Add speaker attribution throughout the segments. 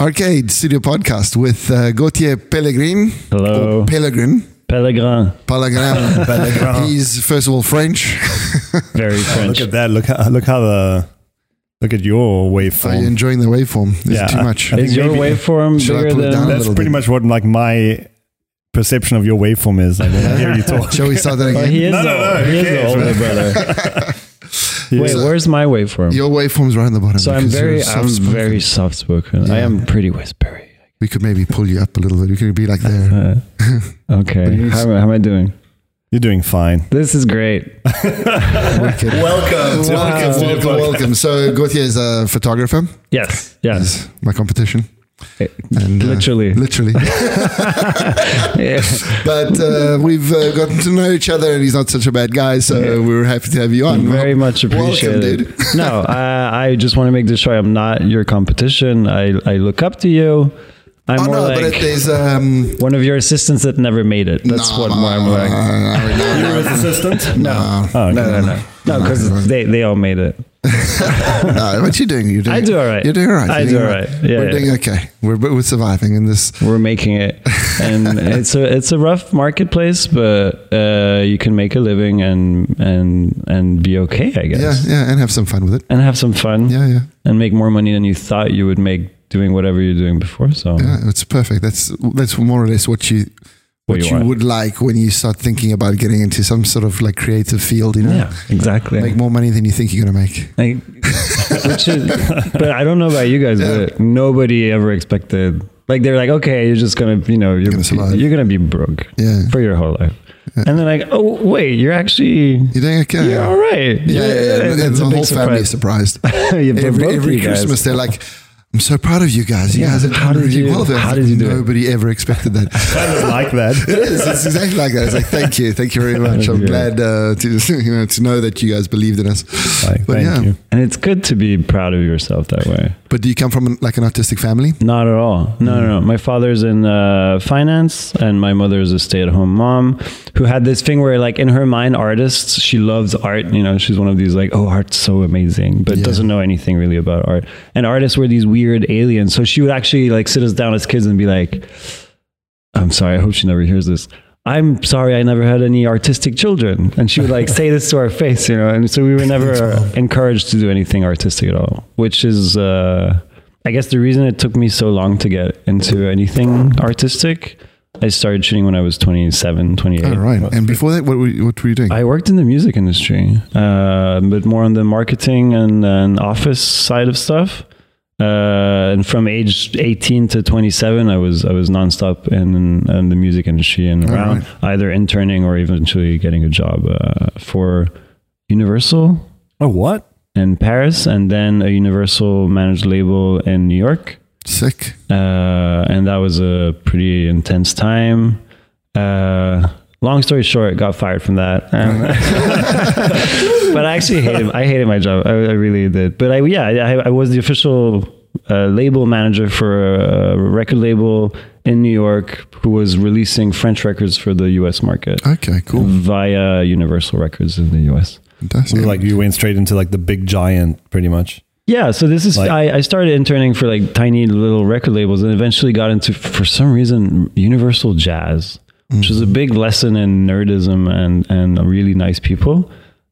Speaker 1: Arcade Studio Podcast with uh, Gauthier Pellegrin.
Speaker 2: Hello.
Speaker 1: Or Pellegrin.
Speaker 2: Pellegrin.
Speaker 1: Pellegrin.
Speaker 2: Uh-huh.
Speaker 3: Pellegrin.
Speaker 1: He's, first of all, French.
Speaker 2: Very
Speaker 3: Look
Speaker 2: French.
Speaker 3: at that. Look how look how the look at your
Speaker 1: Are you
Speaker 3: waveform.
Speaker 1: enjoying the waveform? Is
Speaker 3: Yeah.
Speaker 1: it too much?
Speaker 3: I think
Speaker 2: Is your
Speaker 3: maybe-
Speaker 2: waveform
Speaker 1: Should I
Speaker 2: bigger
Speaker 1: pull it
Speaker 2: than
Speaker 1: down?
Speaker 3: That's
Speaker 1: little
Speaker 3: pretty
Speaker 1: bit.
Speaker 3: much what like my perception of your waveform is. Like when I hear you talk.
Speaker 1: Shall we start that
Speaker 2: Well, he
Speaker 1: again?
Speaker 2: is,
Speaker 3: No,
Speaker 2: the,
Speaker 3: no, no,
Speaker 2: he
Speaker 3: who
Speaker 2: is the
Speaker 3: cares,
Speaker 2: older
Speaker 3: man?
Speaker 2: brother. Wait,
Speaker 3: Yes.
Speaker 2: where's my waveform?
Speaker 1: Your waveform's right on the bottom.
Speaker 2: so I'm
Speaker 1: because you're
Speaker 2: very, I'm
Speaker 1: soft-spoken.
Speaker 2: very soft spoken. I
Speaker 1: Yeah.
Speaker 2: am pretty whispery.
Speaker 1: We could maybe pull you up a little bit. You could be like there.
Speaker 2: Uh, okay, how, how am I doing?
Speaker 3: You're doing fine.
Speaker 2: This is great.
Speaker 1: Wicked.
Speaker 3: Welcome.
Speaker 1: Welcome, welcome, welcome, So Gauthier is a photographer.
Speaker 2: Yes, yes.
Speaker 1: Is my competition.
Speaker 2: Eh,
Speaker 1: And, uh,
Speaker 2: literally.
Speaker 1: literally.
Speaker 2: Yeah.
Speaker 1: but uh, we've uh, gotten to know each other, and he's not such a bad guy. So we were happy to have you on.
Speaker 2: Very much
Speaker 1: welcome,
Speaker 2: appreciated.
Speaker 1: dude.
Speaker 2: no, I, I just want to make this show. I'm not your competition. I, I look up to you. I'm
Speaker 1: Oh
Speaker 2: more
Speaker 1: no, but
Speaker 2: like
Speaker 1: it, there's um.
Speaker 2: one of your assistants that never made it. That's what I'm like.
Speaker 3: You're his assistant. No. Oh, okay.
Speaker 2: No, no, no. No, because they, they all made it.
Speaker 1: No, what you doing? You're doing
Speaker 2: I do all right.
Speaker 1: You're doing all right.
Speaker 2: I
Speaker 1: You're
Speaker 2: do
Speaker 1: doing
Speaker 2: all right. Yeah,
Speaker 1: we're
Speaker 2: yeah.
Speaker 1: doing okay. We're we're surviving in this.
Speaker 2: We're making it, and it's a it's a rough marketplace, but uh, you can make a living and and and be okay, I guess,
Speaker 1: Yeah, yeah, and have some fun with it.
Speaker 2: and have some fun,
Speaker 1: Yeah, yeah,
Speaker 2: and make more money than you thought you would make doing whatever you're doing before. So
Speaker 1: yeah. It's perfect. That's that's more or less what you what,
Speaker 2: What you
Speaker 1: you,
Speaker 2: want.
Speaker 1: would like when you start thinking about getting into some sort of like creative field. You know,
Speaker 2: yeah, exactly.
Speaker 1: make more money than you think you're gonna make.
Speaker 2: Like, which is, but I don't know about you guys, but nobody ever expected. Like they're like, okay, you're just gonna, you know, you're
Speaker 1: Gonna survive.
Speaker 2: you're gonna be broke
Speaker 1: Yeah,
Speaker 2: for your whole life, and then like, oh wait, you're actually
Speaker 1: you're doing okay.
Speaker 2: you're all right.
Speaker 1: Yeah, yeah, yeah. And
Speaker 2: It's, a
Speaker 1: the
Speaker 2: big
Speaker 1: whole family is
Speaker 2: surprise.
Speaker 1: surprised.
Speaker 2: Yeah, but
Speaker 1: every
Speaker 2: both
Speaker 1: every
Speaker 2: you guys.
Speaker 1: Christmas, they're like, "I'm so proud of you guys. You
Speaker 2: Yeah.
Speaker 1: guys have
Speaker 2: How
Speaker 1: done
Speaker 2: did
Speaker 1: really
Speaker 2: you-
Speaker 1: well." They're
Speaker 2: how
Speaker 1: like,
Speaker 2: did you do it?
Speaker 1: Nobody ever expected that.
Speaker 3: Kind of like that.
Speaker 1: it is. It's exactly like that. It's like, "Thank you, thank you very much. I'm
Speaker 2: Yeah.
Speaker 1: glad uh, to you know, to know that you guys believed in us."
Speaker 3: Like,
Speaker 1: But
Speaker 3: thank
Speaker 1: yeah.
Speaker 3: you.
Speaker 2: And it's good to be proud of yourself that way.
Speaker 1: But do you come from an, like an artistic family?
Speaker 2: Not at all. No, no, no. My father's in uh, finance, and my mother is a stay-at-home mom who had this thing where, like, in her mind, artists. She loves art. You know, she's one of these like, oh, art's so amazing, but
Speaker 1: Yeah.
Speaker 2: doesn't know anything really about art. And artists were these weird aliens. So she would actually like sit us down as kids and be like, I'm sorry. I hope she never hears this. I'm sorry. I never had any artistic children. And she would like say this to our face, you know. And so we were never encouraged to do anything artistic at all, which is, uh, I guess, the reason it took me so long to get into anything artistic. I started shooting when I was 27, 28.
Speaker 1: Oh, right. And before that, what were you, what were you doing?
Speaker 2: I worked in the music industry, uh, but more on the marketing and, and office side of stuff. Uh, and from age 18 to 27, I was I was nonstop in, in the music industry and
Speaker 1: All
Speaker 2: around, either interning or eventually getting a job uh, for Universal
Speaker 3: Oh, what?
Speaker 2: in Paris, and then a Universal managed label in New York
Speaker 1: Sick.
Speaker 2: uh, and that was a pretty intense time. Uh, long story short, got fired from that. Um, but I actually hated. I hated my job. I, I really did. But I yeah, I, I was the official uh, label manager for a record label in New York who was releasing French records for the U.S. market
Speaker 1: Okay, cool.
Speaker 2: Mm. via Universal Records in the U.S.
Speaker 1: Fantastic.
Speaker 3: Like you went straight into like the big giant, pretty much.
Speaker 2: Yeah, so this is
Speaker 3: Like-
Speaker 2: I, I started interning for like tiny little record labels and eventually got into for some reason Universal Jazz, which was a big lesson in nerdism and and really nice people.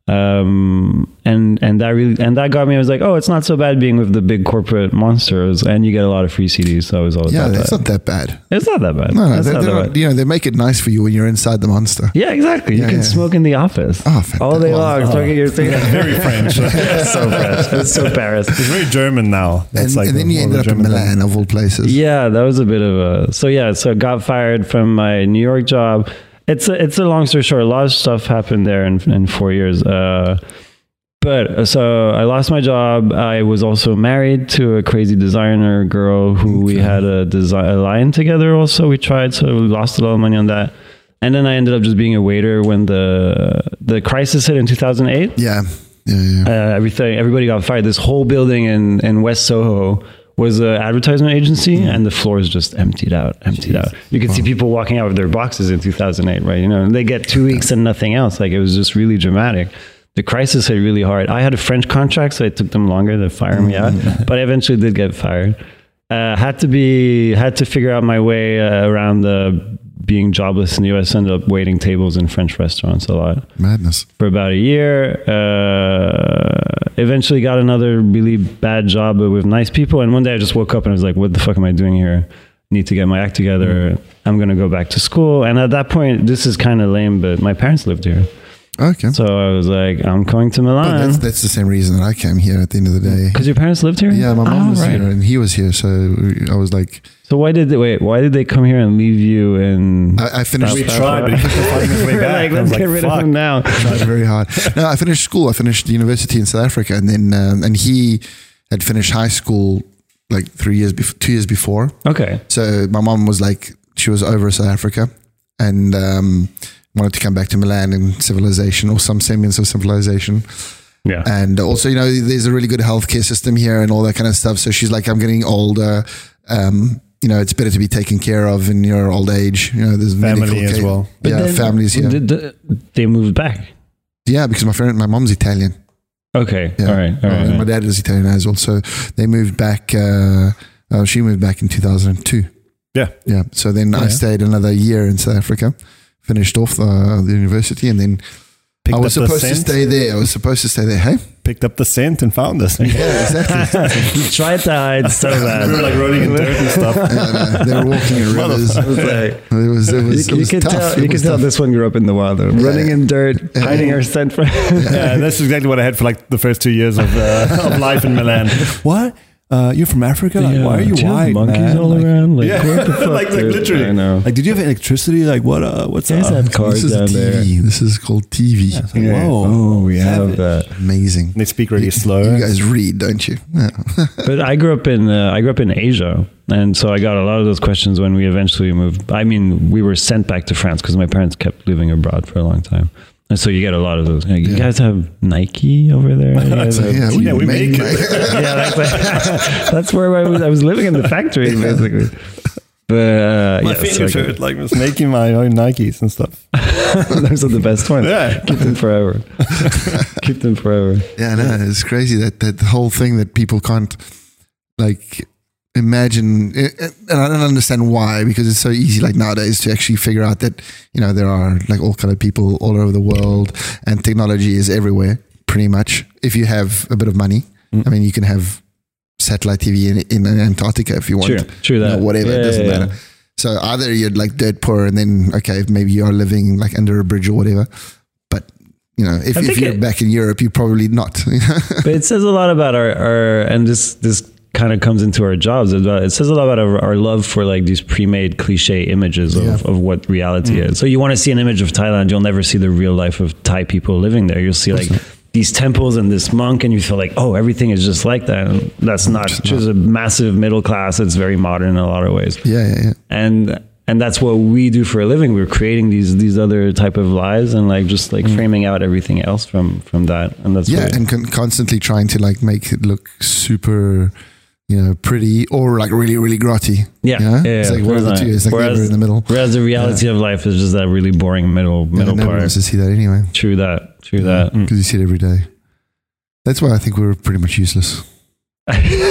Speaker 2: Um, and and that really and that got me. I was like, oh, it's not so bad being with the big corporate monsters, and you get a lot of free CDs. So I was all
Speaker 1: yeah,
Speaker 2: about
Speaker 1: it's
Speaker 2: that.
Speaker 1: not that bad.
Speaker 2: it's not that bad.
Speaker 1: No, no,
Speaker 2: it's
Speaker 1: they,
Speaker 2: not
Speaker 1: they
Speaker 2: that
Speaker 1: don't,
Speaker 2: bad.
Speaker 1: you know, they make it nice for you when you're inside the monster.
Speaker 2: Yeah, exactly.
Speaker 1: Yeah,
Speaker 2: you can
Speaker 1: yeah.
Speaker 2: smoke in the office
Speaker 1: Oh, fantastic.
Speaker 2: all day long,
Speaker 3: Oh.
Speaker 2: smoking your thing.
Speaker 3: Very French.
Speaker 2: It's so Paris. It's so Paris.
Speaker 3: It's very German now.
Speaker 1: And,
Speaker 3: That's like
Speaker 1: and then
Speaker 3: the-
Speaker 1: you
Speaker 3: all
Speaker 1: ended
Speaker 3: the
Speaker 1: up in
Speaker 3: German thing.
Speaker 1: Milan, of all places.
Speaker 2: Yeah, that was a bit of a so yeah. So I got fired from my New York job. It's a, it's a long story short. A lot of stuff happened there in in four years. Uh, but uh, so I lost my job. I was also married to a crazy designer girl who we had a design a line together. Also, we tried so we lost a lot of money on that. And then I ended up just being a waiter when the the crisis hit in two thousand eight
Speaker 1: Yeah. Yeah. yeah.
Speaker 2: uh, everything everybody got fired this whole building in in west soho was an advertisement agency and the floors just emptied out emptied out you could see people walking out of their boxes in 2008 right you know and they get two weeks and nothing else like it was just really dramatic the crisis hit really hard i had a french contract so it took them longer to fire me out but i eventually did get fired uh, had to be had to figure out my way uh, around uh, being jobless in the U.S. Ended up waiting tables in French restaurants a lot
Speaker 1: Madness.
Speaker 2: for about a year. Uh, eventually got another really bad job with nice people. And one day I just woke up and I was like, what the fuck am I doing here? Need to get my act together. I'm going to go back to school. And at that point, this is kind of lame, but my parents lived here.
Speaker 1: Okay.
Speaker 2: So I was like, I'm going to
Speaker 1: But
Speaker 2: Milan.
Speaker 1: that's, that's the same reason that I came here at the end of the day.
Speaker 2: Because your parents lived here?
Speaker 1: Yeah, my mom
Speaker 2: Oh,
Speaker 1: was
Speaker 2: right.
Speaker 1: here and he was here. So I was like,
Speaker 2: So why did they wait? Why did they come here and leave you? And
Speaker 1: I, I finished.
Speaker 3: We tried, but he kept on finding his way
Speaker 2: We're like,
Speaker 3: back. And I
Speaker 2: let's
Speaker 3: was
Speaker 2: get
Speaker 3: like,
Speaker 2: rid of
Speaker 3: "Fuck."
Speaker 2: him now.
Speaker 1: tried very hard. No, I finished school. I finished university in South Africa, and then um, and he had finished high school like three years, bef- two years before.
Speaker 2: Okay.
Speaker 1: So my mom was like, she was over South Africa, and um, wanted to come back to Milan and civilization or some semblance of civilization.
Speaker 2: Yeah.
Speaker 1: And also, you know, there's a really good healthcare system here and all that kind of stuff. So she's like, I'm getting older. Um, you know, it's better to be taken care of in your old age. You know, there's
Speaker 3: Family
Speaker 1: medical
Speaker 3: as
Speaker 1: care.
Speaker 3: well.
Speaker 1: yeah,
Speaker 2: then
Speaker 1: families here.
Speaker 2: did the- they moved back.
Speaker 1: yeah, because my friend, my mom's Italian.
Speaker 2: Okay.
Speaker 1: Yeah.
Speaker 2: All right. All right.
Speaker 1: And Um, my dad is Italian as well. So they moved back. Uh, uh, she moved back in 2002.
Speaker 3: Yeah. Oh,
Speaker 1: Yeah. So then I
Speaker 3: yeah.
Speaker 1: stayed another year in South Africa, finished off uh, the, the university, and then
Speaker 3: Picked
Speaker 1: I was
Speaker 3: up the
Speaker 1: supposed to
Speaker 3: scent,
Speaker 1: stay there. I was supposed to stay there. Hey.
Speaker 3: picked up the scent and found us. we
Speaker 1: Yeah, exactly.
Speaker 2: Try to hide so bad.
Speaker 3: were like rolling in dirt and stuff.
Speaker 1: Yeah, no, uh, they were walking in rivers.
Speaker 2: It was like-
Speaker 1: It was, it was, it
Speaker 2: you you
Speaker 1: was
Speaker 2: can
Speaker 1: tough.
Speaker 2: tell,
Speaker 1: It
Speaker 2: you can
Speaker 1: was
Speaker 2: tell
Speaker 1: tough.
Speaker 2: this one grew up in the wild, though. running in dirt, hiding her scent from.
Speaker 3: Yeah, Uh, that's exactly what I had for like the first two years of, uh, of life in Milan. What? Uh, you're from Africa? Like, why are you
Speaker 2: Do have
Speaker 3: white?
Speaker 2: Monkeys
Speaker 3: man?
Speaker 2: all
Speaker 3: Like-
Speaker 2: around. Like,
Speaker 3: Yeah,
Speaker 2: what the fuck,
Speaker 3: like, like
Speaker 2: dude?
Speaker 3: literally.
Speaker 2: I know.
Speaker 3: Like, did you have electricity? Like, what? Uh, what's
Speaker 2: There's
Speaker 3: up?
Speaker 2: that card
Speaker 1: This is
Speaker 2: down there.
Speaker 1: TV. This is called TV.
Speaker 2: Yeah.
Speaker 3: Whoa.
Speaker 2: Oh, we have that.
Speaker 1: Amazing.
Speaker 3: They speak really slow.
Speaker 1: You guys read, don't you? Yeah.
Speaker 2: But I grew up in uh, I grew up in Asia, and so I got a lot of those questions when we eventually moved. I mean, we were sent back to France because my parents kept living abroad for a long time, and so you get a lot of those. Like, You
Speaker 1: Yeah.
Speaker 2: guys have Nike over there. You guys have-
Speaker 1: Yeah,
Speaker 3: Yeah, we make
Speaker 2: yeah, that's, that's where I was. I was living in the factory basically. But uh, yeah,
Speaker 3: My
Speaker 2: so I
Speaker 3: fingers hurt. Like, I was making my own Nikes and stuff.
Speaker 2: got- those are the best ones.
Speaker 3: Yeah.
Speaker 2: Keep them forever. Keep them forever.
Speaker 1: Yeah, no, it's crazy that that whole thing that people can't like imagine, eh, eh, and I don't understand why because it's so easy like nowadays to actually figure out that you know there are like all kind of people all over the world, and technology is everywhere pretty much. If you have a bit of money, I mean, you can have satellite TV in, in Antarctica if you want.
Speaker 2: True, true
Speaker 1: you know,
Speaker 2: that.
Speaker 1: whatever, it
Speaker 2: Yeah,
Speaker 1: doesn't
Speaker 2: yeah, yeah.
Speaker 1: matter. So either you're like dirt poor, and then okay, maybe you are living like under a bridge or whatever. But you know, if,
Speaker 2: I
Speaker 1: if
Speaker 2: think
Speaker 1: you're
Speaker 2: it-
Speaker 1: back in Europe, you're probably not.
Speaker 2: but it says a lot about our, our and this this kind of comes into our jobs as well. It says a lot about our, our love for like these pre-made cliche images of,
Speaker 1: Yeah. Mm.
Speaker 2: of what reality is. So you want to see an image of Thailand, you'll never see the real life of Thai people living there. You'll see like these temples and this monk, and you feel like, oh, everything is just like that. And that's not. There's a massive middle class. It's very modern in a lot of ways
Speaker 1: yeah, yeah, yeah.
Speaker 2: and and that's what we do for a living we're creating these these other type of lies and like just like framing out everything else from from that and that's
Speaker 1: Mm. yeah,
Speaker 2: what-
Speaker 1: and con- constantly trying to like make it look super, you know, pretty or like really, really grotty.
Speaker 2: yeah,
Speaker 1: you know? it's like one of the two. It's like
Speaker 2: whereas,
Speaker 1: never in the middle.
Speaker 2: whereas the reality of life is just that really boring middle middle
Speaker 1: And no one
Speaker 2: part
Speaker 1: wants to see that anyway
Speaker 2: true that true that
Speaker 1: because you see it every day. That's why I think we were pretty much useless.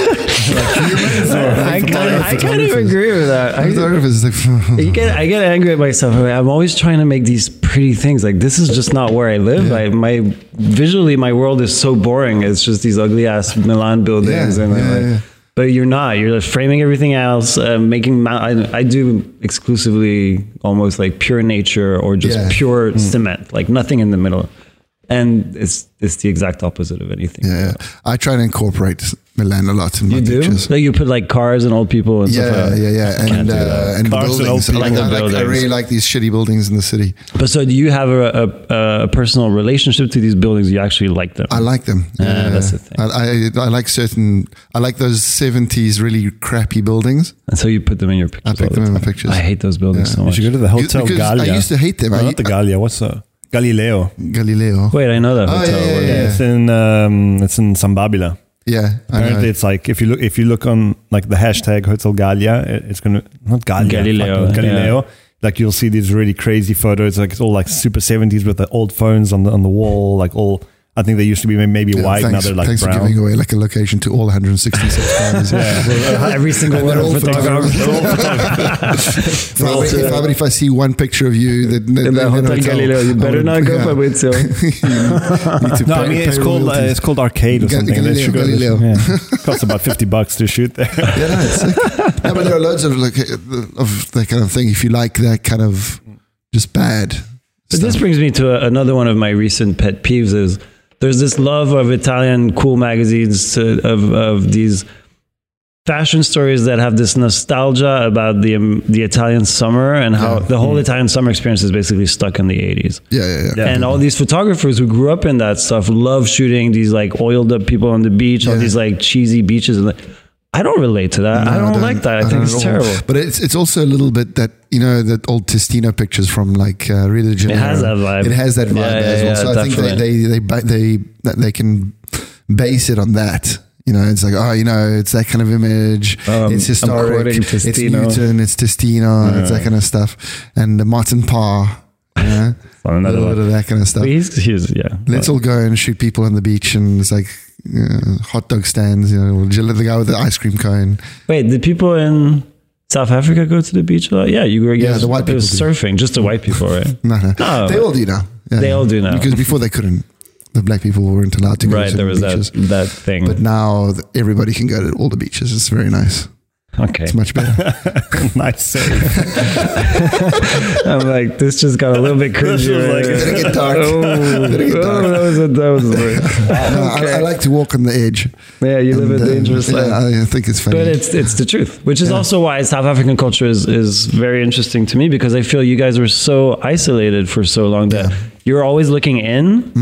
Speaker 2: I, kind of, I kind of agree with that
Speaker 1: I,
Speaker 2: I,
Speaker 1: it's like,
Speaker 2: you get, I get angry at myself. I'm like, I'm always trying to make these pretty things. Like this is just not where I live. I, my visually, my world is so boring. It's just these ugly ass Milan buildings,
Speaker 1: Yeah,
Speaker 2: and I'm
Speaker 1: yeah,
Speaker 2: like,
Speaker 1: yeah.
Speaker 2: but you're not. You're framing everything else, uh, making. Mou- I, I do exclusively almost like pure nature or just
Speaker 1: Yeah.
Speaker 2: pure cement, like nothing in the middle. And it's it's the exact opposite of anything.
Speaker 1: yeah, I try to incorporate Milan a lot in my
Speaker 2: You do?
Speaker 1: pictures.
Speaker 2: Like you put like cars and old people and stuff.
Speaker 1: yeah,
Speaker 2: Like that.
Speaker 1: yeah, yeah, and
Speaker 2: do
Speaker 1: uh,
Speaker 2: that.
Speaker 1: and the
Speaker 3: Cars and
Speaker 1: buildings.
Speaker 3: old
Speaker 1: Like,
Speaker 2: people.
Speaker 1: I, like, I
Speaker 2: Buildings.
Speaker 1: really like these shitty buildings in the city.
Speaker 2: But so do you have a, a, a personal relationship to these buildings? You actually like them?
Speaker 1: I like them.
Speaker 2: Yeah, Ah, that's the thing.
Speaker 1: I, I I like certain. I like those seventies really crappy buildings.
Speaker 2: And so you put them in your pictures.
Speaker 1: I pick
Speaker 2: all
Speaker 1: them
Speaker 2: the
Speaker 1: in my
Speaker 2: time.
Speaker 1: pictures.
Speaker 2: I hate those buildings
Speaker 1: Yeah.
Speaker 2: so
Speaker 3: You
Speaker 2: much.
Speaker 3: should go to the Hotel
Speaker 1: Because I
Speaker 3: Gallia.
Speaker 1: used to hate them.
Speaker 3: No,
Speaker 1: I-
Speaker 3: not the Gallia. What's the Galileo?
Speaker 1: Galileo.
Speaker 2: Wait, I know that
Speaker 1: Oh,
Speaker 2: hotel.
Speaker 1: yeah, yeah, yeah.
Speaker 3: It's in um, it's in Zambabila.
Speaker 1: Yeah, I
Speaker 3: Apparently,
Speaker 1: know.
Speaker 3: it's like if you look if you look on like the hashtag Hotel Gallia, it- it's gonna not Gallia, fuck,
Speaker 2: Galileo,
Speaker 3: but Galileo. Like you'll see these really crazy photos, like it's all like super seventies with the old phones on the on the wall, like all. I I think they used to be maybe
Speaker 1: Yeah,
Speaker 3: white, now
Speaker 1: thanks
Speaker 3: they're like
Speaker 1: thanks for
Speaker 3: brown.
Speaker 1: giving away like a location to all 166 farmers.
Speaker 2: Every single
Speaker 1: And
Speaker 2: one
Speaker 1: they're all
Speaker 2: of photographers.
Speaker 1: photographers. If I- if I- but if I see one picture of you, then, then,
Speaker 2: In the
Speaker 1: then
Speaker 2: Hotel
Speaker 1: I'll tell-
Speaker 2: Galileo, you
Speaker 1: I
Speaker 2: better
Speaker 1: would-
Speaker 2: not go
Speaker 1: yeah.
Speaker 2: for Fabrizio.
Speaker 1: Need to
Speaker 3: No,
Speaker 1: pay-
Speaker 3: I mean
Speaker 1: pay
Speaker 3: it's called uh,
Speaker 1: royalties.
Speaker 3: it's called arcade or
Speaker 1: Ga-
Speaker 3: something. They
Speaker 1: Galileo,
Speaker 3: should go-
Speaker 1: Galileo.
Speaker 3: Yeah. Costs about fifty bucks to shoot there.
Speaker 1: yeah, no, it's sick. No, but there are loads of like uh, of that kind of thing. If you like that kind of just bad,
Speaker 2: But this
Speaker 1: stuff.
Speaker 2: brings me to a, another one of my recent pet peeves is there's this love of Italian cool magazines to, of of these fashion stories that have this nostalgia about the um, the Italian summer and how
Speaker 1: Yeah. Mm.
Speaker 2: the whole Italian summer experience is basically stuck in the 80s.
Speaker 1: yeah, yeah, yeah.
Speaker 2: And all these photographers who grew up in that stuff love shooting these like oiled up people on the beach, all
Speaker 1: Yeah.
Speaker 2: these like cheesy beaches and like, I don't relate to that.
Speaker 1: No,
Speaker 2: I, don't like that. I, think
Speaker 1: don't
Speaker 2: it's
Speaker 1: at all.
Speaker 2: terrible.
Speaker 1: But it's it's also a little bit that you know that old Testino pictures from like uh, Rio de Janeiro.
Speaker 2: has that vibe.
Speaker 1: It has that vibe
Speaker 2: Yeah, yeah,
Speaker 1: as well.
Speaker 2: yeah,
Speaker 1: so I think
Speaker 2: definitely.
Speaker 1: they they they ba- they that they can base it on that. You know, it's like oh, you know, it's that kind of image.
Speaker 2: Um,
Speaker 1: it's
Speaker 2: I'm
Speaker 1: historic.
Speaker 2: quoting
Speaker 1: It's
Speaker 2: Testino.
Speaker 1: Newton. It's Testino. It's that kind of stuff. And the Martin Parr. You know,
Speaker 2: On
Speaker 1: a
Speaker 2: another
Speaker 1: little bit
Speaker 2: one.
Speaker 1: of that kind of stuff.
Speaker 2: But he's, he's yeah.
Speaker 1: Let's all go and shoot people on the beach and it's like uh, hot dog stands. You know, or the guy with the ice cream cone.
Speaker 2: Wait, did people in South Africa go to the beach a lot? Yeah, you were
Speaker 1: Yeah, the white
Speaker 2: it was
Speaker 1: people
Speaker 2: surfing, just the white people, right?
Speaker 1: No, no.
Speaker 2: No.
Speaker 1: They all do now. Yeah.
Speaker 2: They all do now.
Speaker 1: Because before they couldn't. The black people weren't allowed to go
Speaker 2: right,
Speaker 1: to
Speaker 2: there was that
Speaker 1: beaches.
Speaker 2: that thing.
Speaker 1: But now th- everybody can go to all the beaches. It's very nice.
Speaker 2: okay,
Speaker 1: It's much better.
Speaker 3: nice save.
Speaker 2: I'm like, this just got a little bit
Speaker 3: This
Speaker 2: cringy.
Speaker 3: was
Speaker 2: right
Speaker 3: like-
Speaker 2: there.
Speaker 1: Did it get dark?
Speaker 2: Oh,
Speaker 1: Did it get
Speaker 2: oh,
Speaker 1: dark?
Speaker 2: that was a, that was weird.
Speaker 1: No, I, I like to walk on the edge.
Speaker 2: Yeah, you live
Speaker 1: And,
Speaker 2: a
Speaker 1: uh,
Speaker 2: dangerous
Speaker 1: yeah,
Speaker 2: life.
Speaker 1: I think it's funny.
Speaker 2: But it's it's the truth, which is also why South African culture is is very interesting to me because I feel you guys were so isolated for so long that you're always looking in,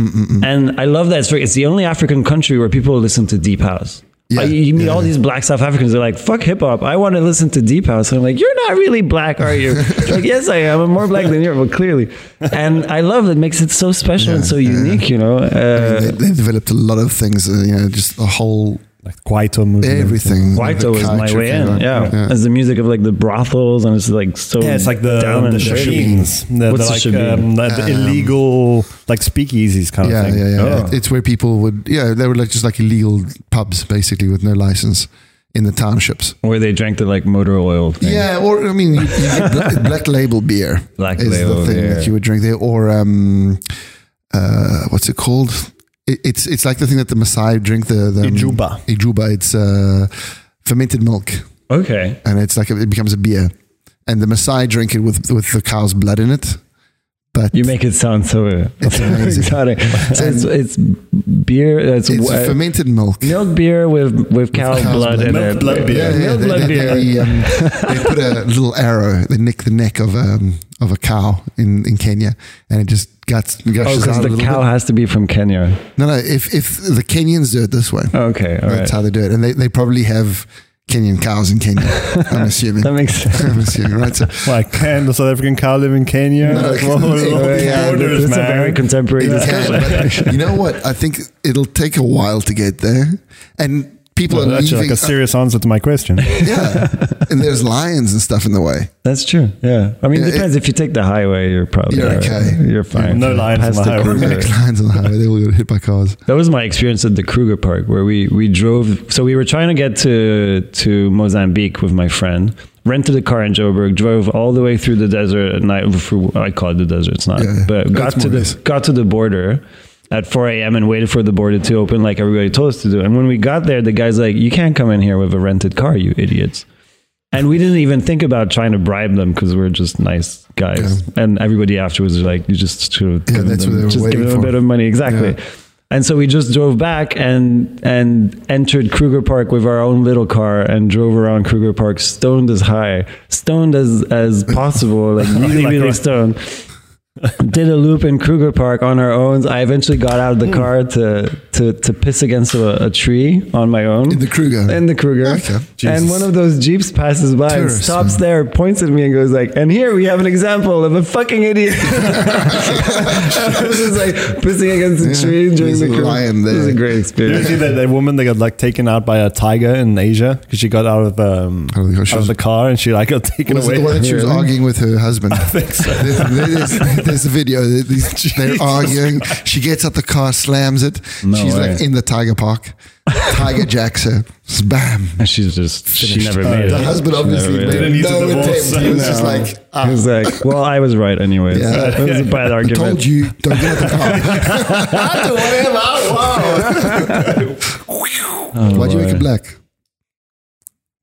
Speaker 2: and I love that it's very, it's the only African country where people listen to deep house.
Speaker 1: Yeah,
Speaker 2: Uh, you you meet
Speaker 1: yeah,
Speaker 2: all
Speaker 1: yeah.
Speaker 2: these black South Africans. They're like, "Fuck hip hop. I want to listen to deep house." And I'm like, "You're not really black, are you?" like, "Yes, I am. I'm more black than you, but clearly." And I love that it makes it so special and so unique. You know,
Speaker 1: I mean,
Speaker 2: uh,
Speaker 1: they, have developed a lot of things, uh, you know, just a whole
Speaker 3: Like Kwaito movement.
Speaker 1: everything.
Speaker 2: Kwaito
Speaker 1: The
Speaker 2: is my
Speaker 1: culture
Speaker 2: way
Speaker 1: thing,
Speaker 2: in.
Speaker 1: right?
Speaker 2: yeah. as the music of like the brothels, and it's like so.
Speaker 3: Yeah, it's like the um,
Speaker 2: down
Speaker 3: the
Speaker 2: and dirty.
Speaker 3: shebeens. The,
Speaker 2: What's
Speaker 3: the,
Speaker 2: a
Speaker 3: like,
Speaker 2: shebeen?
Speaker 3: um, the, the
Speaker 1: Um,
Speaker 3: illegal like speakeasies kind
Speaker 1: Yeah,
Speaker 3: of thing.
Speaker 1: yeah, yeah.
Speaker 3: Oh.
Speaker 1: It- It's where people would, yeah, they were like just like illegal pubs basically with no license in the townships.
Speaker 2: where they drank the like motor oil. Thing.
Speaker 1: Yeah, or I mean, you, you get black, black label beer
Speaker 2: Black
Speaker 1: is
Speaker 2: label
Speaker 1: the thing
Speaker 2: beer.
Speaker 1: that you would drink there, or um, uh, what's it called? It, it's it's like the thing that the Maasai drink. The,
Speaker 3: Oh.
Speaker 1: the
Speaker 3: Ijuba.
Speaker 1: Ijuba. It's uh, fermented milk,
Speaker 2: Okay.
Speaker 1: and it's like it becomes a beer, and the Maasai drink it with with the cow's blood in it. But
Speaker 2: You make it sound so uh,
Speaker 1: It's amazing.
Speaker 2: exotic. So it's, it's beer. It's,
Speaker 1: it's
Speaker 2: wa-
Speaker 1: fermented milk.
Speaker 2: milk beer with with cow
Speaker 1: cow's
Speaker 2: blood
Speaker 1: blood.
Speaker 2: in
Speaker 3: Milk
Speaker 2: it.
Speaker 3: blood beer.
Speaker 1: Yeah, yeah,
Speaker 2: Milk
Speaker 1: they,
Speaker 2: blood
Speaker 1: they-
Speaker 2: beer.
Speaker 1: they, um, they put a little arrow. They nick the neck of um, of a cow in, in Kenya, and it just guts
Speaker 2: Oh,
Speaker 1: gushes
Speaker 2: because
Speaker 1: out a
Speaker 2: the
Speaker 1: little
Speaker 2: cow
Speaker 1: bit.
Speaker 2: has to be from Kenya.
Speaker 1: No, no. If if the Kenyans do it this way,
Speaker 2: Okay, Oh, all right.
Speaker 1: that's how they do it, and they, they probably have Kenyan cows in Kenya. I'm assuming.
Speaker 2: That makes sense.
Speaker 1: I'm assuming, right? So
Speaker 3: Like can the South African cow live in Kenya?
Speaker 1: No,
Speaker 3: like,
Speaker 1: it
Speaker 3: what
Speaker 1: can-
Speaker 3: was
Speaker 1: it
Speaker 3: all the
Speaker 1: can.
Speaker 3: borders,
Speaker 2: That's a
Speaker 3: man?
Speaker 2: very contemporary.
Speaker 1: it can, but you know what? I think it'll take a while to get there, and people
Speaker 3: Well,
Speaker 1: are
Speaker 3: that's
Speaker 1: leaving. uh,
Speaker 3: like a serious answer to my question.
Speaker 1: yeah, and there's lions and stuff in the way.
Speaker 2: That's true. Yeah. I mean, it
Speaker 1: Yeah, it-
Speaker 2: depends. if you take the highway, you're probably
Speaker 1: You're
Speaker 2: all right.
Speaker 1: okay.
Speaker 2: You're fine.
Speaker 3: No lions
Speaker 2: Past
Speaker 3: on the
Speaker 2: the
Speaker 3: highway.
Speaker 2: Kruger.
Speaker 1: Like lions on the highway, they all get hit by cars.
Speaker 2: That was my experience at the Kruger Park, where we we drove. So we were trying to get to to Mozambique with my friend. Rented a car in Joburg, drove all the way through the desert at night. through- I call it the desert. It's not,
Speaker 1: Yeah, yeah.
Speaker 2: but
Speaker 1: That's
Speaker 2: got to
Speaker 1: more
Speaker 2: the
Speaker 1: nice.
Speaker 2: got to the border at 4 a.m. and waited for the border to open, like everybody told us to do. And when we got there, the guy's like, "You can't come in here with a rented car, you idiots." And we didn't even think about trying to bribe them because we're just nice guys. And everybody afterwards was like, "You just should have given
Speaker 1: that's what
Speaker 2: them-
Speaker 1: they were
Speaker 2: just give
Speaker 1: waiting
Speaker 2: them a
Speaker 1: for.
Speaker 2: bit of money, exactly."
Speaker 1: Yeah.
Speaker 2: And so we just drove back and and entered Kruger Park with our own little car and drove around Kruger Park stoned as high, stoned as as possible, like really
Speaker 3: Like
Speaker 2: really
Speaker 3: what?
Speaker 2: stoned. Did a loop in Kruger Park on our own. I eventually got out of
Speaker 1: Hmm.
Speaker 2: the car to to to piss against a, a tree on my own
Speaker 1: In the Kruger.
Speaker 2: in the Kruger.
Speaker 1: Okay.
Speaker 2: And
Speaker 3: Jesus.
Speaker 2: one of those jeeps passes by and
Speaker 1: Tourists,
Speaker 2: stops there, points at me, and goes like, "And here we have an example of a fucking idiot." I was just like pissing against the
Speaker 1: Yeah.
Speaker 2: tree during
Speaker 1: There's
Speaker 2: the
Speaker 1: a
Speaker 2: Kruger.
Speaker 1: lion
Speaker 2: It was
Speaker 1: there.
Speaker 2: a great
Speaker 3: Did you
Speaker 2: experience.
Speaker 3: see that, that woman that got like taken out by a tiger in Asia because she got out of um,
Speaker 1: Out of the car.
Speaker 3: out of the car and she like got taken
Speaker 1: Was it
Speaker 3: away?
Speaker 1: the one that she was
Speaker 2: Really?
Speaker 1: arguing with her husband? I think so. There's, there's- there's a video. These, they're arguing. She gets out the car, slams it.
Speaker 2: No
Speaker 1: She's like
Speaker 2: way.
Speaker 1: in the tiger park. Tiger jacks her. Just Bam.
Speaker 2: And she's just, she never made it.
Speaker 1: Uh, The husband
Speaker 2: She never
Speaker 1: obviously
Speaker 2: made it.
Speaker 1: made
Speaker 3: Didn't need to
Speaker 1: no
Speaker 3: divorce.
Speaker 1: attempt. He was just
Speaker 3: No.
Speaker 1: like,
Speaker 2: He
Speaker 1: ah,
Speaker 2: was like, well, I was right anyways.
Speaker 1: Yeah.
Speaker 2: That was a bad
Speaker 1: I
Speaker 2: argument.
Speaker 1: told you, don't get out the car.
Speaker 3: I don't want him out. Wow.
Speaker 2: Oh,
Speaker 1: Why'd you make
Speaker 2: boy.
Speaker 1: it black?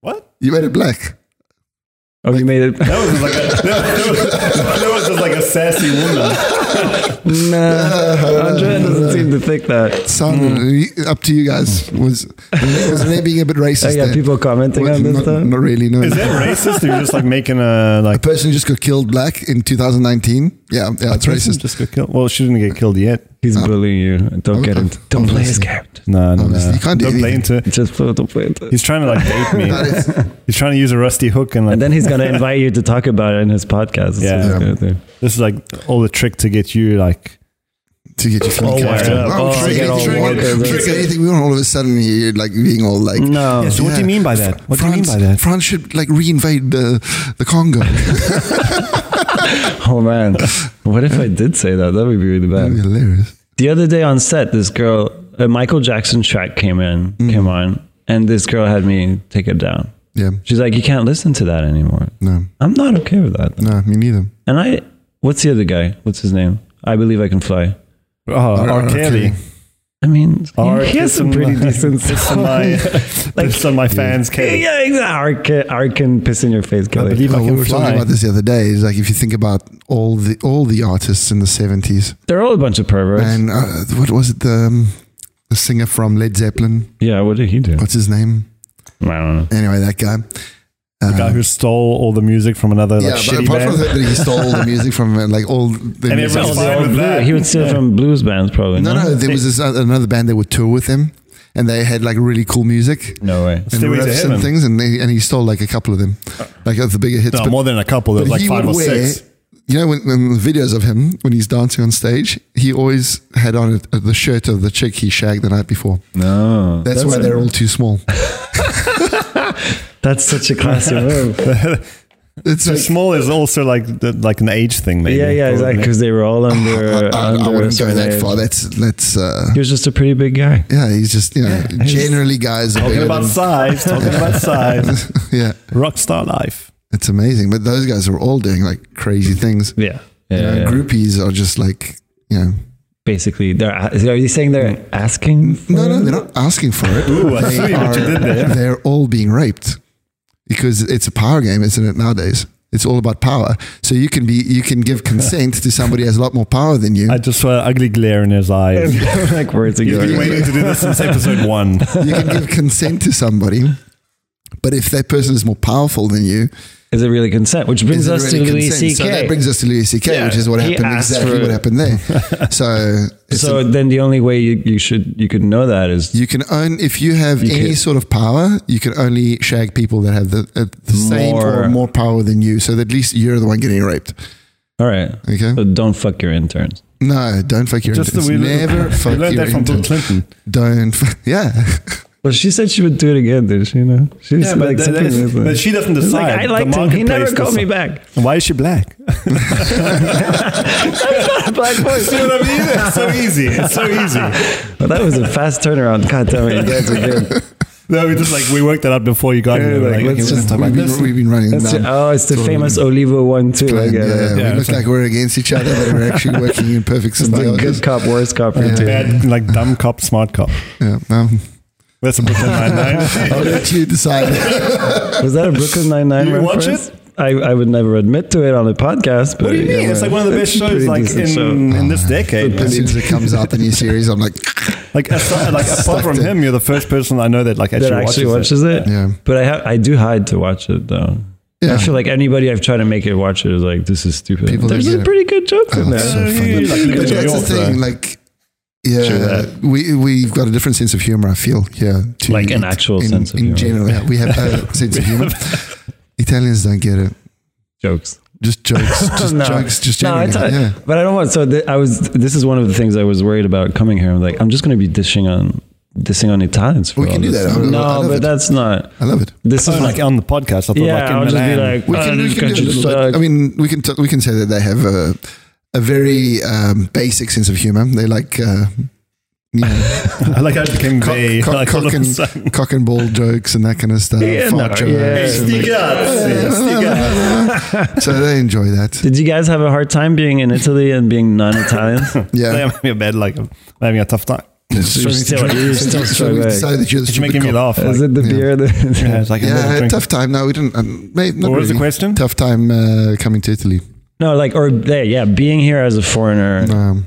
Speaker 3: What?
Speaker 1: You made it black.
Speaker 2: Oh, you made it.
Speaker 3: That was just like a, that was, that was just like a sassy woman.
Speaker 2: Nah. Andrea doesn't seem to think that.
Speaker 1: Sounded up to you guys. Was was there being a bit
Speaker 2: I
Speaker 1: racist?
Speaker 2: got
Speaker 1: there?
Speaker 2: Oh, people commenting
Speaker 1: Was
Speaker 2: on this
Speaker 1: not,
Speaker 2: stuff.
Speaker 1: not really. No.
Speaker 3: Is that racist? Are you just like making
Speaker 1: A
Speaker 3: a like
Speaker 1: person who just got killed black in 2019. Yeah, yeah, it's racist.
Speaker 3: Just got killed. Well, she didn't get killed yet.
Speaker 2: He's
Speaker 1: Ah.
Speaker 2: bullying you. Don't get him. Don't play his game.
Speaker 3: No, no, no.
Speaker 1: Obviously, you can't do
Speaker 3: Don't play
Speaker 1: anything.
Speaker 3: into it.
Speaker 2: Just don't play it.
Speaker 3: He's trying to like bait
Speaker 1: That
Speaker 3: me.
Speaker 1: is-
Speaker 3: He's trying to use a rusty hook and like
Speaker 2: And then he's gonna invite you to talk about it in his podcast. That's
Speaker 3: Yeah.
Speaker 2: what he's
Speaker 1: Yeah.
Speaker 2: gonna do.
Speaker 3: this is like all the trick to get you like
Speaker 1: to get you feeling
Speaker 2: Oh,
Speaker 1: comfortable.
Speaker 2: yeah.
Speaker 1: Oh,
Speaker 2: Oh,
Speaker 1: trigger,
Speaker 2: get all
Speaker 1: trigger,
Speaker 2: warm.
Speaker 1: trigger, trigger anything we want. All of a sudden, you're like being all like.
Speaker 2: No.
Speaker 3: Yeah, so what do you mean by that? What do you mean
Speaker 1: Oh, France-
Speaker 3: by that?
Speaker 1: France should like reinvade the the Congo.
Speaker 2: Oh man. What if I did say that? That would be really
Speaker 1: That'd be
Speaker 2: bad.
Speaker 1: hilarious.
Speaker 2: The other day on set, this girl, a Michael Jackson track came in,
Speaker 1: Mm-hmm.
Speaker 2: came on, and this girl had me take it down.
Speaker 1: Yeah.
Speaker 2: She's like, "You can't listen to that anymore."
Speaker 1: No.
Speaker 2: I'm not okay with that.
Speaker 1: No, me neither.
Speaker 2: And I, what's the other guy? What's his name? I believe I can fly.
Speaker 3: oh, R.
Speaker 1: R.
Speaker 3: Kelly.
Speaker 1: Kelly.
Speaker 2: I mean,
Speaker 3: R.
Speaker 2: he has some
Speaker 3: pissing
Speaker 2: pretty
Speaker 3: my-
Speaker 2: decent
Speaker 3: pissing my, pissing my fans' cake.
Speaker 2: Yeah, exactly. Ark, Ark can piss in your face,
Speaker 3: I
Speaker 2: Kelly.
Speaker 3: believe I
Speaker 1: Oh, we
Speaker 3: can
Speaker 1: were
Speaker 3: fly.
Speaker 1: talking about this the other day. Is like if you think about all the all the artists in the seventies,
Speaker 2: They're all a bunch of perverts.
Speaker 1: and uh, what was it the um, the singer from Led Zeppelin?
Speaker 2: yeah, what did he do?
Speaker 1: What's his name?
Speaker 2: I don't know.
Speaker 1: Anyway, that guy.
Speaker 3: The guy who stole all the music from another
Speaker 1: yeah,
Speaker 3: like,
Speaker 1: but
Speaker 3: shitty
Speaker 1: apart
Speaker 3: band.
Speaker 1: from that, he stole all the music from uh, like all the
Speaker 3: And
Speaker 1: music.
Speaker 3: everyone's
Speaker 1: was-
Speaker 3: fine
Speaker 2: Or
Speaker 3: with
Speaker 2: blue-
Speaker 3: that.
Speaker 2: He would steal from blues bands, probably. No,
Speaker 1: No, no, there was this, uh, another band that would tour with him, and they had like really cool music
Speaker 2: No way.
Speaker 1: and
Speaker 3: Stairway to
Speaker 1: riffs
Speaker 3: Heaven.
Speaker 1: and things, and, they, and he stole like a couple of them, like of the bigger hits.
Speaker 3: No,
Speaker 1: but
Speaker 3: more than a couple. There was
Speaker 1: but
Speaker 3: like
Speaker 1: he
Speaker 3: five or
Speaker 1: would wear,
Speaker 3: six.
Speaker 1: you know, when, when the videos of him when he's dancing on stage, he always had on it, uh, the shirt of the chick he shagged the night before.
Speaker 2: No.
Speaker 1: That's, why they're all too small.
Speaker 2: That's such a classy move.
Speaker 1: It's
Speaker 3: Too
Speaker 1: like,
Speaker 3: small is also like the, like an age thing, maybe.
Speaker 2: yeah, yeah, exactly. Because they were all under.
Speaker 1: I, I, I
Speaker 2: under
Speaker 1: wouldn't
Speaker 2: a
Speaker 1: go
Speaker 2: certain
Speaker 1: that
Speaker 2: age.
Speaker 1: far. That's that's uh,
Speaker 2: He was just a pretty big guy.
Speaker 1: yeah. He's just you know generally guys are
Speaker 3: Talking
Speaker 1: bigger
Speaker 3: about
Speaker 1: than-
Speaker 3: size. Talking about size.
Speaker 1: yeah.
Speaker 3: Rock star life.
Speaker 1: It's amazing, but those guys are all doing like crazy things.
Speaker 2: Yeah.
Speaker 1: You know,
Speaker 2: yeah, yeah.
Speaker 1: Groupies are just like, you know,
Speaker 2: Basically, they're. Are you saying they're asking? For
Speaker 1: no, no,
Speaker 2: it?
Speaker 1: they're not asking for it.
Speaker 3: Ooh, I see what
Speaker 1: they
Speaker 3: you did there.
Speaker 1: They're all being raped because it's a power game, isn't it? Nowadays, it's all about power. So you can be, you can give consent to somebody who has a lot more power than you.
Speaker 3: I just saw an ugly glare in his eyes.
Speaker 2: like words
Speaker 3: He's been
Speaker 2: together.
Speaker 3: waiting to do this since episode one.
Speaker 1: You can give consent to somebody, but if that person is more powerful than you,
Speaker 2: Is it really consent? Which
Speaker 1: is
Speaker 2: brings
Speaker 1: it
Speaker 2: us
Speaker 1: really
Speaker 2: to Louis
Speaker 1: consent?
Speaker 2: C.K.
Speaker 1: So that brings us to Louis C.K.,
Speaker 2: Yeah,
Speaker 1: which is what
Speaker 2: he
Speaker 1: happened
Speaker 2: asked
Speaker 1: exactly
Speaker 2: for-
Speaker 1: what happened there. So, it's
Speaker 2: so
Speaker 1: a-
Speaker 2: then the only way you, you should you could know that is
Speaker 1: You can own if you have
Speaker 2: You
Speaker 1: any
Speaker 2: can-
Speaker 1: sort of power. You can only shag people that have the, uh, the same
Speaker 2: More-
Speaker 1: or more power than you. So that at least you're the one getting raped.
Speaker 2: all right.
Speaker 1: Okay.
Speaker 2: So don't fuck your interns.
Speaker 1: No, don't fuck your
Speaker 3: Just the
Speaker 1: interns.
Speaker 3: we
Speaker 1: Never
Speaker 3: we
Speaker 1: fuck
Speaker 3: learned
Speaker 1: your
Speaker 3: that from Bill
Speaker 1: interns.
Speaker 3: Clinton.
Speaker 1: Don't. Fuck, yeah.
Speaker 2: Well, she said she would do it again, did she? No, she
Speaker 3: Yeah,
Speaker 2: was
Speaker 3: but,
Speaker 2: like
Speaker 3: that-
Speaker 2: something
Speaker 3: that is-
Speaker 2: with
Speaker 3: but
Speaker 2: it.
Speaker 3: she doesn't
Speaker 2: It's
Speaker 3: decide.
Speaker 2: like, I
Speaker 3: The
Speaker 2: liked him. He never
Speaker 3: marketplace
Speaker 2: called me
Speaker 3: decides.
Speaker 2: back.
Speaker 3: Why is she black?
Speaker 2: Black voice.
Speaker 3: See what I mean? It's so easy. It's so easy.
Speaker 2: Well, that was a fast turnaround. God damn it, you guys are good.
Speaker 3: No, we just like we worked that out before you got
Speaker 2: Yeah,
Speaker 3: here. We're
Speaker 2: like,
Speaker 3: Like,
Speaker 2: let's
Speaker 3: okay, we're
Speaker 2: just-
Speaker 3: gonna talk
Speaker 1: we've,
Speaker 3: about
Speaker 1: been,
Speaker 3: this.
Speaker 1: we've been running
Speaker 2: That's
Speaker 1: down.
Speaker 2: it. oh, it's the
Speaker 1: Totally.
Speaker 2: famous Olivo one too. I
Speaker 1: plan.
Speaker 2: get
Speaker 1: Yeah,
Speaker 2: it.
Speaker 1: yeah,
Speaker 3: yeah,
Speaker 1: we look
Speaker 3: it's like-
Speaker 1: like we're against each other, but we're actually working in perfect
Speaker 2: Like
Speaker 1: symbiosis.
Speaker 2: good cop, worst cop.
Speaker 1: Yeah.
Speaker 2: routine.
Speaker 3: Bad, like dumb cop, smart cop.
Speaker 1: Yeah, um,
Speaker 3: That's a Brooklyn Nine-Nine.
Speaker 1: I'll let you decide.
Speaker 2: Was that a Brooklyn Nine Nine
Speaker 3: You watch
Speaker 2: reference? I, I would never admit to it on a podcast. But
Speaker 3: What do you mean? It's like one of the best shows
Speaker 2: pretty
Speaker 3: like in,
Speaker 2: decent show.
Speaker 3: in this decade.
Speaker 1: As
Speaker 3: man.
Speaker 1: soon as it comes out, the new series, I'm like,
Speaker 3: Like, aside, like apart from him, you're the first person I know that like actually,
Speaker 2: that actually
Speaker 3: watches,
Speaker 2: watches it.
Speaker 1: yeah.
Speaker 2: But I ha- I do hide to watch it though. I
Speaker 1: Yeah.
Speaker 2: feel like anybody I've tried to make it watch it is like this is stupid.
Speaker 1: People
Speaker 2: There's
Speaker 1: don't
Speaker 2: some
Speaker 1: get it.
Speaker 2: pretty good jokes in
Speaker 1: Oh,
Speaker 2: there.
Speaker 1: it's so funny.
Speaker 3: Yeah, yeah, yeah,
Speaker 1: But
Speaker 3: yeah,
Speaker 1: that's
Speaker 3: yeah.
Speaker 1: the thing, like, yeah,
Speaker 2: that.
Speaker 1: we we've got a different sense of humor. I feel, yeah, to-
Speaker 2: Like
Speaker 1: in-
Speaker 2: an actual
Speaker 1: in,
Speaker 2: sense of
Speaker 1: in
Speaker 2: humor.
Speaker 1: general. Yeah, we have a sense of humor. Italians don't get it.
Speaker 2: Jokes.
Speaker 1: Just jokes, just jokes, just
Speaker 2: no,
Speaker 1: generally.
Speaker 2: it's all-
Speaker 1: yeah,
Speaker 2: But I don't want. So th- I was. This is one of the things I was worried about coming here. I'm like, I'm just going to be dishing on dishing on Italians. For
Speaker 1: We
Speaker 2: all
Speaker 1: can do
Speaker 2: this.
Speaker 1: that. I- I
Speaker 2: No,
Speaker 1: love
Speaker 2: but
Speaker 1: it.
Speaker 2: that's not.
Speaker 1: I love it.
Speaker 2: This
Speaker 3: Oh,
Speaker 2: is
Speaker 3: like
Speaker 2: like.
Speaker 3: on the podcast. I thought
Speaker 2: Yeah,
Speaker 3: like in
Speaker 2: I'll just be
Speaker 3: Milan.
Speaker 2: like.
Speaker 1: We
Speaker 2: oh,
Speaker 1: can,
Speaker 2: this
Speaker 1: we can
Speaker 2: country's
Speaker 1: do this.
Speaker 2: suck.
Speaker 1: I mean, we can t- we can say that they have a a very um, basic sense of humor. They like uh, you know,
Speaker 3: I like how it became
Speaker 1: cock,
Speaker 3: gay.
Speaker 1: cock-
Speaker 3: like,
Speaker 1: cock
Speaker 3: all of a sudden.
Speaker 1: and, cock and ball jokes and that kind of stuff.
Speaker 2: Yeah,
Speaker 1: fart
Speaker 2: no,
Speaker 1: jokes
Speaker 2: yeah.
Speaker 1: and, like, so they enjoy that.
Speaker 2: Did you guys have a hard time being in Italy and being non-Italians?
Speaker 1: Yeah.
Speaker 3: I'm having a bad, like, I'm having a tough time.
Speaker 2: So you're still- you're still
Speaker 1: So we
Speaker 2: struggling.
Speaker 1: decided that you're the
Speaker 3: It's making
Speaker 1: stupid
Speaker 3: me
Speaker 1: cop.
Speaker 3: laugh.
Speaker 2: Is
Speaker 3: like,
Speaker 2: it the
Speaker 1: Yeah.
Speaker 2: beer? That,
Speaker 3: yeah, it's like a little
Speaker 1: Yeah,
Speaker 3: drink.
Speaker 1: tough time. No, we didn't. Um, mate, not
Speaker 3: What was the
Speaker 1: really.
Speaker 3: question?
Speaker 1: Tough time uh, coming to Italy
Speaker 2: No, like or yeah, yeah, being here as a foreigner,
Speaker 1: um,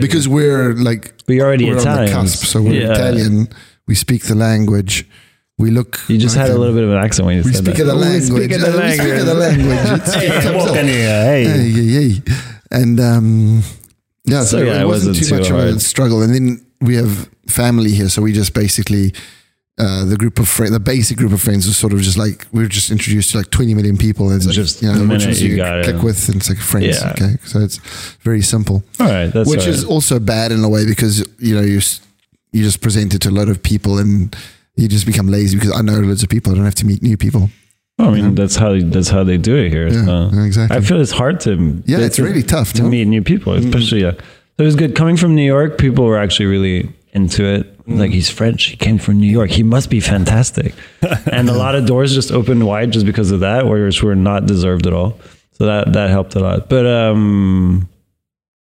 Speaker 1: because we're like
Speaker 2: we already
Speaker 1: we're on the
Speaker 2: Italians.
Speaker 1: cusp, so we're
Speaker 2: Yeah.
Speaker 1: Italian. We speak the language. We look.
Speaker 2: You just
Speaker 1: like
Speaker 2: had a
Speaker 1: them.
Speaker 2: little bit of an accent when you
Speaker 1: We
Speaker 2: said
Speaker 1: speak
Speaker 2: that.
Speaker 1: the
Speaker 2: Oh,
Speaker 1: language.
Speaker 2: We speak
Speaker 1: Uh,
Speaker 2: the
Speaker 1: we speak
Speaker 2: language.
Speaker 1: the language. It's- it
Speaker 3: Hey,
Speaker 1: comes
Speaker 3: walk
Speaker 1: up.
Speaker 3: in here.
Speaker 1: Hey,
Speaker 3: Hey.
Speaker 1: yeah, yeah. And um, yeah, so,
Speaker 2: So, yeah,
Speaker 1: it, wasn't too, much of a
Speaker 2: hard.
Speaker 1: struggle. And then we have family here, so we just basically uh, the group of friends, the basic group of friends, was sort of just like we were just introduced to like twenty million people, and it's like,
Speaker 2: Just
Speaker 1: you know,
Speaker 2: the
Speaker 1: which
Speaker 2: minute
Speaker 1: ones
Speaker 2: you
Speaker 1: you,
Speaker 2: got
Speaker 1: click
Speaker 2: in.
Speaker 1: with, and it's like friends.
Speaker 2: Yeah.
Speaker 1: Okay, so it's very simple,
Speaker 2: All right, that's
Speaker 1: which
Speaker 2: all
Speaker 1: is
Speaker 2: right.
Speaker 1: also bad in a way because you know you s- you just present it to a lot of people and. You just become lazy because I know loads of people. I don't have to meet new people.
Speaker 2: I mean, that's how that's how they do it here.
Speaker 1: Yeah,
Speaker 2: so.
Speaker 1: exactly.
Speaker 2: I feel it's hard to
Speaker 1: Yeah,
Speaker 2: to-
Speaker 1: it's
Speaker 2: to-
Speaker 1: really tough,
Speaker 2: to
Speaker 1: no?
Speaker 2: meet new people, especially yeah. So it was good coming from New York. People were actually really into it. Like he's French, he came from New York. He must be fantastic. and a lot of doors just opened wide just because of that, whereas we're not deserved at all. So that that helped a lot. But um,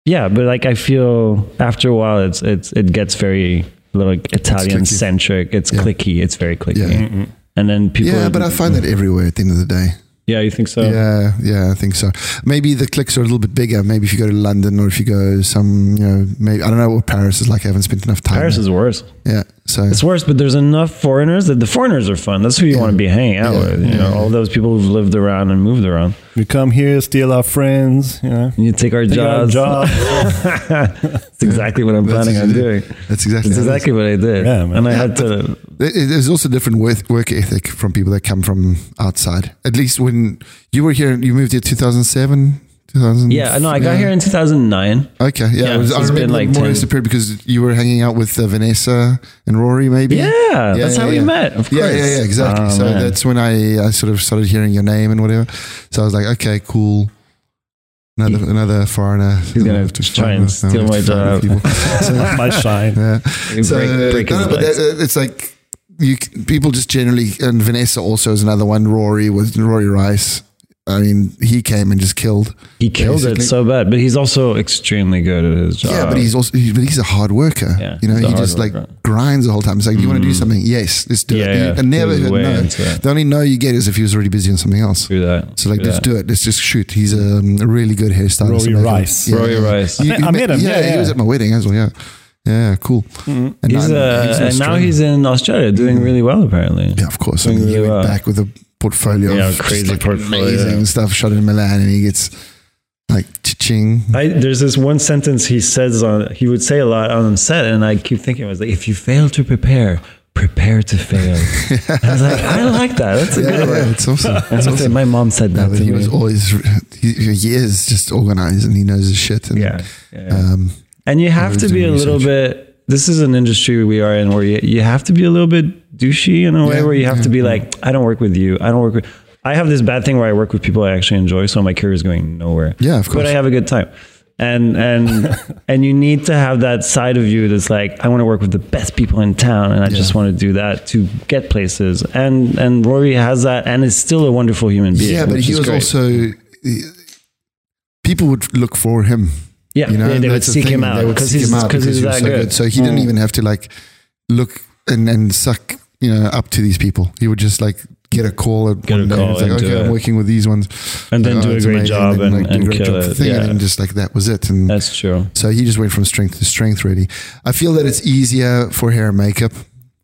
Speaker 2: yeah, but like I feel after a while, it's it's it gets very little Italian centric. It's
Speaker 1: Yeah.
Speaker 2: clicky. It's very clicky.
Speaker 3: Mm-hmm.
Speaker 1: Yeah.
Speaker 2: And then people. Mm.
Speaker 1: Yeah, but I find that everywhere at the end of the day.
Speaker 2: Yeah, you think so?
Speaker 1: Yeah, yeah, I think so. Maybe the clicks are a little bit bigger. Maybe if you go to London or if you go some, you know, maybe I don't know what Paris is like. I haven't spent enough time.
Speaker 2: Paris
Speaker 1: there.
Speaker 2: is worse.
Speaker 1: yeah. So
Speaker 2: It's worse, but there's enough foreigners that the foreigners are fun. That's who you want to be hanging out
Speaker 1: Yeah.
Speaker 2: with. You know, all those people who've lived around and moved around.
Speaker 3: We come here, steal our friends, you know.
Speaker 2: And you take our
Speaker 3: Take our
Speaker 2: jobs.
Speaker 3: job.
Speaker 2: That's exactly what I'm
Speaker 1: That's
Speaker 2: planning on
Speaker 1: exactly-
Speaker 2: doing.
Speaker 1: that's exactly.
Speaker 2: That's
Speaker 1: how it is.
Speaker 2: exactly what I did.
Speaker 3: Yeah, man.
Speaker 2: and I had to.
Speaker 1: There- There's also different work, work ethic from people that come from outside. At least when you were here, you moved here 2007, 2000.
Speaker 2: Yeah, no, I got
Speaker 1: yeah.
Speaker 2: here in 2009.
Speaker 1: Okay, yeah,
Speaker 2: Yeah,
Speaker 1: it was,
Speaker 2: so
Speaker 1: I
Speaker 2: it's been
Speaker 1: remember
Speaker 2: like
Speaker 1: more
Speaker 2: 10.
Speaker 1: or less the period because you were hanging out with uh, Vanessa and Rory, maybe.
Speaker 2: Yeah, that's how we met. Of
Speaker 1: yeah,
Speaker 2: course.
Speaker 1: yeah, yeah, exactly.
Speaker 2: Oh,
Speaker 1: so
Speaker 2: man.
Speaker 1: that's when I, I sort of started hearing your name and whatever. So I was like, okay, cool. Another another foreigner.
Speaker 2: He's gonna
Speaker 1: Have to
Speaker 2: try
Speaker 1: find
Speaker 2: and
Speaker 1: us. Now we
Speaker 2: steal
Speaker 1: have
Speaker 2: my
Speaker 1: to find
Speaker 2: job.
Speaker 1: people.
Speaker 3: My shine.
Speaker 1: Yeah.
Speaker 2: You
Speaker 1: So,
Speaker 2: break, break his
Speaker 1: no, but
Speaker 2: legs.
Speaker 1: that- uh, it's like you c- people just generally and Vanessa also is another one. Rory was Rory Rice. I mean, he came and just killed.
Speaker 2: he killed
Speaker 1: basically-
Speaker 2: it so bad, but he's also extremely good at his job.
Speaker 1: Yeah, but he's also he, but he's a hard worker.
Speaker 2: Oh. Yeah,
Speaker 1: you know,
Speaker 2: he's a
Speaker 1: he
Speaker 2: hard
Speaker 1: just like
Speaker 2: worker. Mm.
Speaker 1: grinds the whole time. It's like, do you want to do something? Yes, let's do
Speaker 2: Yeah,
Speaker 1: it.
Speaker 2: yeah.
Speaker 1: And never
Speaker 2: He was
Speaker 1: heard
Speaker 2: way
Speaker 1: no.
Speaker 2: into it.
Speaker 1: The only no you get is if he was already busy on something else.
Speaker 2: do that.
Speaker 1: So like,
Speaker 2: do
Speaker 1: let's
Speaker 2: that.
Speaker 1: do it. Let's just shoot. He's um, a really good hairstylist.
Speaker 3: Rory
Speaker 1: American.
Speaker 3: Rice.
Speaker 2: Rory Rice.
Speaker 1: You-
Speaker 3: I
Speaker 1: you
Speaker 3: met
Speaker 1: Yeah,
Speaker 3: him. Yeah,
Speaker 1: he
Speaker 3: yeah. Mm-hmm.
Speaker 1: was at my wedding as well. Yeah, yeah, cool. And
Speaker 2: He's,
Speaker 1: now-
Speaker 2: uh,
Speaker 1: he's in
Speaker 2: and now
Speaker 1: Australia.
Speaker 2: he's in Australia doing really well, apparently.
Speaker 1: yeah, of course.
Speaker 2: doing
Speaker 1: And he
Speaker 2: really
Speaker 1: went
Speaker 2: well.
Speaker 1: back with a portfolio.
Speaker 2: Yeah,
Speaker 1: of just,
Speaker 2: crazy
Speaker 1: like,
Speaker 2: portfolio.
Speaker 1: amazing stuff shot in Milan, and he gets like ching.
Speaker 2: I, there's this one sentence he says on he would say a lot on set, and I keep thinking I was like, if you fail to prepare, prepare to fail. I was like, I like that. That's a
Speaker 1: Yeah,
Speaker 2: good
Speaker 1: yeah,
Speaker 2: one.
Speaker 1: it's awesome.
Speaker 2: And
Speaker 1: It's
Speaker 2: I was like,
Speaker 1: awesome.
Speaker 2: my mom said
Speaker 1: No,
Speaker 2: that
Speaker 1: but
Speaker 2: to
Speaker 1: he
Speaker 2: me.
Speaker 1: was always he, he is just organized and he knows his shit. And,
Speaker 2: yeah, yeah.
Speaker 1: Um,
Speaker 2: and you have
Speaker 1: was
Speaker 2: to be a
Speaker 1: doing
Speaker 2: little bit. This is an industry we are in where you, you have to be a little bit douchey in a way
Speaker 1: Yeah,
Speaker 2: where you have
Speaker 1: yeah.
Speaker 2: to be like, I don't work with you. I don't work with. I have this bad thing where I work with people I actually enjoy, so my career is going nowhere.
Speaker 1: Yeah, of
Speaker 2: But
Speaker 1: course.
Speaker 2: I have a good time. And and and you need to have that side of you that's like, I want to work with the best people in town, and I just want to do that to get places. And and Rory has that, and is still a wonderful human being.
Speaker 1: yeah, but
Speaker 2: which
Speaker 1: he
Speaker 2: is
Speaker 1: was
Speaker 2: great.
Speaker 1: also people would look for him.
Speaker 2: yeah,
Speaker 1: You know,
Speaker 2: they,
Speaker 1: and
Speaker 2: they would
Speaker 1: that's the
Speaker 2: seek
Speaker 1: thing,
Speaker 2: him
Speaker 1: they
Speaker 2: out
Speaker 1: would
Speaker 2: because
Speaker 1: seek
Speaker 2: he's
Speaker 1: him out
Speaker 2: because he's
Speaker 1: he was
Speaker 2: that
Speaker 1: so
Speaker 2: good. Oh,
Speaker 1: So he
Speaker 2: Hmm.
Speaker 1: didn't even have to like look and and suck you know up to these people. He would just like get a call at
Speaker 2: Get a
Speaker 1: one day
Speaker 2: call
Speaker 1: and it's like,
Speaker 2: and do
Speaker 1: okay, I'm
Speaker 2: it.
Speaker 1: working with these ones,
Speaker 2: And then do a
Speaker 1: it's
Speaker 2: great
Speaker 1: amazing.
Speaker 2: job
Speaker 1: then,
Speaker 2: and-
Speaker 1: do a
Speaker 2: and
Speaker 1: great
Speaker 2: kill
Speaker 1: job for
Speaker 2: it,
Speaker 1: thing,
Speaker 2: yeah.
Speaker 1: and then just like that was it. And
Speaker 2: That's true.
Speaker 1: so he just went from strength to strength. Really, I feel that it's easier for hair and makeup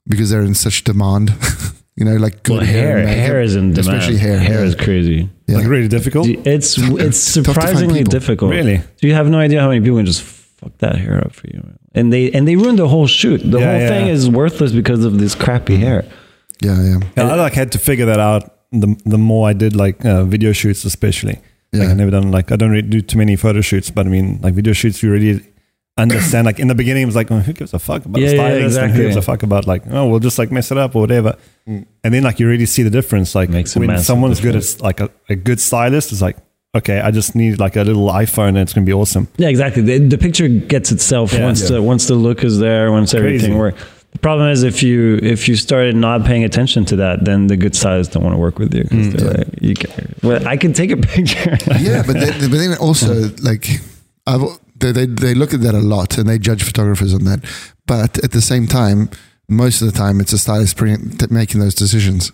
Speaker 1: because they're in such demand. you know, like good
Speaker 2: Well, hair,
Speaker 1: and
Speaker 2: hair,
Speaker 1: makeup,
Speaker 2: is in demand.
Speaker 1: especially hair.
Speaker 2: hair
Speaker 1: yeah.
Speaker 2: is crazy.
Speaker 1: Yeah.
Speaker 3: Like, really difficult.
Speaker 2: Oh. It's it's
Speaker 1: tough to find
Speaker 2: surprisingly
Speaker 1: people.
Speaker 2: difficult.
Speaker 3: Really?
Speaker 2: So you have no idea how many people can just fuck that hair up for you. man. And they and they ruin the whole shoot. The
Speaker 3: Yeah,
Speaker 2: whole
Speaker 3: yeah.
Speaker 2: thing is worthless because of this crappy hair.
Speaker 1: yeah, yeah.
Speaker 3: Yeah, I like had to figure that out. The the more I did like uh, video shoots, especially, like
Speaker 1: Yeah.
Speaker 3: I never done like I don't really do too many photo shoots, but I mean like video shoots, you really understand. like in the beginning, it was like oh, who gives a fuck about
Speaker 2: Yeah,
Speaker 3: the
Speaker 2: yeah,
Speaker 3: stylist and who
Speaker 2: exactly.
Speaker 3: gives a fuck about like oh we'll just like mess it up or whatever. And then like you really see the difference. Like
Speaker 2: Makes a
Speaker 3: when
Speaker 2: massive
Speaker 3: someone's
Speaker 2: difference.
Speaker 3: good at like a, a good stylist, it's like okay, I just need like a little iPhone and it's going to be awesome.
Speaker 2: Yeah, exactly. The, the picture gets itself
Speaker 3: Yeah.
Speaker 2: once
Speaker 3: Yeah.
Speaker 2: the once the look is there, once everything
Speaker 3: Crazy.
Speaker 2: works. The problem is if you if you started not paying attention to that, then the good sides don't want to work with you. 'cause they're like, you can, well, I can take a picture.
Speaker 1: yeah, but then, but then also like I've, they, they they look at that a lot and they judge photographers on that. But at the same time, most of the time, it's a stylist pre- t- making those decisions.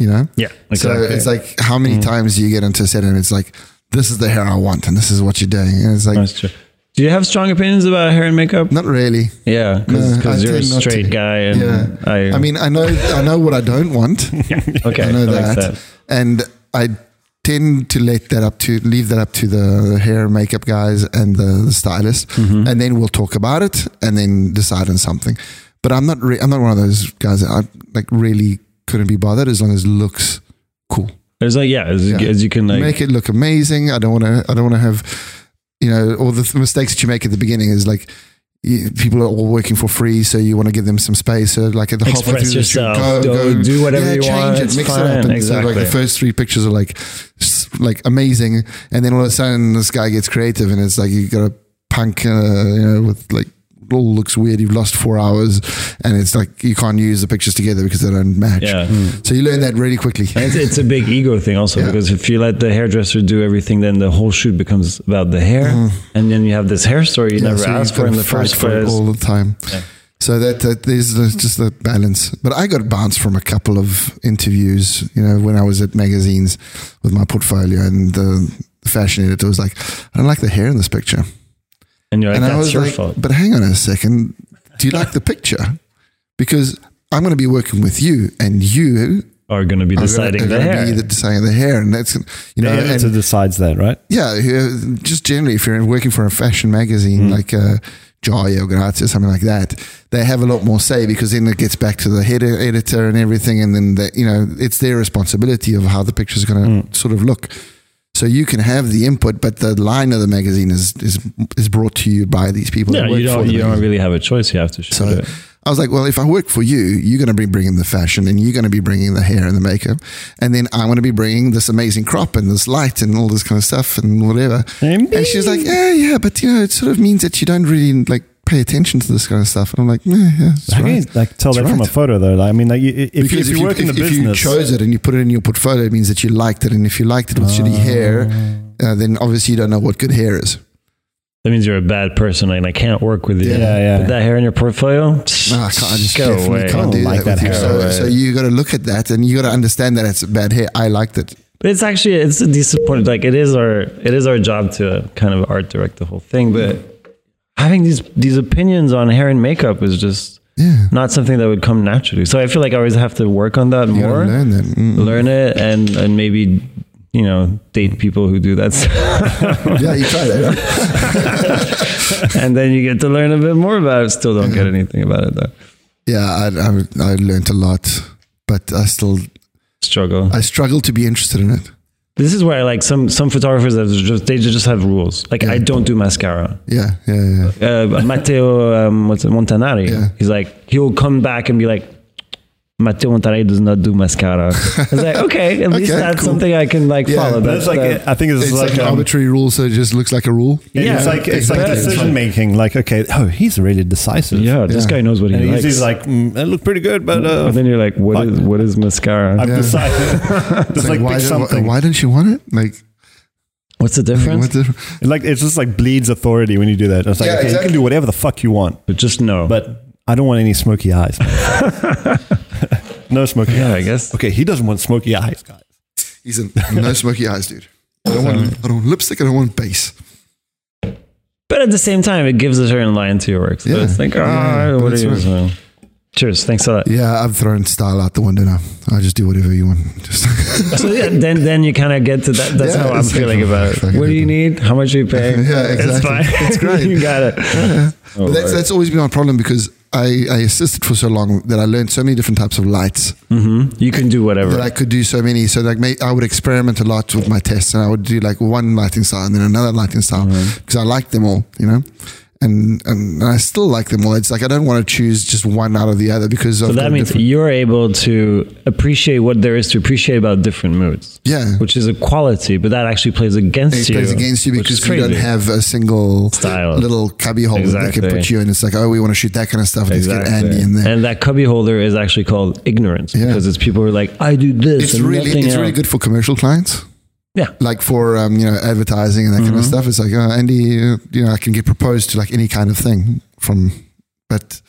Speaker 1: You know,
Speaker 2: yeah,
Speaker 1: so it's like how many times do you get into a set and it's like this is the hair I want and this is what you're doing, and it's like
Speaker 2: that's true. Do you have strong opinions about hair and makeup?
Speaker 1: not really.
Speaker 2: Yeah,
Speaker 1: No,
Speaker 2: because
Speaker 1: Uh, I
Speaker 2: you're a
Speaker 1: tend not to.
Speaker 2: straight guy, and
Speaker 1: Yeah.
Speaker 2: I,
Speaker 1: I mean, I know I know what I don't want.
Speaker 2: okay,
Speaker 1: I know
Speaker 2: makes
Speaker 1: that,
Speaker 2: sense.
Speaker 1: and I tend to let that up to leave that up to the hair and makeup guys and the, the stylist, and then we'll talk about it and then decide on something. But I'm not re- I'm not one of those guys that I like really couldn't be bothered as long as it looks cool.
Speaker 2: There's like yeah, as,
Speaker 1: Yeah.
Speaker 2: as you can like
Speaker 1: make it look amazing. I don't want to I don't want to have you know all the th- mistakes that you make at the beginning is like. You, people are all working for free, so you want to give them some space. So, like at the halfway
Speaker 2: Express
Speaker 1: through the shoot,
Speaker 2: yourself. Go- do whatever you
Speaker 1: change
Speaker 2: want.
Speaker 1: It,
Speaker 2: It's
Speaker 1: mix it
Speaker 2: fine.
Speaker 1: up. And so, like
Speaker 2: Exactly.
Speaker 1: the first three pictures are like, s- like amazing, and then all of a sudden this guy gets creative, and it's like you got a punk, uh, you know, with like it all looks weird. You've lost four hours, and it's like you can't use the pictures together because they don't match.
Speaker 2: yeah.
Speaker 1: So you learn that really quickly.
Speaker 2: And It's, it's a big ego thing also
Speaker 1: Yeah.
Speaker 2: because if you let the hairdresser do everything, then the whole shoot becomes about the hair, and then you have this hair story you
Speaker 1: Mm-hmm. Yeah,
Speaker 2: never
Speaker 1: so
Speaker 2: asked
Speaker 1: you've
Speaker 2: for
Speaker 1: gotta
Speaker 2: in the
Speaker 1: fight
Speaker 2: first
Speaker 1: for it
Speaker 2: place.
Speaker 1: all the time. So that, that there's the- just the balance. But I got bounced from a couple of interviews, you know, when I was at magazines with my portfolio, and the fashion editor was like, "I don't like the hair in this picture,"
Speaker 2: and you're like,
Speaker 1: and I
Speaker 2: that's
Speaker 1: was
Speaker 2: your
Speaker 1: like,
Speaker 2: fault.
Speaker 1: "But hang on a second, do you like the picture? Because I'm going to be working with you, and you
Speaker 2: Are going to be
Speaker 1: are
Speaker 2: deciding
Speaker 1: gonna,
Speaker 2: the
Speaker 1: are gonna
Speaker 2: hair.
Speaker 1: be the deciding the hair, and that's you know,
Speaker 3: The
Speaker 1: and-
Speaker 3: editor decides that, right?
Speaker 1: yeah, who- just generally, if you're working for a fashion
Speaker 2: Hmm.
Speaker 1: magazine like uh, Joy or Grazia or something like that, they have a lot more say because then it gets back to the head editor and everything, and then the, you know it's their responsibility of how the picture's going
Speaker 2: Hmm.
Speaker 1: to sort of look. So you can have the input, but the line of the magazine is is is brought to you by these people.
Speaker 2: yeah,
Speaker 1: that work
Speaker 2: you
Speaker 1: for
Speaker 2: don't.
Speaker 1: the
Speaker 2: You don't
Speaker 1: magazine.
Speaker 2: really have a choice. You have to shoot
Speaker 1: So
Speaker 2: it.
Speaker 1: I was like, well, if I work for you, you're going to be bringing the fashion and you're going to be bringing the hair and the makeup. And then I'm going to be bringing this amazing crop and this light and all this kind of stuff and whatever.
Speaker 3: And
Speaker 1: And she's like, yeah, yeah, but you know, it sort of means that you don't really like pay attention to this kind of stuff. And I'm like, yeah, yeah, that's
Speaker 3: How can you
Speaker 1: right.
Speaker 3: like tell
Speaker 1: That's
Speaker 3: that from a
Speaker 1: right.
Speaker 3: photo though? Like, I mean, like you- if, if, you, if you work in the
Speaker 1: if, if you
Speaker 3: business,
Speaker 1: chose it and you put it in your portfolio, it means that you liked it. And if you liked it with shitty
Speaker 3: Ah.
Speaker 1: hair, uh, then obviously you don't know what good hair is.
Speaker 2: That means you're a bad person, and I can't work with you.
Speaker 3: Yeah, yeah.
Speaker 2: Put that hair in your portfolio.
Speaker 1: No, Ah, I can't. I just
Speaker 2: go
Speaker 1: definitely
Speaker 2: away.
Speaker 1: can't
Speaker 3: I
Speaker 1: do
Speaker 3: don't like
Speaker 1: that.
Speaker 3: that
Speaker 1: with you.
Speaker 3: hair.
Speaker 1: So,
Speaker 3: Right.
Speaker 1: so you got to look at that and you got to understand that it's bad hair. I liked it.
Speaker 2: But it's actually it's a decent point. Like it is our it is our job to uh, kind of art direct the whole thing. But having these these opinions on hair and makeup is just
Speaker 1: Yeah.
Speaker 2: not something that would come naturally. So I feel like I always have to work on that
Speaker 1: You gotta
Speaker 2: more, learn.
Speaker 1: learn that. Mm.
Speaker 2: it, and and maybe you know date people who do that, stuff.
Speaker 1: yeah, you try that. Right?
Speaker 2: and then you get to learn a bit more about it. Still don't get anything about it though.
Speaker 1: Yeah, I, I, I learned a lot, but I still
Speaker 2: Struggle.
Speaker 1: I struggle to be interested in it.
Speaker 2: This is where like some some photographers have just they just have rules. Like I don't do mascara.
Speaker 1: Yeah, yeah, yeah.
Speaker 2: uh, Matteo um, what's it, Montanari.
Speaker 1: Yeah.
Speaker 2: He's like, he'll come back and be like, Matteo Montanari does not do mascara. It's like, okay, at least
Speaker 1: Okay,
Speaker 2: that's
Speaker 1: cool.
Speaker 2: something I can like
Speaker 1: Yeah,
Speaker 2: follow.
Speaker 1: but
Speaker 2: That-
Speaker 3: that's like
Speaker 2: that-
Speaker 3: I think it's,
Speaker 1: It's like,
Speaker 3: like,
Speaker 1: an
Speaker 3: um,
Speaker 1: arbitrary rule, so it just looks like a rule.
Speaker 2: Yeah,
Speaker 3: it's like it's like
Speaker 2: exactly.
Speaker 3: decision making. Like, okay, oh, he's really decisive.
Speaker 2: yeah, this
Speaker 1: Yeah.
Speaker 2: guy knows what he
Speaker 3: and he's,
Speaker 2: likes.
Speaker 3: he's like, mm, it looked pretty good, but uh,
Speaker 2: and then you're like, what
Speaker 3: fuck.
Speaker 2: is what is mascara?
Speaker 3: I've
Speaker 1: Yeah.
Speaker 3: decided.
Speaker 1: It's
Speaker 3: just like,
Speaker 1: why,
Speaker 3: pick
Speaker 1: don't-
Speaker 3: something.
Speaker 1: why don't you want it? Like,
Speaker 2: What's the difference?
Speaker 1: what the,
Speaker 3: Like it just like bleeds authority when you do that. It's like
Speaker 1: Yeah,
Speaker 3: okay, you
Speaker 1: exactly.
Speaker 3: can do whatever the fuck you want,
Speaker 2: but just no.
Speaker 3: but I don't want any smoky eyes. no smoky
Speaker 2: yeah, I
Speaker 3: eyes.
Speaker 2: guess.
Speaker 3: Okay, he doesn't want smoky eyes, guys.
Speaker 1: he's in no smoky eyes, dude. I don't want I don't want lipstick. I don't want base.
Speaker 2: But at the same time, it gives a certain line to your work. So
Speaker 1: Yeah.
Speaker 2: it's like, ah,
Speaker 1: Yeah,
Speaker 2: what are
Speaker 1: that's
Speaker 2: you
Speaker 1: right.
Speaker 2: doing? Cheers. Thanks a lot.
Speaker 1: Yeah, I've thrown style out the window now. I just do whatever you want. Just
Speaker 2: So yeah, then then you kind of get to that. That's
Speaker 1: Yeah,
Speaker 2: how I'm
Speaker 1: it's like,
Speaker 2: feeling
Speaker 1: oh,
Speaker 2: about it.
Speaker 1: fuck,
Speaker 2: What do
Speaker 1: I
Speaker 2: you
Speaker 1: don't-
Speaker 2: need? How much are you paying?
Speaker 1: Yeah,
Speaker 2: It's
Speaker 1: exactly.
Speaker 2: fine.
Speaker 1: It's great.
Speaker 2: you got it. Oh,
Speaker 1: But that's,
Speaker 2: right.
Speaker 1: that's always been my problem because I, I assisted for so long that I learned so many different types of lights
Speaker 2: You can do
Speaker 1: that
Speaker 2: whatever.
Speaker 1: I could do so many. So like may, I would experiment a lot with my tests and I would do like one lighting style and then another lighting style because I liked them all, you know. and and I still like them all. It's like I don't want to choose just one out of the other because
Speaker 2: So
Speaker 1: of
Speaker 2: that means you're able to appreciate what there is to appreciate about different moods,
Speaker 1: yeah,
Speaker 2: which is a quality, but that actually plays against
Speaker 1: it
Speaker 2: you.
Speaker 1: plays against you
Speaker 2: which is
Speaker 1: because you don't
Speaker 2: crazy.
Speaker 1: have a single
Speaker 2: Style.
Speaker 1: little cubby hole that they
Speaker 2: Exactly.
Speaker 1: can put you in. It's like oh, we want to shoot that kind of stuff. Let's get Andy in there.
Speaker 2: And that cubby holder is actually called ignorance
Speaker 1: Yeah.
Speaker 2: because it's people who are like, I do this.
Speaker 1: it's
Speaker 2: and
Speaker 1: really
Speaker 2: nothing
Speaker 1: it's
Speaker 2: else.
Speaker 1: really good for commercial clients.
Speaker 2: Yeah.
Speaker 1: like for um, you know advertising and that kind of
Speaker 2: Mm-hmm.
Speaker 1: stuff. It's like oh, Andy, uh, you know, I can get proposed to like any kind of thing from, but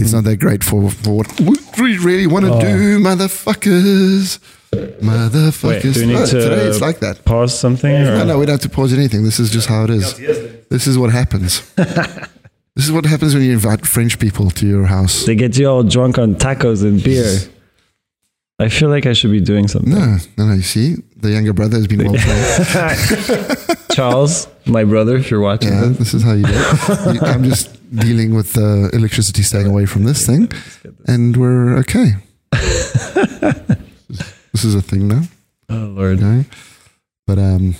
Speaker 1: it's not that great for for what we really want to do, motherfuckers, motherfuckers.
Speaker 2: Wait, Oh. do we need
Speaker 1: No,
Speaker 2: to
Speaker 1: today it's like that.
Speaker 2: pause something? or-
Speaker 1: No, no, we don't have to pause anything. This is just how it is. This is what happens. this is what happens when you invite French people to your house.
Speaker 2: They get you all drunk on tacos and beer. I feel like I should be doing something.
Speaker 1: No, no, no. You see, the younger brother has been well trained.
Speaker 2: Charles, my brother, if you're watching
Speaker 1: Yeah,
Speaker 2: this.
Speaker 1: this is how you do it. You- I'm just dealing with the electricity staying away from this thing, and we're okay. this is a thing now,
Speaker 2: Oh, Lord.
Speaker 1: okay? But um,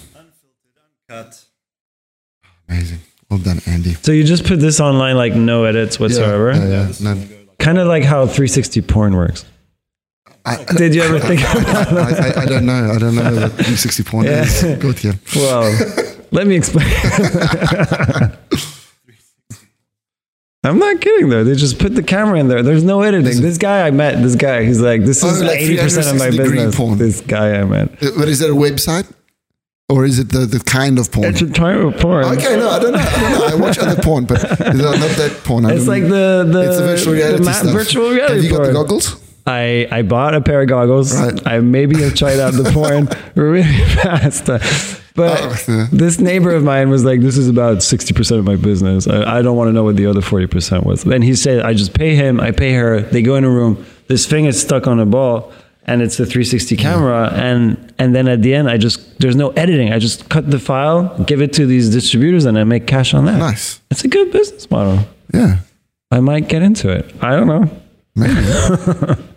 Speaker 1: amazing. Well done, Andy.
Speaker 2: So you just put this online, like no edits whatsoever?
Speaker 1: Yeah, yeah, no,
Speaker 2: Kind of like how 360 porn works.
Speaker 1: I,
Speaker 2: Did you ever think
Speaker 1: I,
Speaker 2: about that?
Speaker 1: I, I don't know. I don't know what 360 porn
Speaker 2: Yeah.
Speaker 1: is. Good, yeah.
Speaker 2: Well, let me explain. I'm not kidding though. They just put the camera in there. There's no editing. This guy I met, this guy, he's like, this is
Speaker 1: Oh, like
Speaker 2: 80% of
Speaker 1: 360
Speaker 2: my
Speaker 1: degree
Speaker 2: business.
Speaker 1: porn.
Speaker 2: This guy I met.
Speaker 1: Uh, But is that a website, or is it the, the kind of porn?
Speaker 2: It's a type of porn.
Speaker 1: Okay, no, I don't know. I don't know. I watch other porn, but not that porn. I
Speaker 2: It's
Speaker 1: don't-
Speaker 2: like the Uh, the,
Speaker 1: it's a virtual reality
Speaker 2: the ma-
Speaker 1: stuff.
Speaker 2: virtual reality
Speaker 1: Have you got the
Speaker 2: porn.
Speaker 1: goggles?
Speaker 2: I, I bought a pair of goggles.
Speaker 1: Right.
Speaker 2: I maybe have tried out the porn really fast. But
Speaker 1: Oh, yeah.
Speaker 2: this neighbor of mine was like, this is about 60% of my business. I, I don't want to know what the other 40% was. Then he said, I just pay him, I pay her. They go in a room. This thing is stuck on a ball and it's a 360 camera. And, and then at the end, I just, there's no editing. I just cut the file, give it to these distributors and I make cash on that.
Speaker 1: Nice.
Speaker 2: It's a good business model.
Speaker 1: Yeah.
Speaker 2: I might get into it. I don't know.
Speaker 1: Maybe.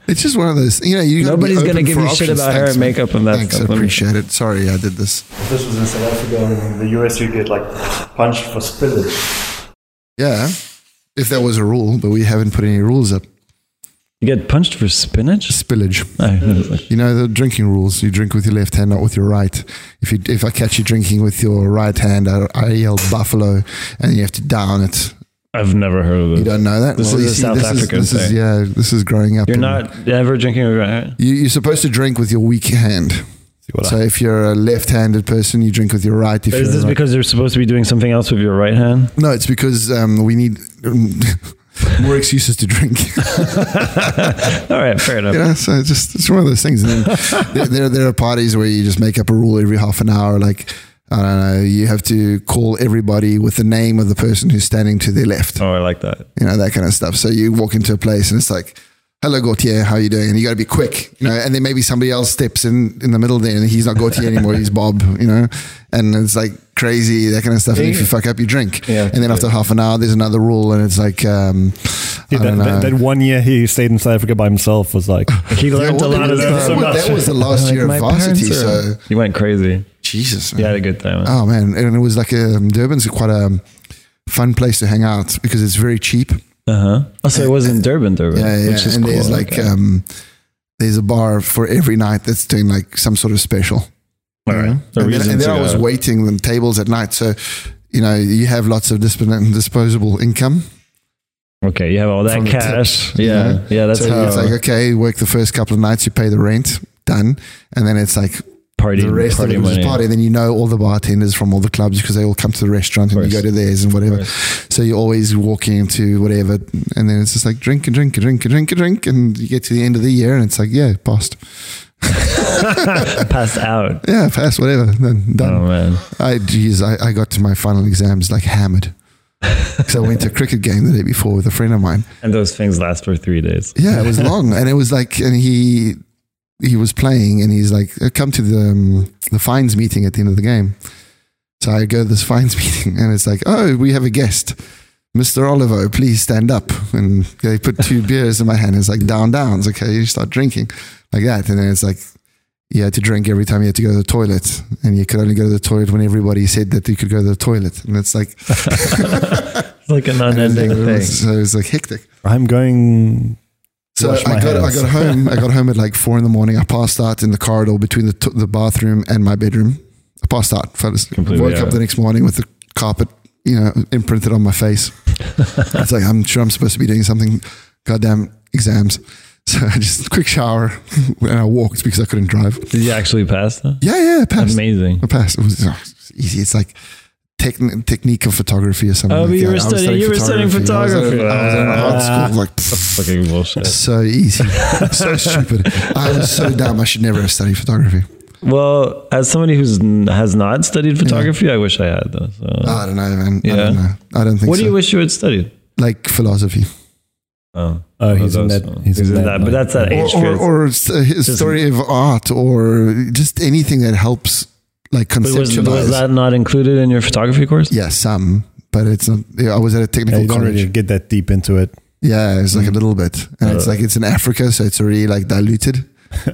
Speaker 1: it's just one of those. You know, you gotta be
Speaker 2: Nobody's gonna
Speaker 1: open
Speaker 2: give
Speaker 1: for
Speaker 2: you shit
Speaker 1: options.
Speaker 2: about hair
Speaker 1: Thanks,
Speaker 2: and
Speaker 1: man.
Speaker 2: makeup and that
Speaker 1: Thanks,
Speaker 2: stuff.
Speaker 1: I
Speaker 2: Let me-
Speaker 1: appreciate it. Sorry, I did this.
Speaker 4: This was in South Africa, and in the US you get like punched for spillage.
Speaker 1: Yeah, if that was a rule, but we haven't put any rules up.
Speaker 2: You get punched for spinach?
Speaker 1: Spillage.
Speaker 2: I-
Speaker 1: You know the drinking rules. You drink with your left hand, not with your right. If you if I catch you drinking with your right hand, I, I yell buffalo, and you have to down it.
Speaker 2: I've never heard of
Speaker 1: You
Speaker 2: this.
Speaker 1: don't know that.
Speaker 2: This is a South
Speaker 1: this
Speaker 2: African
Speaker 1: this is
Speaker 2: thing.
Speaker 1: yeah. This is growing up.
Speaker 2: You're
Speaker 1: in-
Speaker 2: not ever drinking with your right?
Speaker 1: You, you're supposed to drink with your weak hand. So if you're a left-handed person, you drink with your right. If
Speaker 2: Is
Speaker 1: you're
Speaker 2: this
Speaker 1: a-
Speaker 2: because you're supposed to be doing something else with your right hand?
Speaker 1: No, it's because um, we need um, more excuses to drink.
Speaker 2: All right, fair enough.
Speaker 1: you know, so it's just it's one of those things. And then there, there, there are parties where you just make up a rule every half an hour, like. I don't know. You have to call everybody with the name of the person who's standing to their left.
Speaker 2: Oh, I like that.
Speaker 1: You know that kind of stuff. So you walk into a place and it's like, "Hello, Gautier, how you doing?" And you got to be quick, you know. And then maybe somebody else steps in in the middle there, and he's not Gautier anymore. He's Bob, you know. And it's like crazy that kind of stuff. And if you fuck up, you drink.
Speaker 2: Yeah.
Speaker 1: And then after half an hour, there's another rule, and it's like, um, I
Speaker 3: that,
Speaker 1: don't know.
Speaker 3: that, that one year he stayed in South Africa by himself was like,
Speaker 2: He
Speaker 1: Yeah,
Speaker 2: learned
Speaker 1: well,
Speaker 2: a lot of
Speaker 1: that, was-
Speaker 3: so
Speaker 2: stuff.
Speaker 3: much.
Speaker 1: that was the last
Speaker 2: Like,
Speaker 1: year of
Speaker 2: my
Speaker 1: varsity,
Speaker 2: parents are-
Speaker 1: so
Speaker 2: You went crazy.
Speaker 1: Jesus. man.
Speaker 2: You had a good time.
Speaker 1: Oh man, and it was like um, Durban's quite a fun place to hang out because it's very cheap.
Speaker 2: Uh huh. Also, it was in Durban, Durban,
Speaker 1: Yeah, yeah.
Speaker 2: which is
Speaker 1: and
Speaker 2: cool.
Speaker 1: there's like
Speaker 2: Okay.
Speaker 1: um, there's a bar for every night that's doing like some sort of special.
Speaker 2: All right. A
Speaker 1: uh, and then,
Speaker 2: reason
Speaker 1: and then
Speaker 2: to
Speaker 1: I was
Speaker 2: go.
Speaker 1: waiting on tables at night, so you know you have lots of disp- disposable income.
Speaker 2: okay, you have all that
Speaker 1: from the
Speaker 2: cash.
Speaker 1: tips, you
Speaker 2: yeah,
Speaker 1: know?
Speaker 2: yeah. That's
Speaker 1: so
Speaker 2: how
Speaker 1: it's like okay, work the first couple of nights, you pay the rent, done, and then it's like
Speaker 2: party,
Speaker 1: the rest
Speaker 2: party
Speaker 1: of it is
Speaker 2: money.
Speaker 1: party. Then you know all the bartenders from all the clubs because they all come to the restaurant and you go to
Speaker 2: course.
Speaker 1: theirs and whatever. So you're always walking into whatever, and then it's just like drink and drink and drink and drink and drink, and you get to the end of the year and it's like yeah, passed,
Speaker 2: Passed out.
Speaker 1: yeah, passed, whatever, then
Speaker 2: Oh
Speaker 1: done.
Speaker 2: man.
Speaker 1: I geez, I, I got to my final exams like hammered. Because I went to a cricket game the day before with a friend of mine.
Speaker 2: And those things last for three days.
Speaker 1: Yeah, it was long, and it was like, and he he was playing, and he's like, "Uh, "Come to the um, the fines meeting at the end of the game." So I go to this fines meeting, and it's like, "Oh, we have a guest, Mister Oliver. Please stand up." And they put two beers in my hand. It's like down, downs. Okay, you start drinking like that, and then it's like. you had to drink every time you had to go to the toilet, and you could only go to the toilet when everybody said that you could go to the toilet, and it's like
Speaker 2: It's like an
Speaker 1: and
Speaker 2: unending
Speaker 1: it
Speaker 2: thing.
Speaker 1: was- so it was like hectic.
Speaker 3: I'm going.
Speaker 1: So
Speaker 3: Wash my
Speaker 1: I got
Speaker 3: hands.
Speaker 1: I got home. I got home at like four in the morning. I passed out in the corridor between the t- the bathroom and my bedroom. I passed out. Fell asleep.
Speaker 2: Completely
Speaker 1: Woke
Speaker 2: out.
Speaker 1: up the next morning with the carpet, you know, imprinted on my face. it's like I'm sure I'm supposed to be doing something. Goddamn exams. So I just quick shower and I walked because I couldn't drive.
Speaker 2: Did you actually pass that?
Speaker 1: Yeah, yeah, I passed.
Speaker 2: Amazing.
Speaker 1: I passed. It was, oh, it's easy. It's like. Techni- technique of photography or something.
Speaker 2: Oh,
Speaker 1: like
Speaker 2: but you
Speaker 1: that.
Speaker 2: were
Speaker 1: I was
Speaker 2: studying- you were studying Ah.
Speaker 1: I was, at- I was at art school, like
Speaker 2: Fucking bullshit.
Speaker 1: so easy, so stupid. I was so dumb. I should never have studied photography.
Speaker 2: Well, as somebody who's n- has not studied photography, I wish I had. Though, so.
Speaker 1: I don't know, man. I
Speaker 2: Uh, Yeah.
Speaker 1: don't know. I don't think
Speaker 2: what
Speaker 1: so.
Speaker 2: do you wish you had studied?
Speaker 1: like philosophy,
Speaker 2: Oh,
Speaker 3: Oh, he's in
Speaker 2: those-
Speaker 3: that- he's in that
Speaker 2: But
Speaker 3: line.
Speaker 2: that's that
Speaker 1: or
Speaker 2: age
Speaker 1: or,
Speaker 2: group.
Speaker 1: or s- a his story of art, or just anything that helps, like
Speaker 2: But was,
Speaker 1: conceptualize.
Speaker 2: was that not included in your photography course?
Speaker 1: yeah, some, but it's not. Yeah, I was at a
Speaker 3: Yeah,
Speaker 1: technical
Speaker 3: you don't
Speaker 1: college.
Speaker 3: really get that deep into it.
Speaker 1: Yeah, it's like
Speaker 2: Mm.
Speaker 1: a little bit, and it's
Speaker 2: Uh.
Speaker 1: like it's in Africa, so it's already like diluted.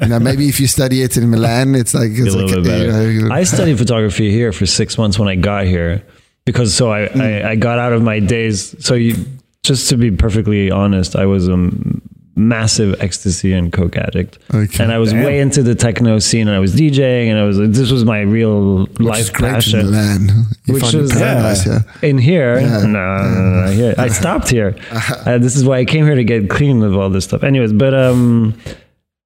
Speaker 1: you know, maybe if you study it in Milan, it's like it's
Speaker 2: a little
Speaker 1: like
Speaker 2: bit better.
Speaker 1: you know,
Speaker 2: I studied photography here for six months when I got here because so
Speaker 1: Hmm.
Speaker 2: I, I, I got out of my days. So you, just to be perfectly honest, I was a m- massive ecstasy and coke addict.
Speaker 1: Okay.
Speaker 2: And I was
Speaker 3: Damn.
Speaker 2: way into the techno scene and I was DJing and I was, this was my real life
Speaker 1: great in
Speaker 2: passion.
Speaker 1: Milan. You
Speaker 2: Which
Speaker 1: find it
Speaker 2: is-
Speaker 1: paradise,
Speaker 3: yeah.
Speaker 1: yeah.
Speaker 2: In here,
Speaker 1: Yeah. Uh-huh.
Speaker 2: no, no, no, no, here. I stopped here. Uh, this is why I came here to get clean of all this stuff. Anyways, but um,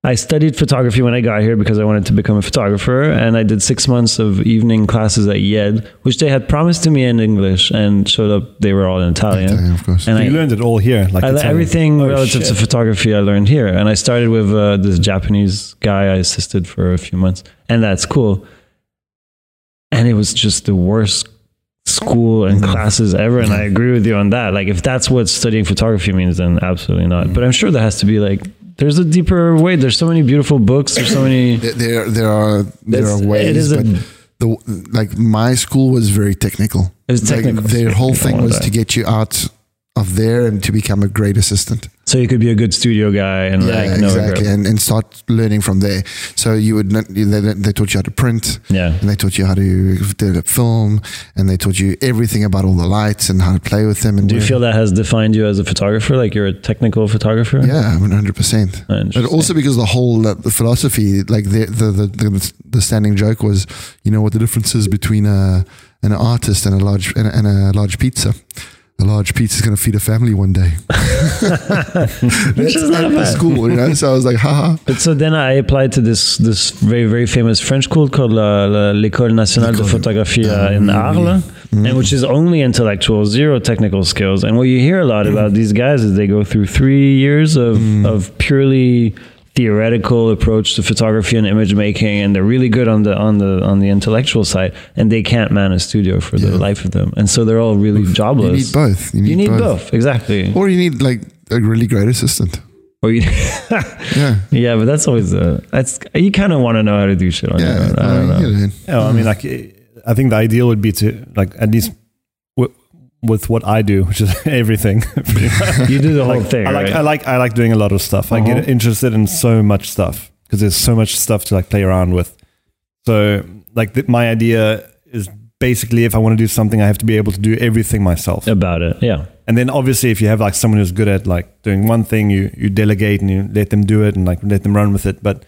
Speaker 2: I studied photography when I got here because I wanted to become a photographer, and I did six months of evening classes at Yed, which they had promised to me in English, and showed up they were all in Italian.
Speaker 1: Italian, of course.
Speaker 2: And
Speaker 3: you
Speaker 2: I,
Speaker 3: learned it all here, like
Speaker 2: I le-
Speaker 3: Italian.
Speaker 2: everything
Speaker 3: Oh,
Speaker 2: relative to
Speaker 3: shit.
Speaker 2: photography I learned here, and I started with uh, this Japanese guy I assisted for a few months, and that's cool. And it was just the worst school and classes ever, and I agree with you on that. Like, if that's what studying photography means, then absolutely not. But I'm sure there has to be like, there's a deeper way. There's so many beautiful books. There's so many.
Speaker 1: There- there there are there
Speaker 2: That's-
Speaker 1: are
Speaker 2: it is
Speaker 1: ways,
Speaker 2: a-
Speaker 1: but the like my school was very technical.
Speaker 2: It was
Speaker 1: Like,
Speaker 2: technical.
Speaker 1: their whole
Speaker 2: You don't
Speaker 1: thing
Speaker 2: want
Speaker 1: was
Speaker 2: that.
Speaker 1: to get you out of there and to become a great assistant.
Speaker 2: So you could be a good studio guy and like no
Speaker 1: exactly,
Speaker 2: exactly.
Speaker 1: and, and start learning from there. So you would not, they, they taught you how to print,
Speaker 2: Yeah.
Speaker 1: and they taught you how to develop film, and they taught you everything about all the lights and how to play with them. And
Speaker 2: Do you feel that has defined you as a photographer? Like you're a technical photographer?
Speaker 1: Yeah, one hundred percent. But
Speaker 2: Interesting.
Speaker 1: also because the whole uh, the philosophy, like the the, the the the standing joke was, you know, what the difference is between a an artist and a large and, a- and a large pizza. A large pizza is going to feed a family one day.
Speaker 2: Which is not
Speaker 1: At the
Speaker 2: bad.
Speaker 1: school, you know. So I was like, haha.
Speaker 2: But so then I applied to this this very very famous French school called la, la, l'École Nationale de
Speaker 1: L'École-
Speaker 2: Photographie
Speaker 1: Ah, Mm-hmm.
Speaker 2: uh,
Speaker 1: oui,
Speaker 2: in
Speaker 1: oui.
Speaker 2: Arles, and which is only intellectual, zero technical skills. And what you hear a lot about these guys is they go through three years of
Speaker 1: Mm.
Speaker 2: of purely theoretical approach to photography and image making, and they're really good on the on the on the intellectual side, and they can't man a studio for the
Speaker 1: Yeah.
Speaker 2: life of them, and so they're all really
Speaker 1: You
Speaker 2: jobless.
Speaker 1: need both.
Speaker 2: You need both, exactly.
Speaker 1: Or you need like a really great assistant.
Speaker 2: Or you,
Speaker 1: Yeah.
Speaker 2: yeah, but that's always uh, that's you kind of want to know how to do shit on your
Speaker 1: Yeah. Oh,
Speaker 2: own. I don't know.
Speaker 1: you know.
Speaker 3: Yeah, I mean, like, I think the ideal would be to, like, at least w- with what I do, which is everything. pretty much.
Speaker 2: You do the whole
Speaker 3: Like,
Speaker 2: thing.
Speaker 3: I like,
Speaker 2: right?
Speaker 3: I like, I like doing a lot of stuff. I
Speaker 2: Uh-huh.
Speaker 3: get interested in so much stuff because there's so much stuff to like play around with. So, like, th- my idea is basically if I want to do something, I have to be able to do everything myself.
Speaker 2: about it. Yeah.
Speaker 3: And then obviously, if you have like someone who's good at like doing one thing, you you delegate and you let them do it and like let them run with it. But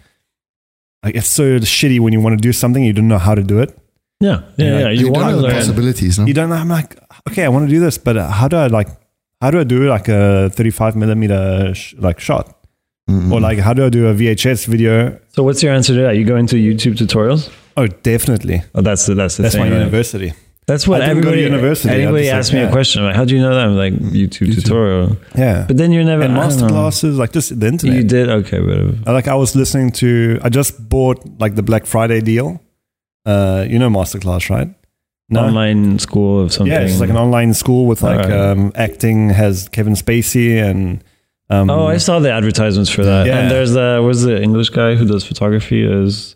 Speaker 3: like, it's so shitty when you want to do something you don't know how to do it.
Speaker 2: Mm-hmm. Yeah. Yeah.
Speaker 3: Yeah,
Speaker 2: yeah.
Speaker 3: like,
Speaker 2: You,
Speaker 1: don't
Speaker 2: want to
Speaker 1: know the
Speaker 2: learn.
Speaker 1: possibilities. No?
Speaker 3: You don't know. I'm like, okay, I want to do this, but uh, how do I like? How do I do like a 35 millimeter sh- like shot,
Speaker 1: Mm-mm.
Speaker 2: Mm-hmm.
Speaker 3: or like how do I do a VHS video?
Speaker 2: So what's your answer to that? You go into YouTube tutorials?
Speaker 3: Oh, definitely.
Speaker 2: Oh, that's the that's the
Speaker 3: That's
Speaker 2: thing.
Speaker 3: my
Speaker 2: right?
Speaker 3: university.
Speaker 2: That's what
Speaker 3: I didn't go to
Speaker 2: everybody
Speaker 3: university, I
Speaker 2: Anybody
Speaker 3: just
Speaker 2: asks
Speaker 3: like,
Speaker 2: me a
Speaker 3: yeah.
Speaker 2: question like, "How do you know that?" I'm like, "YouTube, tutorial."
Speaker 3: Yeah,
Speaker 2: But then you're never
Speaker 3: and
Speaker 2: I don't know.
Speaker 3: masterclasses, like just the internet.
Speaker 2: You did okay, whatever.
Speaker 3: I- like I was listening to I just bought like the Black Friday deal. Uh you know Masterclass, right?
Speaker 2: Online school of something.
Speaker 3: Yeah, it's like an online school with like
Speaker 2: Alright.
Speaker 3: um acting has Kevin Spacey and um
Speaker 2: Oh, I saw the advertisements for that.
Speaker 3: Yeah.
Speaker 2: And there's the was the English guy who does photography is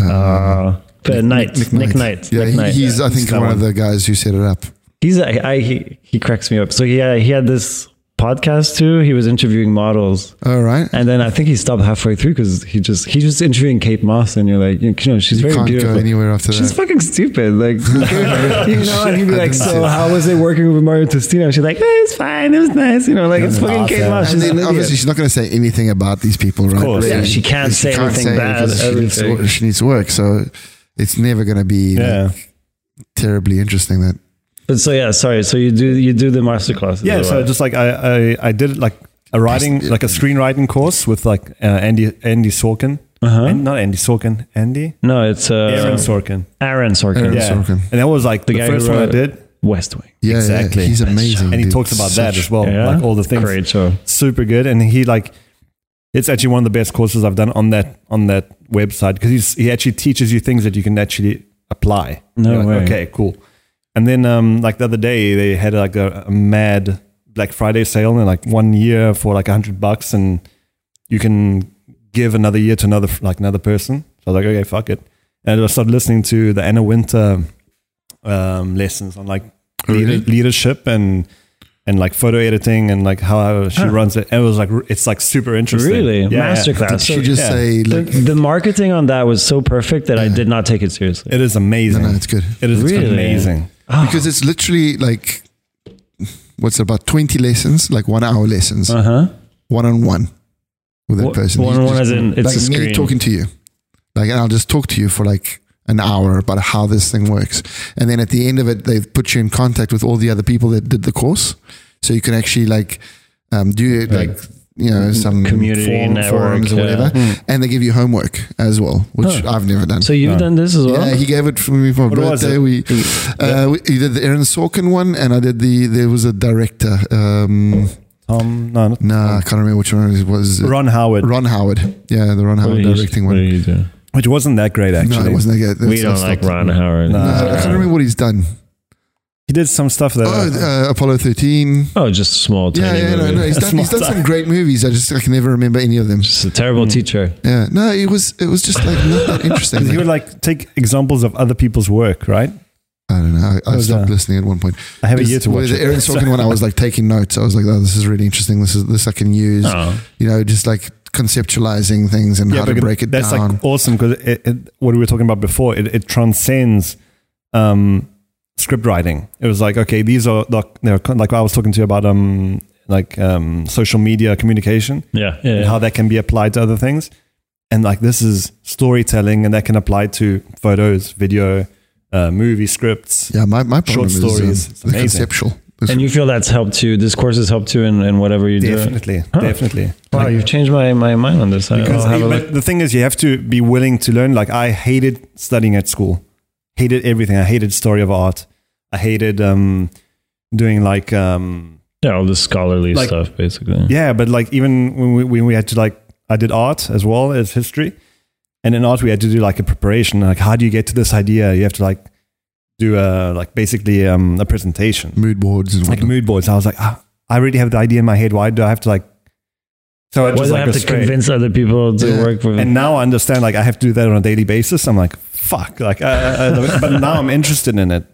Speaker 2: uh, Nick, Knight. Nick, Knight.
Speaker 1: Yeah,
Speaker 2: Nick
Speaker 1: he-
Speaker 2: Knight.
Speaker 1: he's I think
Speaker 3: that
Speaker 1: one of
Speaker 3: one.
Speaker 1: the guys who set it up.
Speaker 2: He's I, I he, he cracks me up. So he uh, he had this podcast too. He was interviewing models,
Speaker 1: All right.
Speaker 2: and then I think he stopped halfway through because he just he was interviewing Kate Moss, and you're like, you know, she's
Speaker 1: You
Speaker 2: very
Speaker 1: can't
Speaker 2: beautiful.
Speaker 1: go anywhere after
Speaker 2: She's
Speaker 1: that.
Speaker 2: fucking stupid. Like, you know, and he'd be
Speaker 1: I
Speaker 2: like,
Speaker 1: didn't see
Speaker 2: so
Speaker 1: it.
Speaker 2: how was it working with Mario Testino? She's like, eh, it's fine. It was nice. You know, like, it's fucking Kate
Speaker 3: awesome.
Speaker 2: Moss.
Speaker 1: And
Speaker 2: She's an
Speaker 1: then obviously
Speaker 2: idiot.
Speaker 1: she's not going to say anything about these people, right?
Speaker 3: course.
Speaker 2: Yeah, she can't say anything bad,
Speaker 1: because She needs, to,
Speaker 2: everything.
Speaker 1: wo- she needs to work, so it's never going to be like,
Speaker 3: Yeah.
Speaker 1: terribly interesting. That
Speaker 2: But so, yeah, sorry. So you do, you do the master classes.
Speaker 3: Yeah, so just like I, I, I did like a writing, like a screenwriting course with like uh, Andy Andy Sorkin,
Speaker 2: uh
Speaker 3: and not Andy Sorkin, Andy
Speaker 2: no, it's, uh,
Speaker 3: Aaron
Speaker 2: Aaron,
Speaker 3: Sorkin.
Speaker 2: Sorkin.
Speaker 1: Aaron
Speaker 3: Yeah,
Speaker 1: Sorkin.
Speaker 3: and that was like
Speaker 2: The
Speaker 3: the,
Speaker 2: guy who
Speaker 3: first one I
Speaker 2: wrote-
Speaker 3: did,
Speaker 2: West Wing.
Speaker 1: yeah,
Speaker 3: Exactly.
Speaker 1: yeah, he's amazing,
Speaker 3: and he
Speaker 1: dude.
Speaker 3: talks about that
Speaker 1: Such-
Speaker 3: as well,
Speaker 2: Yeah.
Speaker 3: like all the things.
Speaker 2: Great show.
Speaker 3: super good, and he like it's actually one of the best courses I've done on that on that website because he's he actually teaches you things that you can actually apply.
Speaker 2: No
Speaker 3: You're like,
Speaker 2: way.
Speaker 3: okay, cool. And then um, like the other day they had like a, a mad Black Friday sale and like one year for like a hundred bucks, and you can give another year to another like another person. So I was like, okay, fuck it. And I started listening to the Anna Winter um, lessons on like
Speaker 1: Oh,
Speaker 3: leader-
Speaker 1: really?
Speaker 3: leadership and and like photo editing and like how she
Speaker 2: Huh.
Speaker 3: runs it. And it was like r- it's like super interesting.
Speaker 2: Really?
Speaker 3: Yeah, yeah.
Speaker 2: Masterclass.
Speaker 1: Did
Speaker 2: So
Speaker 1: she just
Speaker 3: yeah.
Speaker 1: say
Speaker 2: the,
Speaker 1: like,
Speaker 2: the marketing on that was so perfect that I did not take it seriously.
Speaker 3: It is
Speaker 1: no,
Speaker 3: amazing.
Speaker 1: no, it's good
Speaker 3: It is
Speaker 2: Really?
Speaker 3: amazing.
Speaker 2: Ah.
Speaker 1: because it's literally like what's it, about twenty lessons, like one hour lessons,
Speaker 2: Uh huh.
Speaker 1: one on one with that
Speaker 2: Wha-
Speaker 1: person. You
Speaker 2: one-on-one
Speaker 1: just-
Speaker 2: as in it's
Speaker 1: like
Speaker 2: a
Speaker 1: me
Speaker 2: screen.
Speaker 1: talking to you, like, and I'll just talk to you for like an hour about how this thing works, and then at the end of it, they've put you in contact with all the other people that did the course, so you can actually like um, do it like. You know, some
Speaker 2: Community network,
Speaker 1: forums or
Speaker 2: yeah.
Speaker 1: whatever, Hmm. and they give you homework as well, which
Speaker 2: Huh.
Speaker 1: I've never done.
Speaker 2: Hmm. So you've
Speaker 3: No.
Speaker 2: done this as well?
Speaker 1: Yeah, he gave it for me for my
Speaker 3: What was
Speaker 1: birthday.
Speaker 3: it?
Speaker 1: We, uh, we he did the Aaron Sorkin one, and I did the there was a director. Um,
Speaker 3: Um, no, not-
Speaker 1: no, I can't remember which one it was. Ron,
Speaker 3: Ron Howard,
Speaker 1: Howard. Yeah, the Ron
Speaker 2: What
Speaker 1: Howard
Speaker 2: did you-
Speaker 1: directing
Speaker 2: what
Speaker 1: one.
Speaker 2: did you do?
Speaker 3: which wasn't that great actually.
Speaker 1: No, it wasn't. That,
Speaker 2: We don't like Ron Howard.
Speaker 3: No.
Speaker 1: No, I can't remember what he's done.
Speaker 3: He did some stuff that.
Speaker 1: Oh, uh, Apollo thirteen.
Speaker 2: Oh, just small,
Speaker 1: Yeah,
Speaker 2: tiny.
Speaker 1: yeah, no, no.
Speaker 2: movies.
Speaker 1: He's done, he's done some great movies. I just I can never remember any of them.
Speaker 2: Just a terrible
Speaker 1: Hmm.
Speaker 2: teacher.
Speaker 1: Yeah, no, it was it was just like not that interesting.
Speaker 3: he would like take examples of other people's work, right?
Speaker 1: I don't know. I, I
Speaker 3: was,
Speaker 1: stopped
Speaker 3: uh,
Speaker 1: listening at one point.
Speaker 3: I have a year to
Speaker 1: With
Speaker 3: watch
Speaker 1: The
Speaker 3: it.
Speaker 1: Aaron Sorkin one, I was like taking notes. I was like, "Oh, this is really interesting. This is this I can use."
Speaker 2: Oh.
Speaker 1: You know, just like conceptualizing things and how to
Speaker 3: but
Speaker 1: break it
Speaker 3: that's
Speaker 1: down.
Speaker 3: like awesome because it, it, what we were talking about before, it, it transcends um, script writing. It was like, okay, these are like, they're kind- like I was talking to you about um, like um, social media communication
Speaker 2: Yeah, yeah.
Speaker 3: and how that can be applied to other things. And like this is storytelling, and that can apply to photos, video, uh, movie scripts.
Speaker 1: yeah, my my problem
Speaker 3: Short
Speaker 1: is
Speaker 3: stories.
Speaker 1: um,
Speaker 3: It's
Speaker 1: the
Speaker 3: amazing.
Speaker 1: conceptual.
Speaker 2: And you feel that's helped you. This course has helped you in, in whatever you do.
Speaker 3: Definitely,
Speaker 2: Huh.
Speaker 3: definitely.
Speaker 2: Wow, you've changed my, my mind on this. I-
Speaker 3: Because
Speaker 2: I'll have a
Speaker 3: but
Speaker 2: look.
Speaker 3: the thing is, you have to be willing to learn. Like I hated studying at school, hated everything. I hated story of art. I hated um, doing like um,
Speaker 2: Yeah, all the scholarly
Speaker 3: Like-
Speaker 2: stuff, basically.
Speaker 3: yeah, but like even when we, when we had to like I did art as well as history, and in art we had to do like a preparation. Like how do you get to this idea? You have to like do a like basically um, a presentation
Speaker 1: mood boards
Speaker 2: Mm-hmm.
Speaker 1: and
Speaker 3: like
Speaker 1: whatnot.
Speaker 3: mood boards. I was like, ah, I already have the idea in my head. Why do I have to like? So I
Speaker 2: Why
Speaker 3: just
Speaker 2: do I
Speaker 3: like
Speaker 2: have to
Speaker 3: restrained.
Speaker 2: convince other people to
Speaker 1: Yeah.
Speaker 2: work with
Speaker 3: And now I understand, like, I have to do that on a daily basis. I'm like, fuck, like, I, I, I love it. but now I'm interested in it.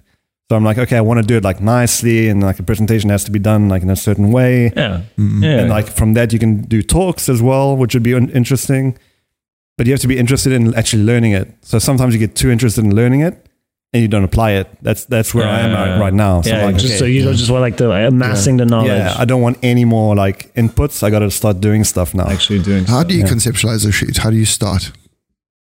Speaker 3: So I'm like, okay, I want to do it like nicely, and like a presentation has to be done like in a certain way,
Speaker 2: Yeah. yeah.
Speaker 3: and like from that you can do talks as well, which would be un- interesting. But you have to be interested in actually learning it. So sometimes you get too interested in learning it, and you don't apply it. That's that's where I am
Speaker 2: Yeah.
Speaker 3: right, right now. So
Speaker 2: yeah,
Speaker 3: I'm like,
Speaker 2: just
Speaker 3: okay.
Speaker 2: so you don't just want like the like, amassing the knowledge.
Speaker 3: yeah, I don't want any more like inputs. I got to start doing stuff now.
Speaker 2: actually doing.
Speaker 1: How
Speaker 2: stuff.
Speaker 1: do you
Speaker 3: Yeah.
Speaker 1: conceptualize a shoot? How do you start?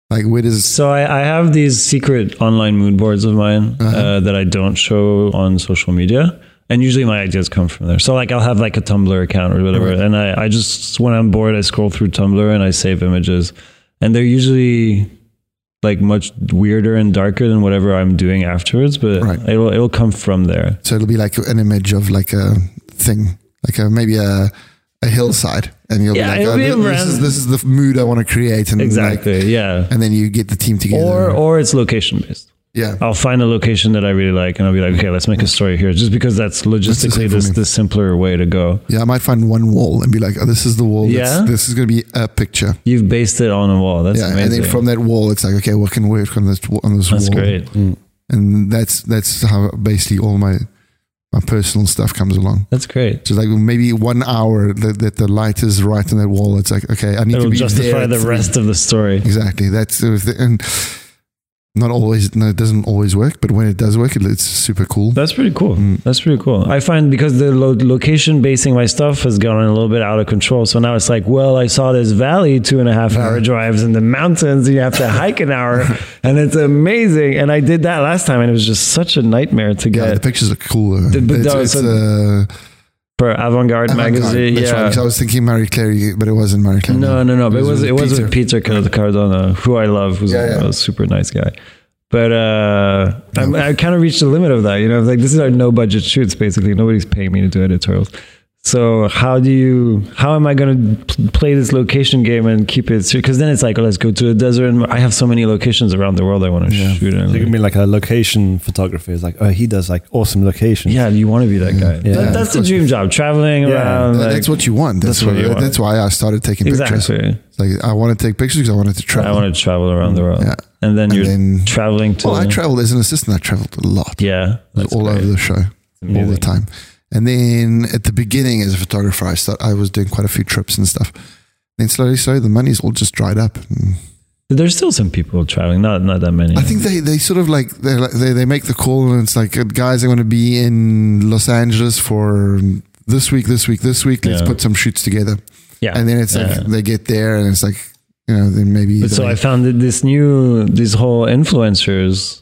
Speaker 1: Like, where does
Speaker 2: So I, I have these secret online mood boards of mine
Speaker 1: Uh-huh.
Speaker 2: uh that I don't show on social media. And usually my ideas come from there. So like I'll have like a Tumblr account or whatever. And I, I just when I'm bored I scroll through Tumblr and I save images. And they're usually like much weirder and darker than whatever I'm doing afterwards, but
Speaker 1: Right.
Speaker 2: it'll it'll come from there.
Speaker 1: so it'll be like an image of like a thing, like a, maybe a a hillside, and you'll
Speaker 2: Yeah,
Speaker 1: be like,
Speaker 2: it'll
Speaker 1: oh,
Speaker 2: be
Speaker 1: this, this
Speaker 2: around-
Speaker 1: is this is the mood I want to create, and
Speaker 2: Exactly.
Speaker 1: like,
Speaker 2: yeah.
Speaker 1: and then you get the team together.
Speaker 2: Or or it's location based.
Speaker 1: yeah,
Speaker 2: I'll find a location that I really like and I'll be like, okay, let's make a story here. Just because that's logistically
Speaker 1: for
Speaker 2: this
Speaker 1: me.
Speaker 2: the simpler way to go.
Speaker 1: Yeah, I might find one wall and be like, oh, this is the wall.
Speaker 2: Yeah?
Speaker 1: That's, this is going to be a picture.
Speaker 2: You've based it on a wall. That's
Speaker 1: yeah,
Speaker 2: amazing.
Speaker 1: and then from that wall, it's like, okay, what can work on this wa- on this
Speaker 2: that's
Speaker 1: wall?
Speaker 2: great.
Speaker 1: And that's that's how basically all my my personal stuff comes along.
Speaker 2: That's great.
Speaker 1: Just like maybe one hour that, that the light is right on that wall. It's like okay, I need
Speaker 2: It
Speaker 1: to
Speaker 2: will
Speaker 1: be there
Speaker 2: justify
Speaker 1: at
Speaker 2: the
Speaker 1: three.
Speaker 2: rest of the story.
Speaker 1: Exactly. That's the thing. and not always. No, it doesn't always work. But when it does work, it, it's super cool.
Speaker 2: That's pretty cool.
Speaker 1: Mm.
Speaker 2: That's pretty cool. I find because the lo- location basing my stuff has gone a little bit out of control. So now it's like, well, I saw this valley two and a half hour drives in the mountains. and You have to hike an hour, and it's amazing. And I did that last time, and it was just such a nightmare to
Speaker 1: Yeah,
Speaker 2: get
Speaker 1: the pictures look cool. though.
Speaker 2: The- but
Speaker 1: it's,
Speaker 2: no,
Speaker 1: it's,
Speaker 2: so-
Speaker 1: uh,
Speaker 2: for Avant Garde
Speaker 1: avant-garde.
Speaker 2: magazine.
Speaker 1: That's right,
Speaker 2: yeah.
Speaker 1: 'cause I was thinking Marie Claire, but it wasn't Marie Claire.
Speaker 2: No, no, no. But it was it was with
Speaker 1: Peter.
Speaker 2: Peter Car- Cardona, who I love, who's
Speaker 1: Yeah, yeah.
Speaker 2: a super nice guy. But uh, I'm, I kind of reached the limit of that. You know, like this is our no budget shoots. Basically, nobody's paying me to do editorials. So how do you? How am I going to pl- play this location game and keep it? Because then it's like, oh, let's go to a desert, and I have so many locations around the world I want to shoot.
Speaker 3: So you
Speaker 2: In.
Speaker 3: can be like a location photographer. It's like, oh, he does like awesome locations.
Speaker 2: yeah, you want to be that
Speaker 1: Mm.
Speaker 2: guy.
Speaker 3: Yeah.
Speaker 2: That- that's the dream job: traveling
Speaker 3: Yeah.
Speaker 2: around.
Speaker 1: Th-
Speaker 2: like-
Speaker 1: Uh, that's what you want. That's,
Speaker 2: that's what
Speaker 1: what,
Speaker 2: you want.
Speaker 1: that's why I started taking pictures.
Speaker 2: exactly.
Speaker 1: It's Like I want to take pictures because I wanted to travel.
Speaker 2: I want to travel around the world,
Speaker 1: Yeah.
Speaker 2: and then
Speaker 1: And
Speaker 2: you're
Speaker 1: then-
Speaker 2: traveling to.
Speaker 1: well, I traveled as an assistant. I traveled a lot,
Speaker 2: yeah, that's
Speaker 1: all
Speaker 2: great.
Speaker 1: over the show, all the
Speaker 2: amazing.
Speaker 1: time. And then at the beginning, as a photographer, I start, I was doing quite a few trips and stuff. Then slowly, slowly, the money's all just dried up. And
Speaker 2: There's still some people traveling, not not that many.
Speaker 1: I think they, they sort of like they like- they they make the call and it's like guys, I want to be in Los Angeles for this week, this week, this week. Let's
Speaker 2: Yeah.
Speaker 1: put some shoots together.
Speaker 2: yeah.
Speaker 1: And then it's
Speaker 2: Yeah.
Speaker 1: like they get there and it's like you know then maybe.
Speaker 2: but so
Speaker 1: they-
Speaker 2: I found that this new this whole influencers.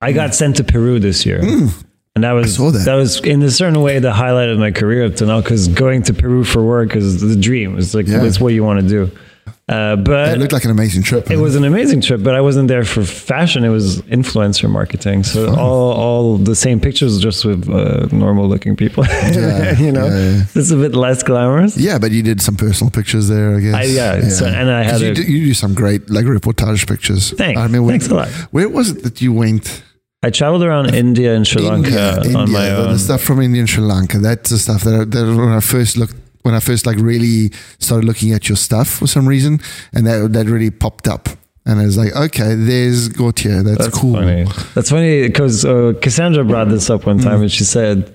Speaker 2: I got sent to Peru this year, and that was
Speaker 1: Hmm. saw that.
Speaker 2: was in a certain way the highlight of my career up to now. Because going to Peru for work is the dream. It's like
Speaker 1: Yeah.
Speaker 2: it's what you want to do. Uh,
Speaker 1: it
Speaker 2: but
Speaker 1: looked like an amazing trip.
Speaker 2: it was an amazing trip, but I wasn't there for fashion. It was influencer marketing. So all, all the same pictures, just with uh, normal looking people.
Speaker 1: Yeah,
Speaker 2: you know,
Speaker 1: yeah, yeah.
Speaker 2: it's a bit less glamorous.
Speaker 1: Yeah, but you did some personal pictures there, I guess.
Speaker 2: I- yeah, so- and I
Speaker 1: 'Cause
Speaker 2: had
Speaker 1: you,
Speaker 2: a-
Speaker 1: do, you do some great like reportage pictures.
Speaker 2: Thanks.
Speaker 1: I remember
Speaker 2: Thanks a lot.
Speaker 1: Where was it that you went?
Speaker 2: I traveled around India and Sri Lanka
Speaker 1: India,
Speaker 2: on
Speaker 1: India,
Speaker 2: my
Speaker 1: the-
Speaker 2: own.
Speaker 1: The stuff from India and Sri Lanka. That's the stuff that, I, that when I first looked, when I first like really started looking at your stuff for some reason, and that that really popped up, and I was like, okay, there's Gautier. That's,
Speaker 2: That's
Speaker 1: cool.
Speaker 2: funny. That's funny because uh, Cassandra brought this up one
Speaker 1: Mm.
Speaker 2: time and she said,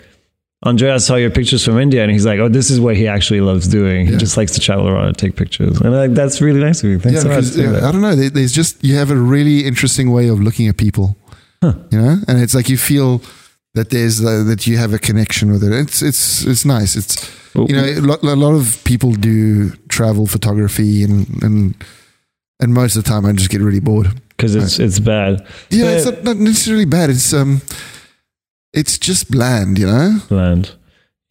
Speaker 2: Andrea saw your pictures from India and he's like, oh, this is what he actually loves doing. He
Speaker 1: Yeah.
Speaker 2: just likes to travel around and take pictures. And like, that's really nice of you. Thanks
Speaker 1: Yeah,
Speaker 2: so much.
Speaker 1: because,
Speaker 2: for
Speaker 1: yeah,
Speaker 2: that.
Speaker 1: I don't know. there- There's just you have a really interesting way of looking at people, you know, and it's like you feel that there's uh, that you have a connection with it. It's it's it's nice. It's
Speaker 2: Well,
Speaker 1: you know a lot, a lot of people do travel photography and and and most of the time I just get really bored.
Speaker 2: Because it's, it's bad.
Speaker 1: Yeah,
Speaker 2: But-
Speaker 1: it's not, not necessarily bad. It's um, it's just bland, you know.
Speaker 2: land.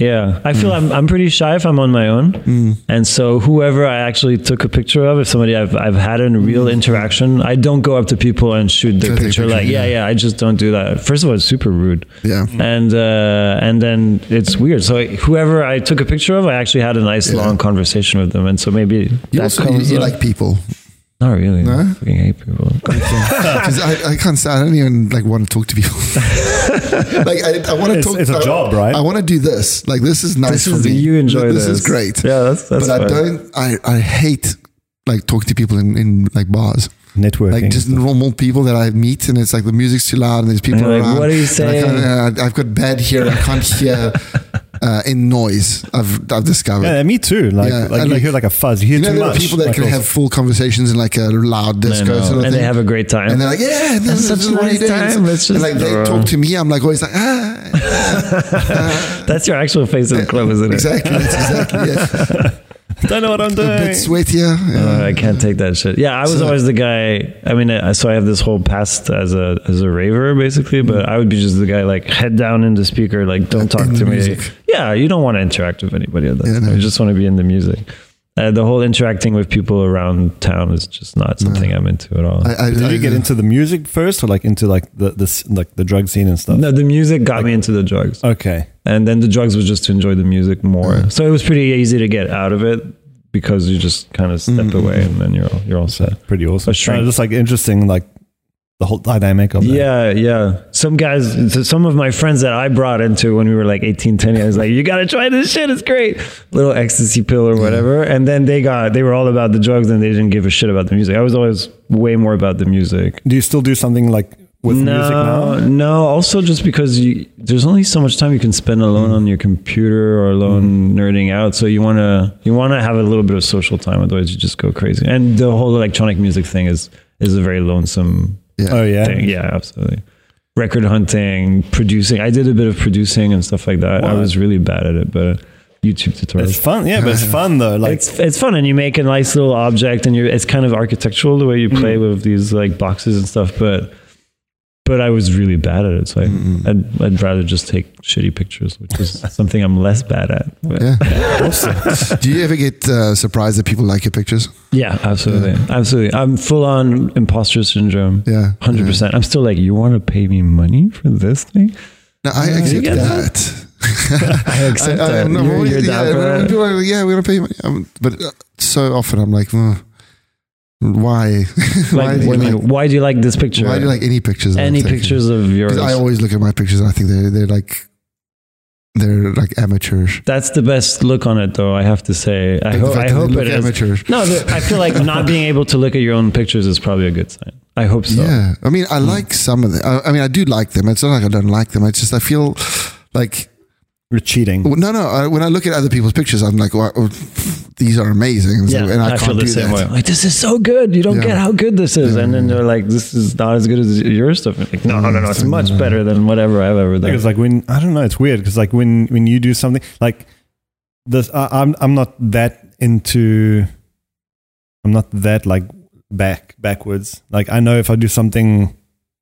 Speaker 2: Yeah, I feel I'm, I'm pretty shy if I'm on my own.
Speaker 3: Hmm.
Speaker 2: And so whoever I actually took a picture of, if somebody I've, I've had a real interaction, I don't go up to people and shoot their
Speaker 1: Take a
Speaker 2: picture.
Speaker 1: picture,
Speaker 2: Like, yeah,
Speaker 1: yeah.
Speaker 2: yeah, I just don't do that. First of all, it's super rude.
Speaker 1: Yeah.
Speaker 2: And uh, and then it's weird. So whoever I took a picture of, I actually had a nice
Speaker 1: Yeah.
Speaker 2: long conversation with them. And so maybe
Speaker 1: You
Speaker 2: that
Speaker 1: also you,
Speaker 2: comes
Speaker 1: you
Speaker 2: up.
Speaker 1: like people
Speaker 2: not really.
Speaker 1: No?
Speaker 2: I fucking hate people.
Speaker 3: Ah.
Speaker 1: 'Cause I, I can't. say- I don't even like want to talk to people. like I, I want to
Speaker 3: It's-
Speaker 1: talk.
Speaker 3: it's a
Speaker 1: I-
Speaker 3: job, right?
Speaker 1: I want to do this. Like this is nice
Speaker 2: This
Speaker 1: for
Speaker 2: is
Speaker 1: me.
Speaker 2: you enjoy
Speaker 1: This
Speaker 2: this.
Speaker 1: is great.
Speaker 2: Yeah, that's that's.
Speaker 1: but I
Speaker 2: fine.
Speaker 1: don't. I, I hate like talking to people in, in like bars,
Speaker 3: Networking.
Speaker 1: like just normal people that I meet, and it's like the music's too loud, and there's people
Speaker 2: And you're like,
Speaker 1: around.
Speaker 2: "What are you
Speaker 1: and I can't-
Speaker 2: saying?"
Speaker 1: uh, I've got bad hearing. I can't hear uh, in noise. I've I've discovered.
Speaker 3: yeah, me too. Like,
Speaker 1: Yeah,
Speaker 3: like
Speaker 1: and
Speaker 3: you
Speaker 1: like-
Speaker 3: hear like a fuzz. You hear
Speaker 1: You know,
Speaker 3: too
Speaker 1: there are
Speaker 3: much.
Speaker 1: people that
Speaker 3: Like,
Speaker 1: can
Speaker 3: oh,
Speaker 1: have full conversations in like a loud
Speaker 2: I
Speaker 1: disco sort
Speaker 2: know.
Speaker 1: of
Speaker 2: and
Speaker 1: thing.
Speaker 2: they have a great time.
Speaker 1: and they're like, yeah, and
Speaker 2: That's
Speaker 1: that's,
Speaker 2: such a
Speaker 1: what
Speaker 2: nice
Speaker 1: it is.
Speaker 2: time. It's
Speaker 1: and
Speaker 2: just-
Speaker 1: like they talk to me, I'm like always like, ah,
Speaker 2: That's your actual face in the club, isn't it?
Speaker 1: exactly, that's exactly, yeah.
Speaker 3: don't know what I'm
Speaker 1: a bit
Speaker 3: doing.
Speaker 1: sweatier.
Speaker 2: Uh,
Speaker 1: Yeah.
Speaker 2: I can't take that shit. Yeah, I was
Speaker 1: So-
Speaker 2: always the guy. I mean, uh, so I have this whole past as a as a raver, basically. But I would be just the guy, like head down in the speaker, like don't talk
Speaker 1: Mm. in
Speaker 2: to
Speaker 1: the
Speaker 2: me.
Speaker 1: music.
Speaker 2: Yeah, you don't want to interact with anybody at that
Speaker 1: Yeah,
Speaker 2: time.
Speaker 1: no.
Speaker 2: You just want to be in the music. Uh, the whole interacting with people around town is just not something I'm into at all.
Speaker 1: I, I,
Speaker 3: Did
Speaker 1: I,
Speaker 3: you get into the music first, or like into like the this like the drug scene and stuff?
Speaker 2: no, the music got me into the drugs,
Speaker 3: Okay.
Speaker 2: and then the drugs was just to enjoy the music more.
Speaker 1: Mm.
Speaker 2: So it was pretty easy to get out of it because you just kind of step
Speaker 1: Mm.
Speaker 2: away, and then you're all, you're all set.
Speaker 3: Pretty awesome.
Speaker 2: A shrink.
Speaker 3: Uh, just like interesting, like the whole dynamic of that.
Speaker 2: Yeah, yeah. Some guys, so some of my friends that I brought into when we were like 18, 10, I was like, you got to try this shit. It's great. Little ecstasy pill or whatever. And then they got, they were all about the drugs and they didn't give a shit about the music. I was always way more about the music.
Speaker 3: Do you still do something like with
Speaker 2: no,
Speaker 3: music now?
Speaker 2: No, also just because you, there's only so much time you can spend alone
Speaker 3: Mm.
Speaker 2: on your computer or alone nerding out. So you wanna you wanna have a little bit of social time, otherwise you just go crazy. And the whole electronic music thing is is a very lonesome
Speaker 3: Oh yeah.
Speaker 2: thing. Yeah, absolutely. Record hunting, producing. I did a bit of producing and stuff like that. I
Speaker 3: Wow.
Speaker 2: was really bad at it, but YouTube
Speaker 3: It's
Speaker 2: tutorials.
Speaker 3: fun, yeah, but it's fun though. Like
Speaker 2: it's it's fun, and you make a nice little object, and you it's kind of architectural the way you play
Speaker 3: Mm.
Speaker 2: with these like boxes and stuff. But but I was really bad at it, so I,
Speaker 3: Mm-hmm.
Speaker 2: I'd I'd rather just take shitty pictures, which is something I'm less bad at. But yeah.
Speaker 1: Yeah. Do you ever get uh, surprised that people like your pictures?
Speaker 2: absolutely, absolutely. I'm full on imposter syndrome.
Speaker 1: Yeah.
Speaker 2: Hundred percent. I'm still like, you want to pay me money for this thing?
Speaker 1: No, I
Speaker 2: Yeah. You
Speaker 1: accept
Speaker 2: get
Speaker 1: that.
Speaker 2: I accept
Speaker 1: I- I-
Speaker 2: that.
Speaker 1: I'm not-
Speaker 2: You're- you're
Speaker 1: yeah,
Speaker 2: down for
Speaker 1: when
Speaker 2: that.
Speaker 1: people are like, yeah, we're gonna pay. Money. Um, but uh, so often I'm like, "Mm, why? why
Speaker 2: Like,
Speaker 1: do you
Speaker 2: what do you mean?
Speaker 1: like-
Speaker 2: why do you like this picture?
Speaker 1: Why do you like any pictures? that I'm
Speaker 2: any
Speaker 1: taking?
Speaker 2: pictures of yours?
Speaker 1: Because I always look at my pictures and I think they're they're like they're like amateurish.
Speaker 2: That's the best look on it, though. I have to say, I,
Speaker 1: Like the
Speaker 2: ho-
Speaker 1: fact
Speaker 2: I
Speaker 1: that they
Speaker 2: hope
Speaker 1: look
Speaker 2: it is.
Speaker 1: amateurish.
Speaker 2: No, the- I feel like not being able to look at your own pictures is probably a good sign. I hope so.
Speaker 1: Yeah, I mean, I like some of them. I, I mean, I do like them. It's not like I don't like them. It's just I feel like
Speaker 3: you're cheating.
Speaker 1: Well, No, no. I, when I look at other people's pictures, I'm like, wow, oh, these are amazing. And, so- and I, can't
Speaker 2: feel the
Speaker 1: do
Speaker 2: same
Speaker 1: that.
Speaker 2: way. Like this is so good, you don't
Speaker 1: Yeah.
Speaker 2: get how good this is, and then they're like, "This is not as good as your stuff." And Like, no, no, no, no, it's
Speaker 1: Mm-hmm.
Speaker 2: much better than whatever I've ever
Speaker 3: Like,
Speaker 2: done.
Speaker 3: it's like when I don't know. It's weird because like when when you do something like this, I, I'm I'm not that into. I'm not that like back backwards. Like I know if I do something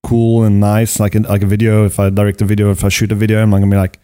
Speaker 3: cool and nice, like in, like a video, if I direct a video, if I shoot a video, I'm not gonna be like.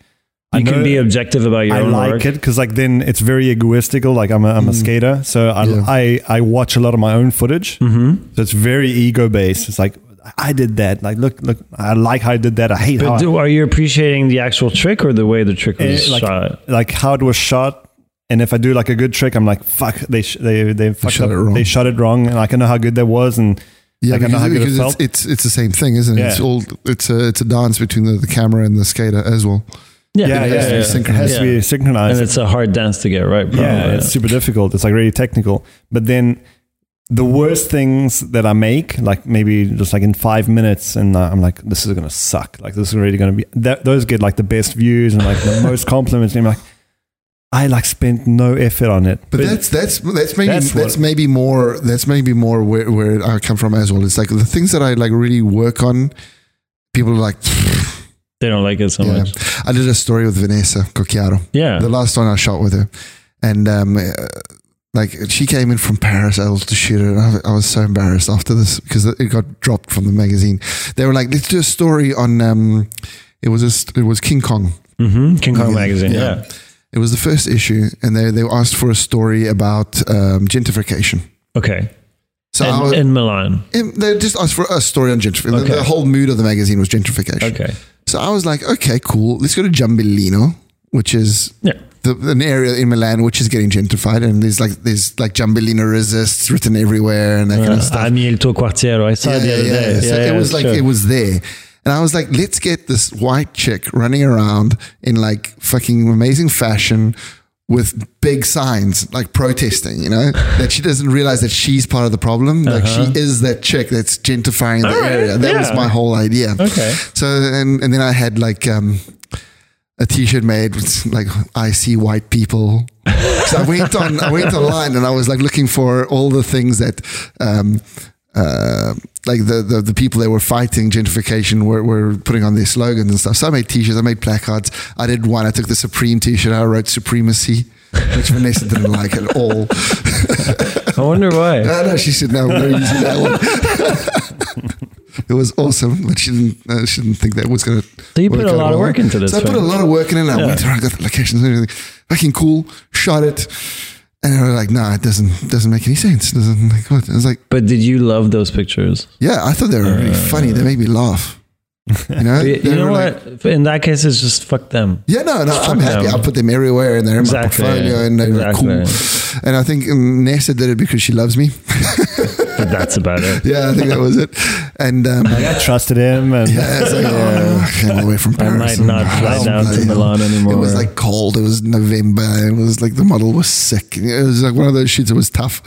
Speaker 2: You
Speaker 3: know
Speaker 2: can be objective about your
Speaker 3: I
Speaker 2: own
Speaker 3: like
Speaker 2: work.
Speaker 3: it because like then it's very egoistical. Like I'm a, I'm a skater, so I,
Speaker 1: Yeah.
Speaker 3: I I watch a lot of my own footage.
Speaker 2: Mhm.
Speaker 3: So it's very ego based. It's like I did that. Like look look, I like how I did that. I hate how
Speaker 2: But
Speaker 3: I-
Speaker 2: do, are you appreciating the actual trick or the way the trick
Speaker 3: eh,
Speaker 2: was
Speaker 3: like
Speaker 2: shot?
Speaker 3: like how it was shot. And if I do like a good trick, I'm like fuck. They sh- they they fucked
Speaker 1: shot
Speaker 3: up.
Speaker 1: it wrong.
Speaker 3: They shot it wrong, and like, I know how good that was. And
Speaker 1: Yeah,
Speaker 3: like, I know
Speaker 1: because,
Speaker 3: how good it
Speaker 1: because it's,
Speaker 3: felt.
Speaker 1: it's it's the same thing, isn't it?
Speaker 3: Yeah.
Speaker 1: It's all it's a it's a dance between the, the camera and the skater as well.
Speaker 3: yeah,
Speaker 1: it has
Speaker 3: yeah,
Speaker 1: to be
Speaker 3: yeah. It has to be synchronized.
Speaker 2: and it's a hard dance to get right.
Speaker 1: Oh,
Speaker 2: Probably.
Speaker 3: yeah, it's super difficult. It's like really technical. But then the worst things that I make, like maybe just like in five minutes, and uh, I'm like, this is gonna suck. Like this is really gonna be. That, those get like the best views and like the most compliments. And I'm like, I like spent no effort on it.
Speaker 1: But, that's that's that's maybe
Speaker 3: That's
Speaker 1: that's,
Speaker 3: what-
Speaker 1: maybe more that's maybe more where where I come from as well. It's like the things that I like really work on. People are like,
Speaker 2: they don't like it so
Speaker 1: yeah.
Speaker 2: much.
Speaker 1: I did a story with Vanessa Cocchiaro.
Speaker 2: Yeah,
Speaker 1: the last one I shot with her, and um, uh, like she came in from Paris, I was to shoot her, and I, I was so embarrassed after this because it got dropped from the magazine. They were like, "Let's do a story on." Um, it was a, st- it was King Kong.
Speaker 2: hmm King Kong magazine.
Speaker 1: Yeah.
Speaker 2: Yeah.
Speaker 1: It was the first issue, and they they asked for a story about um, gentrification.
Speaker 2: Okay.
Speaker 1: So I
Speaker 2: and,
Speaker 1: was,
Speaker 2: in Milan.
Speaker 1: and they just asked for a story on gentrification.
Speaker 2: Okay.
Speaker 1: The whole mood of the magazine was gentrification.
Speaker 2: Okay.
Speaker 1: So I was like, okay, cool. Let's go to Giambellino, which is
Speaker 2: Yeah.
Speaker 1: the, an area in Milan which is getting gentrified, and there's like there's like Giambellino resists written everywhere and that kind of
Speaker 2: Uh,
Speaker 1: stuff.
Speaker 2: Ami il tuo quartiero. I saw it the other day. Yeah,
Speaker 1: So
Speaker 2: yeah,
Speaker 1: it was like
Speaker 2: sure.
Speaker 1: it was there. And I was like, let's get this white chick running around in like fucking amazing fashion with big signs, like protesting, you know, that she doesn't realize that she's part of the problem. Like she is that chick that's gentrifying the
Speaker 2: Uh-huh. All right,
Speaker 1: area. That was
Speaker 2: yeah.
Speaker 1: my whole idea.
Speaker 2: Okay.
Speaker 1: So, and, and then I had like, um, a t-shirt made with like I see white people. So I went on I went online and I was like looking for all the things that um uh like the, the the people that were fighting gentrification were, were putting on their slogans and stuff. So I made t-shirts, I made placards. I did one, I took the Supreme t-shirt, I wrote supremacy. Which Vanessa didn't like at all.
Speaker 2: I wonder why.
Speaker 1: No, no, she said no. We're using that one. it was awesome, but she didn't. Uh, she didn't think that was going to.
Speaker 2: So you put a lot of work into this
Speaker 1: So I put
Speaker 2: thing.
Speaker 1: a lot of work in it. And I went around, got the locations, and everything. Fucking cool. Shot it, and I was like, "Nah, it doesn't doesn't make any sense." Doesn't like what? I was like,
Speaker 2: But did you love those pictures?
Speaker 1: "Yeah, I thought they were really funny. They made me laugh." You know,
Speaker 2: Uh. You,
Speaker 1: They
Speaker 2: you know
Speaker 1: were like-
Speaker 2: what? In that case, it's just fuck them.
Speaker 1: Yeah, no, no, I'm happy.
Speaker 2: them.
Speaker 1: I put them everywhere and they're in
Speaker 2: Exactly,
Speaker 1: my portfolio and they're cool. And I think um, Nessa did it because she loves me.
Speaker 2: But that's about it.
Speaker 1: yeah, I think that was it. And um,
Speaker 3: Like I trusted him, and
Speaker 1: Yeah, it's like, oh, I came away from
Speaker 2: I
Speaker 1: Paris.
Speaker 2: might
Speaker 1: and-
Speaker 2: not fly
Speaker 1: Oh,
Speaker 2: down to
Speaker 1: bloody hell.
Speaker 2: Milan anymore.
Speaker 1: It was like cold. It was November. It was like the model was sick. It was like one of those shoots that was tough.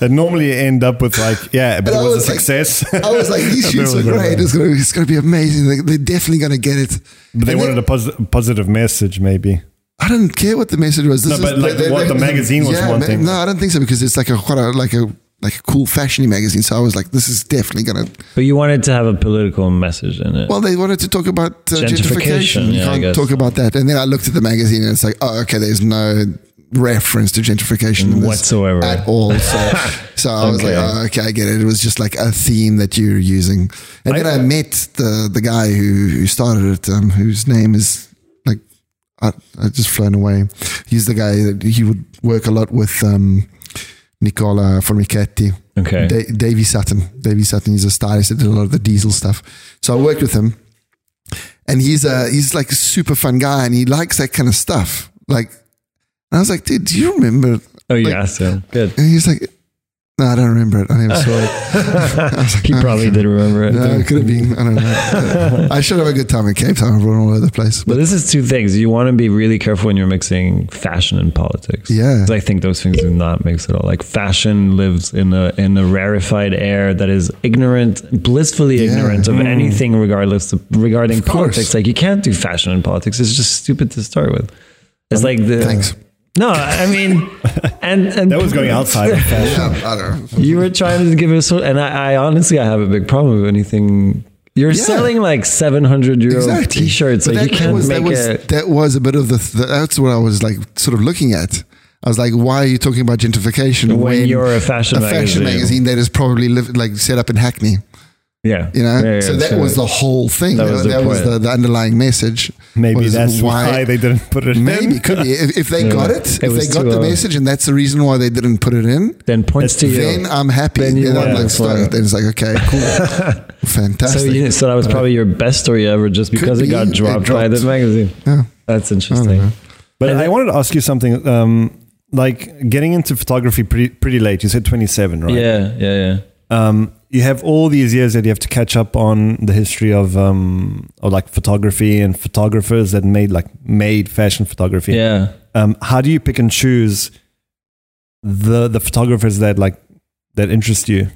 Speaker 3: that normally end up with like, yeah, but
Speaker 1: And
Speaker 3: it
Speaker 1: I
Speaker 3: was,
Speaker 1: was
Speaker 3: a
Speaker 1: like-
Speaker 3: success.
Speaker 1: I was like, these
Speaker 3: That
Speaker 1: shoots are
Speaker 3: was a-
Speaker 1: great. It's gonna, it's gonna be amazing. Like, they're definitely gonna get it.
Speaker 3: But they
Speaker 1: And
Speaker 3: wanted a pos- positive message, maybe.
Speaker 1: I don't care what the message was. This
Speaker 3: No, but
Speaker 1: is-
Speaker 3: like what the magazine was
Speaker 1: yeah,
Speaker 3: one thing.
Speaker 1: No, I don't think so because it's like a quite a like a like a cool fashiony magazine. So I was like, this is definitely gonna.
Speaker 2: But you wanted to have a political message in it.
Speaker 1: Well, they wanted to talk about uh, gentrification.
Speaker 2: Gentrification,
Speaker 1: You
Speaker 2: yeah, I
Speaker 1: can't
Speaker 2: guess.
Speaker 1: talk about that. And then I looked at the magazine and it's like, oh, okay, there's no reference to gentrification in this
Speaker 2: Whatsoever.
Speaker 1: at all. So, so I was
Speaker 2: Okay.
Speaker 1: like, oh, okay, I get it. It was just like a theme that you're using. And then I met the the guy who, who started it, um, whose name is like, I, I just flown away. He's the guy that he would work a lot with. Um, Nicola Formichetti.
Speaker 2: Okay.
Speaker 1: Da- Davy Sutton. Davy Sutton is a stylist that did a lot of the diesel stuff. So I worked with him, and he's a he's like a super fun guy, and he likes that kind of stuff. Like, and I was like, dude, do you remember?
Speaker 2: oh, you
Speaker 1: like-
Speaker 2: asked him. Good.
Speaker 1: And he's like, no, I don't remember it. I never saw it.
Speaker 2: He probably did remember it.
Speaker 1: Uh, No, it could have been. I don't know. I should have a good time in Cape Town. I've run all over the place.
Speaker 2: But
Speaker 1: But
Speaker 2: this is two things. You want to be really careful when you're mixing fashion and politics.
Speaker 1: Yeah.
Speaker 2: 'Cause I think those things do not mix at all. Like fashion lives in a in a rarefied air that is ignorant, blissfully
Speaker 1: Yeah.
Speaker 2: ignorant
Speaker 3: Mm.
Speaker 2: of anything regardless of, regarding
Speaker 1: course.
Speaker 2: politics. Like you can't do fashion and politics. It's just stupid to start with. It's like the
Speaker 1: Um, thanks.
Speaker 2: No, I mean, and and
Speaker 3: That was going outside of fashion.
Speaker 1: Yeah, I don't know.
Speaker 2: You were trying to give us, and I, I honestly, I have a big problem with anything. You're
Speaker 1: Yeah.
Speaker 2: selling like 700 euro
Speaker 1: Exactly.
Speaker 2: t-shirts,
Speaker 1: But
Speaker 2: like
Speaker 1: that-
Speaker 2: you
Speaker 1: that
Speaker 2: can't
Speaker 1: was-
Speaker 2: make
Speaker 1: that was,
Speaker 2: it.
Speaker 1: That was a bit of the. Th- that's what I was like, sort of looking at. I was like, why are you talking about gentrification
Speaker 2: When you're a fashion magazine.
Speaker 1: magazine that is probably live, like set up in Hackney?
Speaker 2: Yeah,
Speaker 1: You know,
Speaker 2: Yeah, yeah,
Speaker 1: so that
Speaker 2: sure.
Speaker 1: was the whole thing.
Speaker 2: That
Speaker 1: That was,
Speaker 2: was the
Speaker 1: that was
Speaker 2: point.
Speaker 1: the, the underlying message.
Speaker 3: Maybe
Speaker 1: was
Speaker 3: that's why, they didn't put it
Speaker 1: Maybe
Speaker 3: in.
Speaker 1: could be if, if they
Speaker 2: Yeah.
Speaker 1: got
Speaker 2: It
Speaker 1: it, if
Speaker 2: was
Speaker 1: they got
Speaker 2: too
Speaker 1: the
Speaker 2: early.
Speaker 1: message, and that's the reason why they didn't put it in.
Speaker 2: Then points to you.
Speaker 1: Then I'm happy.
Speaker 2: Then
Speaker 1: Then,
Speaker 2: you
Speaker 1: I'm
Speaker 2: want
Speaker 1: like
Speaker 2: it.
Speaker 1: stoked. Then it's like okay, cool, fantastic.
Speaker 2: so you, so that was probably your best story ever, just because it
Speaker 1: be.
Speaker 2: got
Speaker 1: It
Speaker 2: dropped, by
Speaker 1: dropped.
Speaker 2: the magazine.
Speaker 1: Yeah.
Speaker 2: That's interesting.
Speaker 3: But I wanted to ask you something. Um, like getting into photography pretty, pretty late. You said 27, right?
Speaker 2: Yeah, yeah, yeah.
Speaker 3: um, you have all these years that you have to catch up on the history of um, or like photography and photographers that made like made fashion photography.
Speaker 2: Yeah.
Speaker 3: Um, how do you pick and choose the the photographers that like that interest you?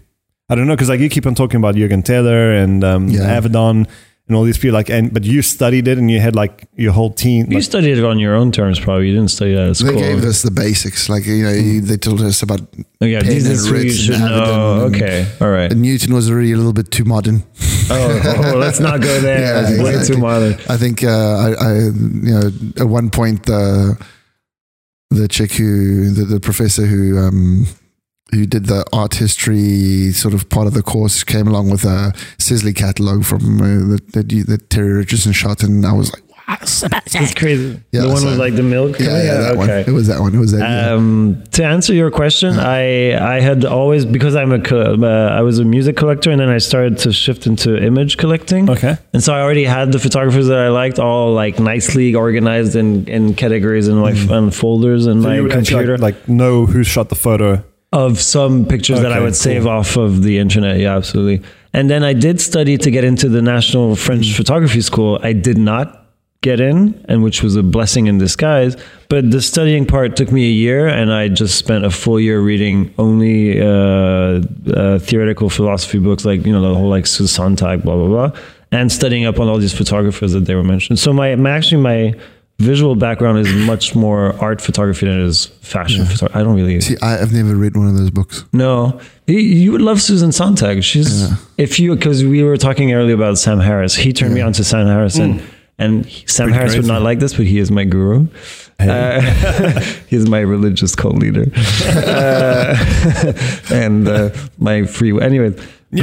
Speaker 3: I don't know because like you keep on talking about Jürgen Taylor and um,
Speaker 1: Yeah.
Speaker 3: Avedon and all these people like and but you studied it and you had like your whole team.
Speaker 2: You
Speaker 3: Like,
Speaker 2: studied it on your own terms, probably. You didn't study that at
Speaker 1: They
Speaker 2: school.
Speaker 1: gave us the basics, like you know,
Speaker 2: Mm.
Speaker 1: they told us about
Speaker 2: oh, yeah,
Speaker 1: Penn
Speaker 2: these
Speaker 1: and
Speaker 2: are three you
Speaker 1: Ritz and
Speaker 2: should know.
Speaker 1: Avedon and-
Speaker 2: Okay, all right.
Speaker 1: Newton was already a little bit too modern.
Speaker 2: Oh, oh, let's not go there.
Speaker 1: Yeah,
Speaker 2: it's way
Speaker 1: exactly.
Speaker 2: too modern.
Speaker 1: I think uh, I, I, you know, at one point the the chick who the, the professor who um, who did the art history sort of part of the course came along with a Sisley catalog from uh, that that you- that Terry Richardson shot, and I was like,
Speaker 2: It's crazy.
Speaker 1: Yeah,
Speaker 2: the one
Speaker 1: so-
Speaker 2: with like the milk.
Speaker 1: yeah, yeah, that one.
Speaker 2: okay.
Speaker 1: It was that one. It was that. yeah.
Speaker 2: Um, to answer your question,
Speaker 3: Uh-huh.
Speaker 2: I I had always because I'm a co- uh, I was a music collector and then I started to shift into image collecting.
Speaker 3: Okay.
Speaker 2: and so I already had the photographers that I liked all like nicely organized in, in categories in my and folders in
Speaker 3: Mm-hmm. so
Speaker 2: my
Speaker 3: you would actually,
Speaker 2: computer
Speaker 3: like, like know who shot the photo.
Speaker 2: of some pictures that I
Speaker 3: Okay,
Speaker 2: would
Speaker 3: cool.
Speaker 2: save off of the internet. Yeah, absolutely. And then I did study to get into the National French
Speaker 3: Mm.
Speaker 2: Photography School. I did not get in, and which was a blessing in disguise. But the studying part took me a year, and I just spent a full year reading only uh, uh, theoretical philosophy books, like you know the whole like Sontag, blah blah blah, and studying up on all these photographers that they were mentioned. So my, my actually my visual background is much more art photography than it is fashion photography. I don't really
Speaker 1: See, I, I've never read one of those books.
Speaker 2: no, you, you would love Susan Sontag. She's if you because we were talking earlier about Sam Harris. He turned me on to Sam Harris, and and he- Sam Harris would
Speaker 3: crazy.
Speaker 2: not like this, but he is my guru. Uh, he's my religious cult leader, Uh, and uh, my free. Anyway,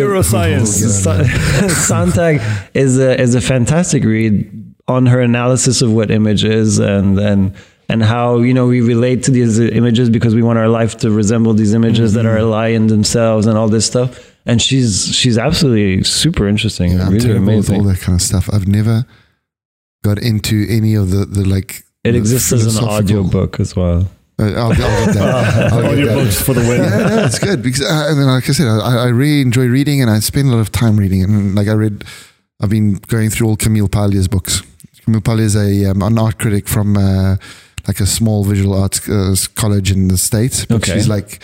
Speaker 3: Neuroscience.
Speaker 2: Son- Sontag is a is a fantastic read on her analysis of what image is and and and how you know we relate to these images because we want our life to resemble these images that
Speaker 1: Mm-hmm.
Speaker 2: are a lie in themselves and all this stuff. And she's she's absolutely super interesting.
Speaker 1: Yeah,
Speaker 2: and
Speaker 1: I'm
Speaker 2: really
Speaker 1: terrible with all
Speaker 2: amazing.
Speaker 1: that kind of stuff. I've never got into any of the, the like.
Speaker 2: It
Speaker 1: the
Speaker 2: exists as an
Speaker 1: philosophical-
Speaker 2: audiobook as well.
Speaker 1: Uh, I'll, I'll get that. I'll get that.
Speaker 3: Audiobooks for the win.
Speaker 1: Yeah, no, it's good because, uh, and then, like I said, I, I really enjoy reading, and I spend a lot of time reading. And like I read, I've been going through all Camille Paglia's books. Camille Paglia is a um, an art critic from uh, like a small visual arts uh, college in the states. But
Speaker 2: Okay.
Speaker 1: she's like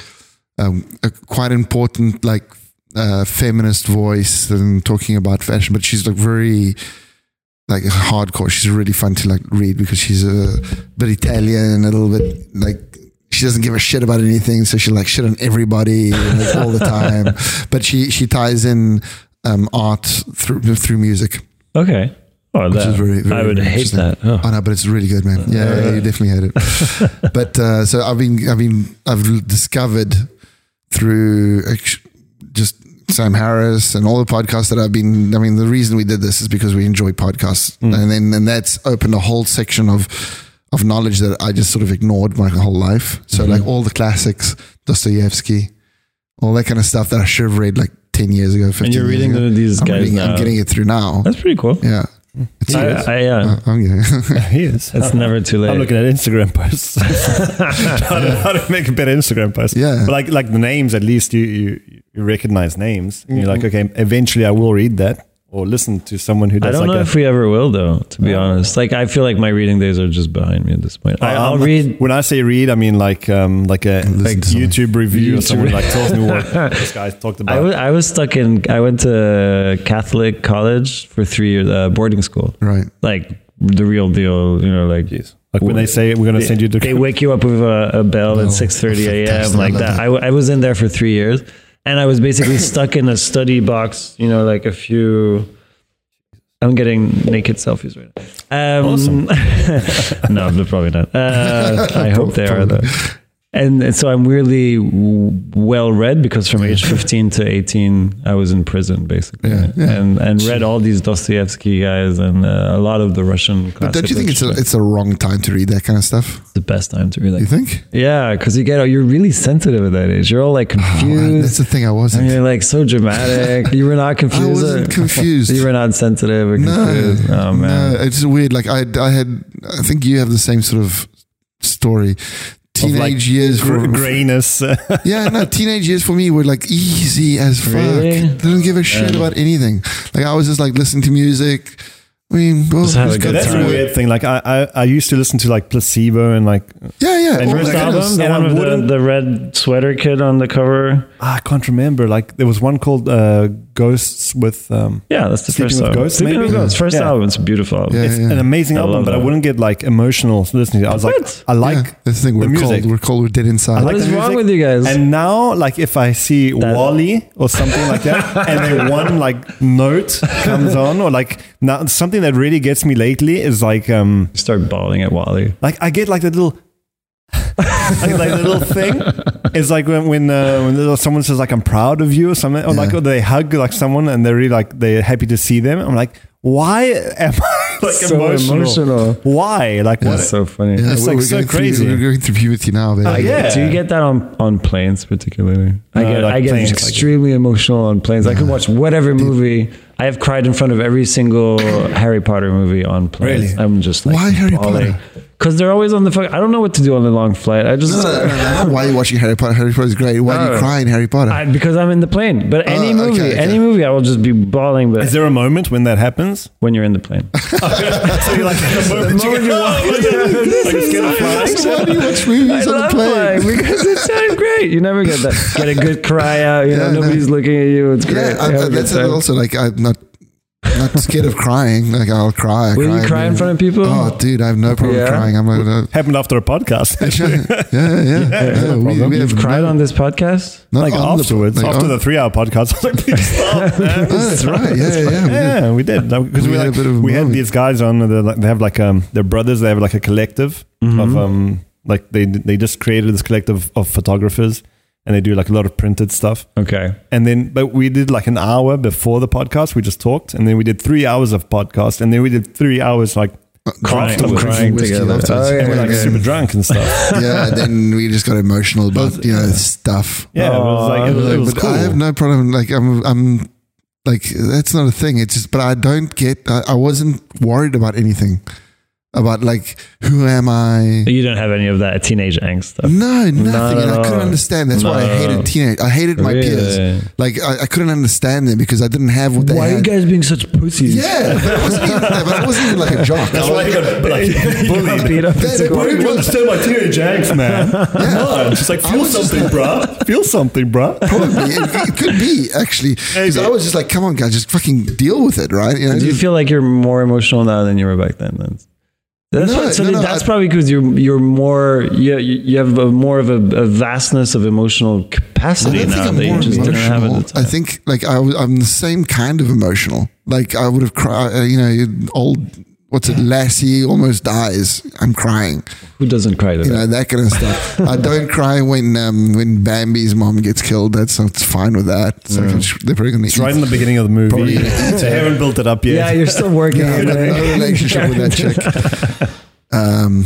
Speaker 1: um, a quite important like uh, feminist voice and talking about fashion, but she's like very like hardcore. She's really fun to like read because she's a bit Italian, a little bit like she doesn't give a shit about anything, so she like shit on everybody like, all the time. But she she ties in um, art through through music.
Speaker 2: Okay. Oh,
Speaker 1: Which
Speaker 2: that,
Speaker 1: is very- very
Speaker 2: I would hate
Speaker 1: interesting.
Speaker 2: that. Oh.
Speaker 1: I know, but it's really good, man. Yeah, yeah, you definitely had it. but uh, so I've been, I've been, I've discovered through ex- just Sam Harris and all the podcasts that I've been. I mean, the reason we did this is because we enjoy podcasts,
Speaker 2: Hmm.
Speaker 1: and then and that's opened a whole section of of knowledge that I just sort of ignored my whole life. So
Speaker 2: Hmm.
Speaker 1: like all the classics, Dostoevsky, all that kind of stuff that I should have read like ten years ago. 15
Speaker 2: And you're
Speaker 1: years
Speaker 2: reading
Speaker 1: ago.
Speaker 2: the, these
Speaker 1: I'm,
Speaker 2: guys
Speaker 1: reading,
Speaker 2: now.
Speaker 1: I'm getting it through now.
Speaker 2: That's pretty cool.
Speaker 1: Yeah. It's
Speaker 2: I, I, uh,
Speaker 1: uh, I'm getting-
Speaker 3: he is.
Speaker 2: it's never too late.
Speaker 3: I'm looking at Instagram posts. how, to, how to make a better Instagram post?
Speaker 1: Yeah.
Speaker 3: but like like the names. At least you you, you recognize names. And you're like,
Speaker 1: Mm-hmm.
Speaker 3: okay, eventually I will read that or listen to someone who
Speaker 2: I
Speaker 3: does
Speaker 2: don't
Speaker 3: like
Speaker 2: know
Speaker 3: a-
Speaker 2: if we ever will, though. To be honest, like I feel like my reading days are just behind me at this point. I, I'll
Speaker 3: Um,
Speaker 2: read.
Speaker 3: When I say read, I mean like um, like a like
Speaker 1: to something.
Speaker 3: YouTube review or
Speaker 2: YouTube.
Speaker 3: someone like tells me what this guy talked
Speaker 2: I
Speaker 3: about.
Speaker 2: was I was stuck in. I went to Catholic college for three years, uh, boarding school,
Speaker 1: right.
Speaker 2: like the real deal. You know, like
Speaker 3: Jeez. Like when they say we're gonna send you to
Speaker 2: they wake you up with a, a bell at 6.30 a.m
Speaker 1: fantastic. I
Speaker 2: like
Speaker 1: love
Speaker 2: that
Speaker 1: that.
Speaker 2: I, w- I was in there for three years and i was basically stuck in a study box you know like a few i'm getting naked selfies right now um,
Speaker 3: Awesome.
Speaker 2: no they're probably not uh, i hope they are
Speaker 1: Probably.
Speaker 2: though and, and so i'm weirdly w- well read because from age 15 to 18 i was in prison basically
Speaker 1: Yeah, yeah.
Speaker 2: and and read all these dostoevsky guys and uh, a lot of the russian
Speaker 1: But don't you
Speaker 2: classic
Speaker 1: think it's a,
Speaker 2: literature.
Speaker 1: it's a wrong time to read that kind of stuff?
Speaker 2: It's the best time to read that
Speaker 1: You think?
Speaker 2: yeah, because you get you're really sensitive at that age. You're all like
Speaker 1: Oh, man, that's
Speaker 2: confused,
Speaker 1: the thing. I
Speaker 2: and
Speaker 1: wasn't.
Speaker 2: you're like so dramatic. You were not confused.
Speaker 1: I wasn't
Speaker 2: or-
Speaker 1: confused.
Speaker 2: You were not sensitive or
Speaker 1: No,
Speaker 2: confused. oh man,
Speaker 1: no, it's weird. Like I, I had. I think you have the same sort of story. Teenage years
Speaker 3: gr-
Speaker 1: for
Speaker 3: grayness.
Speaker 1: yeah, no. Teenage years for me were like easy as fuck.
Speaker 2: Really?
Speaker 1: Didn't give a shit about anything. Like I was just like listening to music. I mean, well,
Speaker 2: Just have
Speaker 1: it's
Speaker 2: a good
Speaker 1: got
Speaker 3: That's
Speaker 1: through
Speaker 3: a
Speaker 2: time.
Speaker 1: it.
Speaker 3: weird thing. Like I, I, I used to listen to like placebo and like
Speaker 1: Yeah, yeah.
Speaker 3: And
Speaker 1: all
Speaker 3: first
Speaker 1: that kind of
Speaker 3: album?
Speaker 1: stuff.
Speaker 3: And I
Speaker 2: the one with
Speaker 3: wouldn't-
Speaker 2: the, the red sweater kid on the cover.
Speaker 3: ah, I can't remember. Like there was one called uh, Ghosts with. Um,
Speaker 2: Yeah, that's the
Speaker 3: Sleeping
Speaker 2: first
Speaker 3: with
Speaker 2: album.
Speaker 3: Ghosts,
Speaker 2: Sleeping
Speaker 3: maybe?
Speaker 2: with Ghosts, first
Speaker 3: Yeah.
Speaker 2: album. It's a beautiful album.
Speaker 1: Yeah,
Speaker 3: it's
Speaker 1: yeah.
Speaker 3: an amazing
Speaker 2: I
Speaker 3: album,
Speaker 2: love
Speaker 3: but I
Speaker 2: that.
Speaker 3: wouldn't get like emotional listening to it. I was
Speaker 2: What?
Speaker 3: like, I like.
Speaker 1: yeah, that's the thing.
Speaker 3: the
Speaker 1: We're cold.
Speaker 3: music.
Speaker 1: We're cold. We're dead inside.
Speaker 3: I like
Speaker 2: What
Speaker 3: the
Speaker 2: is wrong
Speaker 3: music.
Speaker 2: with you guys?
Speaker 3: And now, like if I see Wally or something like that, and then one like note comes on, or like now something that really gets me lately is like um
Speaker 2: You start bawling at Wally.
Speaker 3: like I get like that little like, like the little thing. It's like when when, uh, when little- someone says like I'm proud of you or something, or like
Speaker 1: Yeah.
Speaker 3: or they hug like someone and they're really like they're happy to see them. I'm like, why am I like
Speaker 2: So
Speaker 3: emotional?
Speaker 2: emotional.
Speaker 3: Why like what?
Speaker 2: That's so funny.
Speaker 1: Yeah,
Speaker 3: It's,
Speaker 1: we're-
Speaker 3: like,
Speaker 1: we're
Speaker 3: so
Speaker 1: going through-
Speaker 3: crazy.
Speaker 1: we're going through puberty now, baby.
Speaker 3: Uh, yeah.
Speaker 2: Do you get that on, on planes particularly? I
Speaker 3: No,
Speaker 2: get
Speaker 3: like
Speaker 2: I get
Speaker 3: planes, like-
Speaker 2: extremely emotional on planes. I could watch whatever movie. I have cried in front of every single Harry Potter movie on planes.
Speaker 3: Really?
Speaker 2: I'm just like
Speaker 1: Why Harry Potter?
Speaker 2: Because they're always on the fuck. I don't know what to do on the long flight. I just
Speaker 1: No, no, no, no, no. Why are you watching Harry Potter? Harry Potter is great. Why do
Speaker 2: No.
Speaker 1: you cry in Harry Potter?
Speaker 2: I, because I'm in the plane. But any
Speaker 1: Oh, okay,
Speaker 2: movie,
Speaker 1: okay.
Speaker 2: any movie, I will just be bawling. But
Speaker 3: Is there a moment when that happens?
Speaker 2: when you're in the plane,
Speaker 3: so you're like, the moment you go, "Oh, what the-" like, scared of flying?
Speaker 1: So why do you watch movies on a plane?
Speaker 2: flying because it sounds great. You never get that. Get a good cry out. You know,
Speaker 1: Yeah, no.
Speaker 2: nobody's looking at you. It's great.
Speaker 1: Yeah, I,
Speaker 2: You have
Speaker 1: I,
Speaker 2: a good
Speaker 1: that's
Speaker 2: time.
Speaker 1: also like I'm not not scared of crying. Like I'll cry. I
Speaker 2: Will you cry in front of people?
Speaker 1: Oh, dude, I have no problem
Speaker 2: Yeah.
Speaker 1: crying. I'm like, uh,
Speaker 3: Happened after a podcast.
Speaker 1: yeah, yeah, yeah. No, we- we
Speaker 2: You've
Speaker 1: have
Speaker 2: cried
Speaker 1: no-
Speaker 2: on this podcast?
Speaker 1: not
Speaker 3: like
Speaker 1: on the-
Speaker 3: afterwards,
Speaker 1: like,
Speaker 3: after
Speaker 1: oh,
Speaker 3: the three-hour podcast, I was like, "Please stop."
Speaker 1: oh, that's right. Yeah, yeah, yeah. we did.
Speaker 3: yeah, we did because
Speaker 1: We
Speaker 3: we,
Speaker 1: had a
Speaker 3: like,
Speaker 1: bit of a
Speaker 3: we had
Speaker 1: moment.
Speaker 3: these guys on. they're Like, they have like um, their brothers. They have like a collective
Speaker 1: Mm-hmm.
Speaker 3: of um, like they they just created this collective of photographers, and they do like a lot of printed stuff.
Speaker 2: Okay.
Speaker 3: And then, but we did like an hour before the podcast. We just talked, and then we did three hours of podcast, and then we did three hours like
Speaker 2: Crying,
Speaker 3: after-
Speaker 2: we're crying
Speaker 1: Whiskey
Speaker 2: together.
Speaker 1: afterwards.
Speaker 2: Oh,
Speaker 3: and
Speaker 2: yeah.
Speaker 3: we're like
Speaker 1: Yeah.
Speaker 3: super drunk and stuff.
Speaker 1: yeah, then we just got emotional about you know stuff.
Speaker 3: Yeah, it was like it was, it was
Speaker 1: but
Speaker 3: cool.
Speaker 1: I have no problem. Like I'm, I'm like that's not a thing. It's just, but I don't get. I, I wasn't worried about anything. about like who am I?
Speaker 2: You don't have any of that teenage angst stuff.
Speaker 1: No, nothing. and I
Speaker 2: no,
Speaker 1: couldn't
Speaker 2: no.
Speaker 1: understand. That's why I
Speaker 2: No.
Speaker 1: hated teenage. I hated my
Speaker 2: Really?
Speaker 1: peers. Like I, I couldn't understand them because I didn't have what they
Speaker 2: Why are you
Speaker 1: had.
Speaker 2: guys being such pussies?
Speaker 1: yeah, but I wasn't even, but I wasn't even like a jock.
Speaker 3: That's why you got like, bullied.
Speaker 2: Beat up
Speaker 1: Yeah, they
Speaker 2: into-
Speaker 1: bullied
Speaker 3: You
Speaker 1: me.
Speaker 3: understand my teenage angst, man. No, it's just like feel something, bruh. Feel something, bruh.
Speaker 1: Probably it, it could be actually because
Speaker 3: Maybe.
Speaker 1: I was just like, come on, guys, just fucking deal with it, right? You know,
Speaker 2: Do you
Speaker 1: just-
Speaker 2: feel like you're more emotional now than you were back then? Then that's
Speaker 1: No,
Speaker 2: what- so
Speaker 1: no, no,
Speaker 2: that's
Speaker 1: I-
Speaker 2: probably because you're you're more you you you have a, more of a, a vastness of emotional capacity now that you just didn't have at the
Speaker 1: I
Speaker 2: time.
Speaker 1: think like I, am the same kind of emotional. Like I would have cried, uh, you know, old what's it, Lassie almost dies. I'm crying,
Speaker 2: Who doesn't cry to
Speaker 1: you
Speaker 2: that?
Speaker 1: know, that kind of stuff. I don't cry when um, when Bambi's mom gets killed. That's it's fine with that. It's like, it's- they're probably gonna
Speaker 3: It's right in
Speaker 1: eat.
Speaker 3: the beginning of the movie. They haven't built it up
Speaker 2: yeah,
Speaker 3: yet.
Speaker 2: you're still working.
Speaker 1: Yeah,
Speaker 2: on
Speaker 1: I've got
Speaker 2: it.
Speaker 1: no relationship with that chick. Um,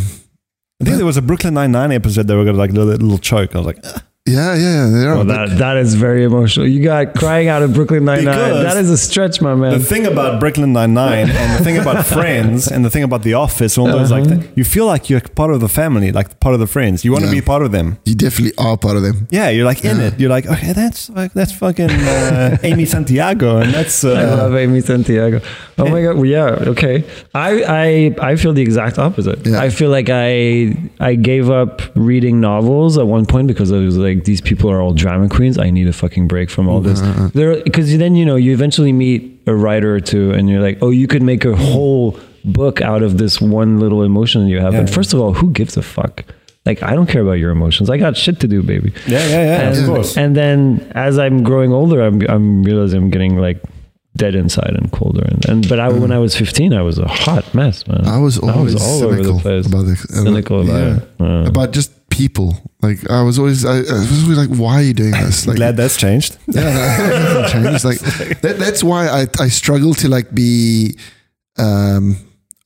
Speaker 3: I think there was a Brooklyn Nine Nine episode. They were gonna like little, little choke. I was like,
Speaker 1: yeah, yeah, they are.
Speaker 2: Well,
Speaker 1: but-
Speaker 2: that, that is very emotional. You got crying out of Brooklyn Nine Nine.
Speaker 3: Because-
Speaker 2: That is a stretch, my man.
Speaker 3: the thing about Brooklyn Nine Nine and the thing about Friends and the thing about The Office, all those like, th- you feel like you're part of the family, like part of the friends. You want to
Speaker 1: Yeah.
Speaker 3: be part of them.
Speaker 1: you definitely are part of them.
Speaker 3: Yeah, you're like in
Speaker 1: Yeah.
Speaker 3: it. You're like, okay, that's like that's fucking uh, Amy Santiago, and that's
Speaker 2: I
Speaker 3: uh,
Speaker 2: love Amy Santiago. Oh my god, well, yeah, okay. I I I feel the exact opposite.
Speaker 1: Yeah.
Speaker 2: I feel like I I gave up reading novels at one point because I was like, these people are all drama queens. I need a fucking break from all this.
Speaker 3: Uh-huh.
Speaker 2: There, because then you know you eventually meet a writer or two, and you're like, oh, you could make a whole book out of this one little emotion you have.
Speaker 3: Yeah.
Speaker 2: But first of all, who gives a fuck? Like I don't care about your emotions. I got shit to do, baby
Speaker 3: yeah, yeah, yeah,
Speaker 2: and,
Speaker 3: of course.
Speaker 2: and then as I'm growing older, I'm I'm realizing I'm getting like dead inside and colder. And, and but I, when I was 15, I was a hot mess, man.
Speaker 1: I was always
Speaker 2: all over
Speaker 1: cynical
Speaker 2: the place.
Speaker 1: about the- uh,
Speaker 2: cynical about
Speaker 1: yeah.
Speaker 2: it. Uh,
Speaker 1: about just people. Like I was always, I, I was always like, why are you doing this? Like,
Speaker 3: Glad that's changed.
Speaker 1: yeah, no, it hasn't changed. Like that, that's why I, I struggle to like be um,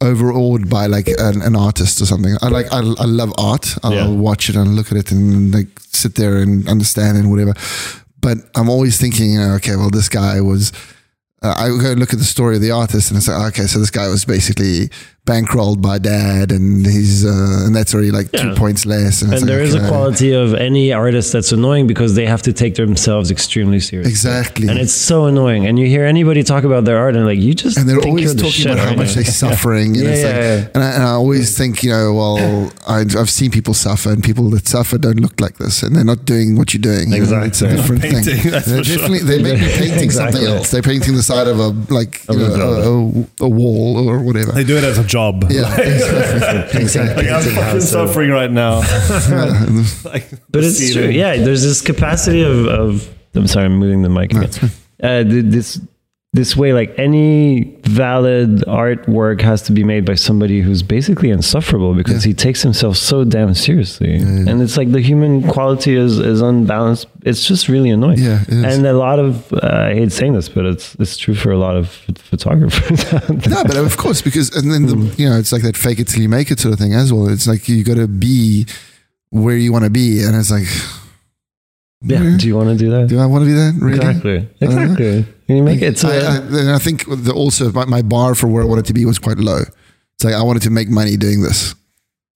Speaker 1: overawed by like an, an artist or something. I like I, I love art. I'll,
Speaker 3: Yeah.
Speaker 1: I'll watch it and look at it and like sit there and understand and whatever. But I'm always thinking, you know, okay, well, this guy was. Uh, I go look at the story of the artist and it's like, okay, so this guy was basically bankrolled by dad and he's, uh, and that's already like two
Speaker 2: Yeah.
Speaker 1: points less. it's
Speaker 2: and
Speaker 1: like,
Speaker 2: there is
Speaker 1: okay.
Speaker 2: a quality of any artist that's annoying because they have to take themselves extremely seriously.
Speaker 1: Exactly.
Speaker 2: And it's so annoying. And you hear anybody talk about their art and like you just
Speaker 1: and they're
Speaker 2: think
Speaker 1: always
Speaker 2: you're the
Speaker 1: talking
Speaker 2: shit
Speaker 1: about how
Speaker 2: right
Speaker 1: much
Speaker 2: now.
Speaker 1: they're suffering. And,
Speaker 2: Yeah,
Speaker 1: it's
Speaker 2: yeah,
Speaker 1: like,
Speaker 2: yeah.
Speaker 1: And, I, and I always think, you know, well, I, I've seen people suffer, and people that suffer don't look like this, and they're not doing what you're doing. you know, it's a
Speaker 2: Exactly.
Speaker 1: different thing.
Speaker 3: painting, that's
Speaker 1: They're
Speaker 3: for sure.
Speaker 1: definitely they may be painting something
Speaker 2: Exactly.
Speaker 1: else. They're painting the side of a like you
Speaker 2: Of a
Speaker 1: know, a, a, a wall or whatever.
Speaker 3: They do it as a job.
Speaker 1: yeah, exactly.
Speaker 3: Like,
Speaker 1: exactly.
Speaker 3: I'm fucking suffering right now. Like,
Speaker 2: But it's true.
Speaker 3: ceiling.
Speaker 2: Yeah, there's this capacity of, of I'm sorry, I'm moving the mic. again. Uh, th- this this way, like any valid artwork has to be made by somebody who's basically insufferable because he takes himself so damn seriously, and it's like the human quality is is unbalanced. It's just really annoying.
Speaker 1: Yeah, it is.
Speaker 2: and a lot of uh, I hate saying this, but it's it's true for a lot of ph- photographers. out there.
Speaker 1: No, but of course, because and then the,
Speaker 2: Hmm.
Speaker 1: you know it's like that fake it till you make it sort of thing as well. It's like you got to be where you want to be, and it's like,
Speaker 2: yeah, do you want to do that?
Speaker 1: do I want to be there? Really?
Speaker 2: Exactly, exactly. Can you make it? So,
Speaker 1: I, I, and I think the, also my, my bar for where I wanted to be was quite low. It's like I wanted to make money doing this,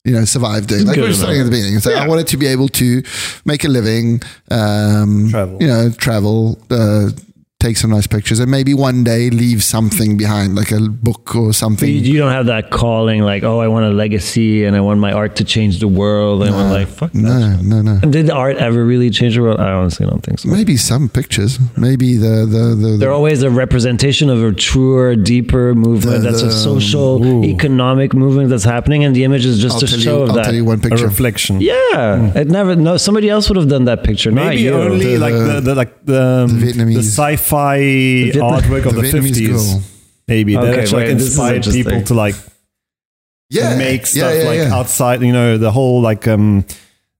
Speaker 1: you know, survive doing. Like we
Speaker 2: Good
Speaker 1: were saying at
Speaker 2: enough.
Speaker 1: the beginning, it's like I wanted to be able to make a living, um,
Speaker 3: Travel.
Speaker 1: you know, travel, uh, take some nice pictures, and maybe one day leave something behind, like a book or
Speaker 2: But
Speaker 1: something.
Speaker 2: you, you don't have that calling like, oh, I want a legacy and I want my art to change the world. And I want like, fuck that.
Speaker 1: no, no, no.
Speaker 2: And did art ever really change the world? I honestly don't think so.
Speaker 1: Maybe some pictures. Maybe the the the,
Speaker 2: They're
Speaker 1: the
Speaker 2: always a representation of a truer, deeper movement.
Speaker 1: The-
Speaker 2: that's
Speaker 1: the-
Speaker 2: a social, economic movement that's happening, and the image is just
Speaker 1: I'll
Speaker 2: a
Speaker 1: tell
Speaker 2: show
Speaker 1: you.
Speaker 2: of
Speaker 1: I'll
Speaker 2: that.
Speaker 1: tell you one
Speaker 3: a
Speaker 1: picture.
Speaker 3: reflection.
Speaker 2: yeah, it never. No, somebody else would have done that picture. not
Speaker 3: Maybe
Speaker 2: you.
Speaker 3: only
Speaker 1: The-
Speaker 3: like the, the like the, um,
Speaker 1: the Vietnamese-
Speaker 3: the sci-fi
Speaker 2: Vietnam-
Speaker 3: artwork of
Speaker 1: the
Speaker 3: the
Speaker 1: Vietnamese girl.
Speaker 3: fifties. Maybe that
Speaker 2: Okay,
Speaker 3: actually
Speaker 2: wait,
Speaker 3: like,
Speaker 2: this is
Speaker 3: inspired people
Speaker 2: interesting.
Speaker 3: to like
Speaker 1: Yeah,
Speaker 3: make
Speaker 1: yeah,
Speaker 3: stuff
Speaker 1: yeah,
Speaker 3: like
Speaker 1: yeah.
Speaker 3: outside. You know, the whole like um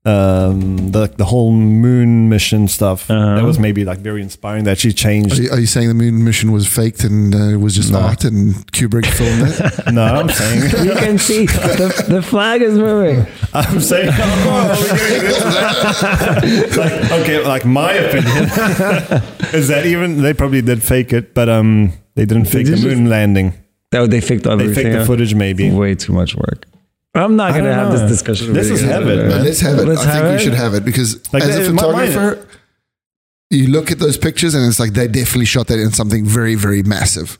Speaker 3: um the the whole moon mission stuff.
Speaker 2: Uh-huh.
Speaker 3: That was maybe like very inspiring. That she
Speaker 1: Are
Speaker 3: changed.
Speaker 1: you, are you saying the moon mission was faked and uh, it was just art and Kubrick filmed it?
Speaker 3: no, I'm saying,
Speaker 2: you can see the, the flag is moving.
Speaker 3: I'm saying. Oh, are we doing this? like, okay, like my opinion is that even they probably did fake it, but um, they didn't fake
Speaker 2: did
Speaker 3: the
Speaker 2: just-
Speaker 3: moon landing.
Speaker 2: That they faked
Speaker 3: They
Speaker 2: everything.
Speaker 3: fake the footage, maybe.
Speaker 2: Way too much work. I'm not
Speaker 3: I
Speaker 2: gonna
Speaker 3: don't
Speaker 2: have
Speaker 3: know.
Speaker 2: this discussion.
Speaker 3: This
Speaker 2: with
Speaker 3: is
Speaker 2: you guys.
Speaker 3: heaven,
Speaker 1: But
Speaker 3: man.
Speaker 1: let's have it.
Speaker 2: Let's
Speaker 1: I think
Speaker 2: have
Speaker 1: we
Speaker 2: it.
Speaker 1: should have it because
Speaker 3: Like,
Speaker 1: as a
Speaker 3: that- my mind-
Speaker 1: photographer, you look at those pictures and it's like they definitely shot that in something very, very massive.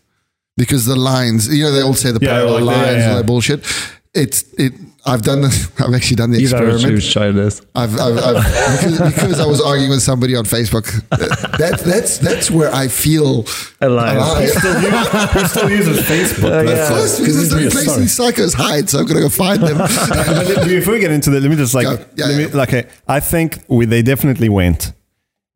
Speaker 1: Because the lines, you know, they all say the
Speaker 3: Yeah,
Speaker 1: parallel
Speaker 3: like, yeah,
Speaker 1: lines,
Speaker 3: yeah.
Speaker 1: all that bullshit. It's it. I've done the. I've actually done the
Speaker 2: These are
Speaker 1: experiment.
Speaker 2: choose China's.
Speaker 1: I've, I've, I've because, because I was arguing with somebody on Facebook. uh, That, that's that's where I feel
Speaker 2: Alive.
Speaker 1: alive.
Speaker 3: He still uses Facebook.
Speaker 1: Of
Speaker 2: Uh, yeah.
Speaker 1: course, because it's the
Speaker 3: Real,
Speaker 1: place
Speaker 3: sorry.
Speaker 1: these psychos hide. So I'm gonna go find them.
Speaker 3: But let- before we get into that, let me just like,
Speaker 1: Go. Yeah,
Speaker 3: let me,
Speaker 1: yeah.
Speaker 3: like, okay, I think we they definitely went.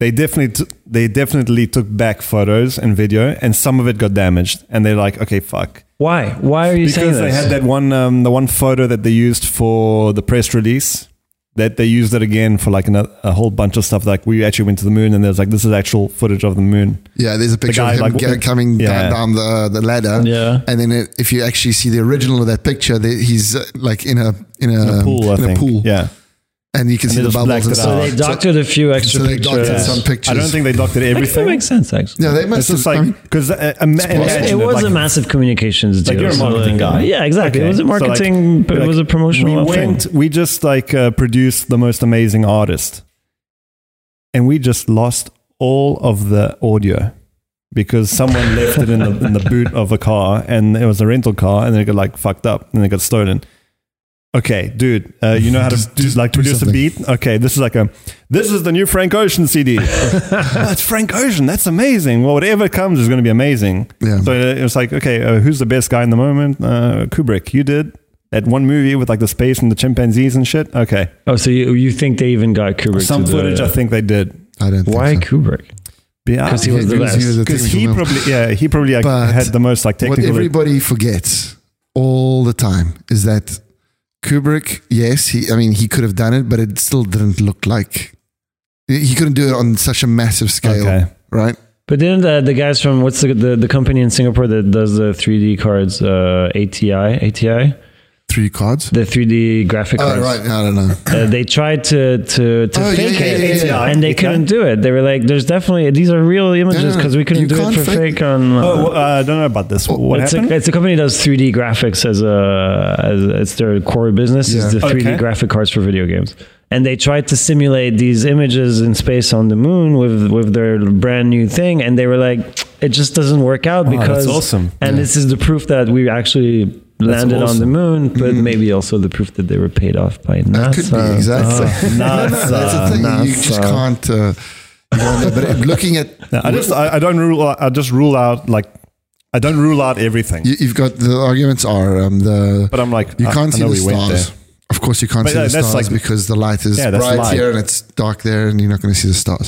Speaker 3: They definitely, t- they definitely took back photos and video, and some of it got damaged. And they're like, okay, fuck,
Speaker 2: Why? Why are you saying
Speaker 3: because they
Speaker 2: this?
Speaker 3: had that one, um, the one photo that they used for the press release. That they used it again for like another, a whole bunch of stuff. Like we actually went to the moon, and there's like this is actual footage of the moon.
Speaker 1: Yeah, there's a picture
Speaker 3: guy,
Speaker 1: of him
Speaker 3: like,
Speaker 1: get- coming
Speaker 3: yeah.
Speaker 1: down, down the, the ladder.
Speaker 2: Yeah.
Speaker 1: and then it, if you actually see the original of that picture, there, he's uh, like in a in a,
Speaker 3: A pool, Um, I
Speaker 1: in a
Speaker 3: think.
Speaker 1: pool,
Speaker 3: Yeah,
Speaker 1: and you can see
Speaker 3: they
Speaker 1: the
Speaker 3: just
Speaker 1: bubbles
Speaker 3: blacked
Speaker 1: and
Speaker 3: it
Speaker 1: stuff.
Speaker 3: out.
Speaker 2: they doctored a few extra
Speaker 1: so they
Speaker 2: pictures.
Speaker 1: doctored some pictures.
Speaker 3: I don't think they docked it
Speaker 2: Actually, that
Speaker 3: everything.
Speaker 2: makes sense. Actually,
Speaker 1: Yeah, they must
Speaker 3: It's
Speaker 1: have.
Speaker 3: just like because uh, ima- imagine
Speaker 2: it was a
Speaker 3: like,
Speaker 2: massive communications deal.
Speaker 3: Like, you're a
Speaker 2: so,
Speaker 3: marketing
Speaker 2: like,
Speaker 3: guy.
Speaker 2: Yeah, exactly.
Speaker 3: Okay.
Speaker 2: It was a
Speaker 3: So, like,
Speaker 2: marketing. but it
Speaker 3: like,
Speaker 2: was a promotional
Speaker 3: we
Speaker 2: thing.
Speaker 3: went, we just like uh, produced the most amazing artist, and we just lost all of the audio because someone left it in the, in the boot of a car, and it was a rental car, and it got like fucked up, and it got stolen. Okay, dude, uh, you know how to
Speaker 1: Just-
Speaker 3: do,
Speaker 1: just
Speaker 3: like
Speaker 1: do
Speaker 3: produce a
Speaker 1: something.
Speaker 3: beat. Okay, this is like a this is the new Frank Ocean CD. That's Frank Ocean. That's amazing. Well, whatever comes is going to be amazing.
Speaker 1: Yeah.
Speaker 3: So uh, it was like, okay, uh, who's the best guy in the moment? Uh, Kubrick. You did that one movie with like the space and the chimpanzees and shit. Okay,
Speaker 2: Oh, so you, you think they even got Kubrick?
Speaker 3: some
Speaker 2: to
Speaker 3: footage
Speaker 2: The,
Speaker 3: I think they did.
Speaker 1: I don't.
Speaker 2: why
Speaker 1: think so.
Speaker 2: Kubrick?
Speaker 3: Because
Speaker 2: he was the best.
Speaker 1: the
Speaker 3: Because he
Speaker 1: technical man.
Speaker 3: probably yeah he probably like,
Speaker 1: But
Speaker 3: had the most like
Speaker 1: what
Speaker 3: technical.
Speaker 1: everybody forgets all the time is that Kubrick, yes, he I mean he could have done it, but it still didn't look like he couldn't do it on such a massive scale,
Speaker 3: Okay.
Speaker 1: right?
Speaker 2: But didn't the, the guys from what's the, the the company in Singapore that does the 3D cards? Uh, ATI, ATI,
Speaker 1: Three cards.
Speaker 2: the 3D graphic
Speaker 1: Oh
Speaker 2: cards.
Speaker 1: right, I don't know.
Speaker 2: Uh, they tried to to to
Speaker 1: Oh, yeah,
Speaker 2: fake
Speaker 1: yeah,
Speaker 2: it,
Speaker 1: yeah, yeah.
Speaker 2: and they
Speaker 3: ATI?
Speaker 2: couldn't do it. They were like, "There's definitely these are real images
Speaker 1: no,
Speaker 2: because we couldn't
Speaker 1: you
Speaker 2: do it
Speaker 1: can't
Speaker 2: for
Speaker 1: fake-
Speaker 2: fake on." Uh,
Speaker 3: Oh, well, uh, I don't know about this. What
Speaker 2: it's
Speaker 3: happened?
Speaker 2: a, it's a company that does 3D graphics as a as it's their core business is
Speaker 1: Yeah.
Speaker 2: the 3D
Speaker 3: Okay.
Speaker 2: graphic cards for video games. And they tried to simulate these images in space on the moon with with their brand new thing and they were like it just doesn't work out
Speaker 3: that's
Speaker 2: because
Speaker 3: awesome.
Speaker 2: and this is the proof that we actually landed on the
Speaker 3: awesome.
Speaker 2: moon but maybe also the proof that they were paid off by
Speaker 1: Mm. That could be
Speaker 2: NASA. Ah.
Speaker 1: exactly. no, no,
Speaker 3: uh, NASA,
Speaker 1: that's the thing. You just
Speaker 2: NASA.
Speaker 1: can't. Uh, you know, but looking at
Speaker 3: No, I just I, I don't rule out- I just rule out like I don't rule out everything.
Speaker 1: you, you've got the arguments are um, the
Speaker 3: But I'm like
Speaker 1: You
Speaker 3: I-
Speaker 1: can't
Speaker 3: I
Speaker 1: see
Speaker 3: know
Speaker 1: the
Speaker 3: we went
Speaker 1: stars.
Speaker 3: there.
Speaker 1: Of course, you can't
Speaker 3: But
Speaker 1: see
Speaker 3: yeah,
Speaker 1: the
Speaker 3: that's
Speaker 1: stars
Speaker 3: like-
Speaker 1: because the light is
Speaker 3: Yeah, that's
Speaker 1: bright
Speaker 3: light.
Speaker 1: here and it's dark there, and you're not going to see the stars.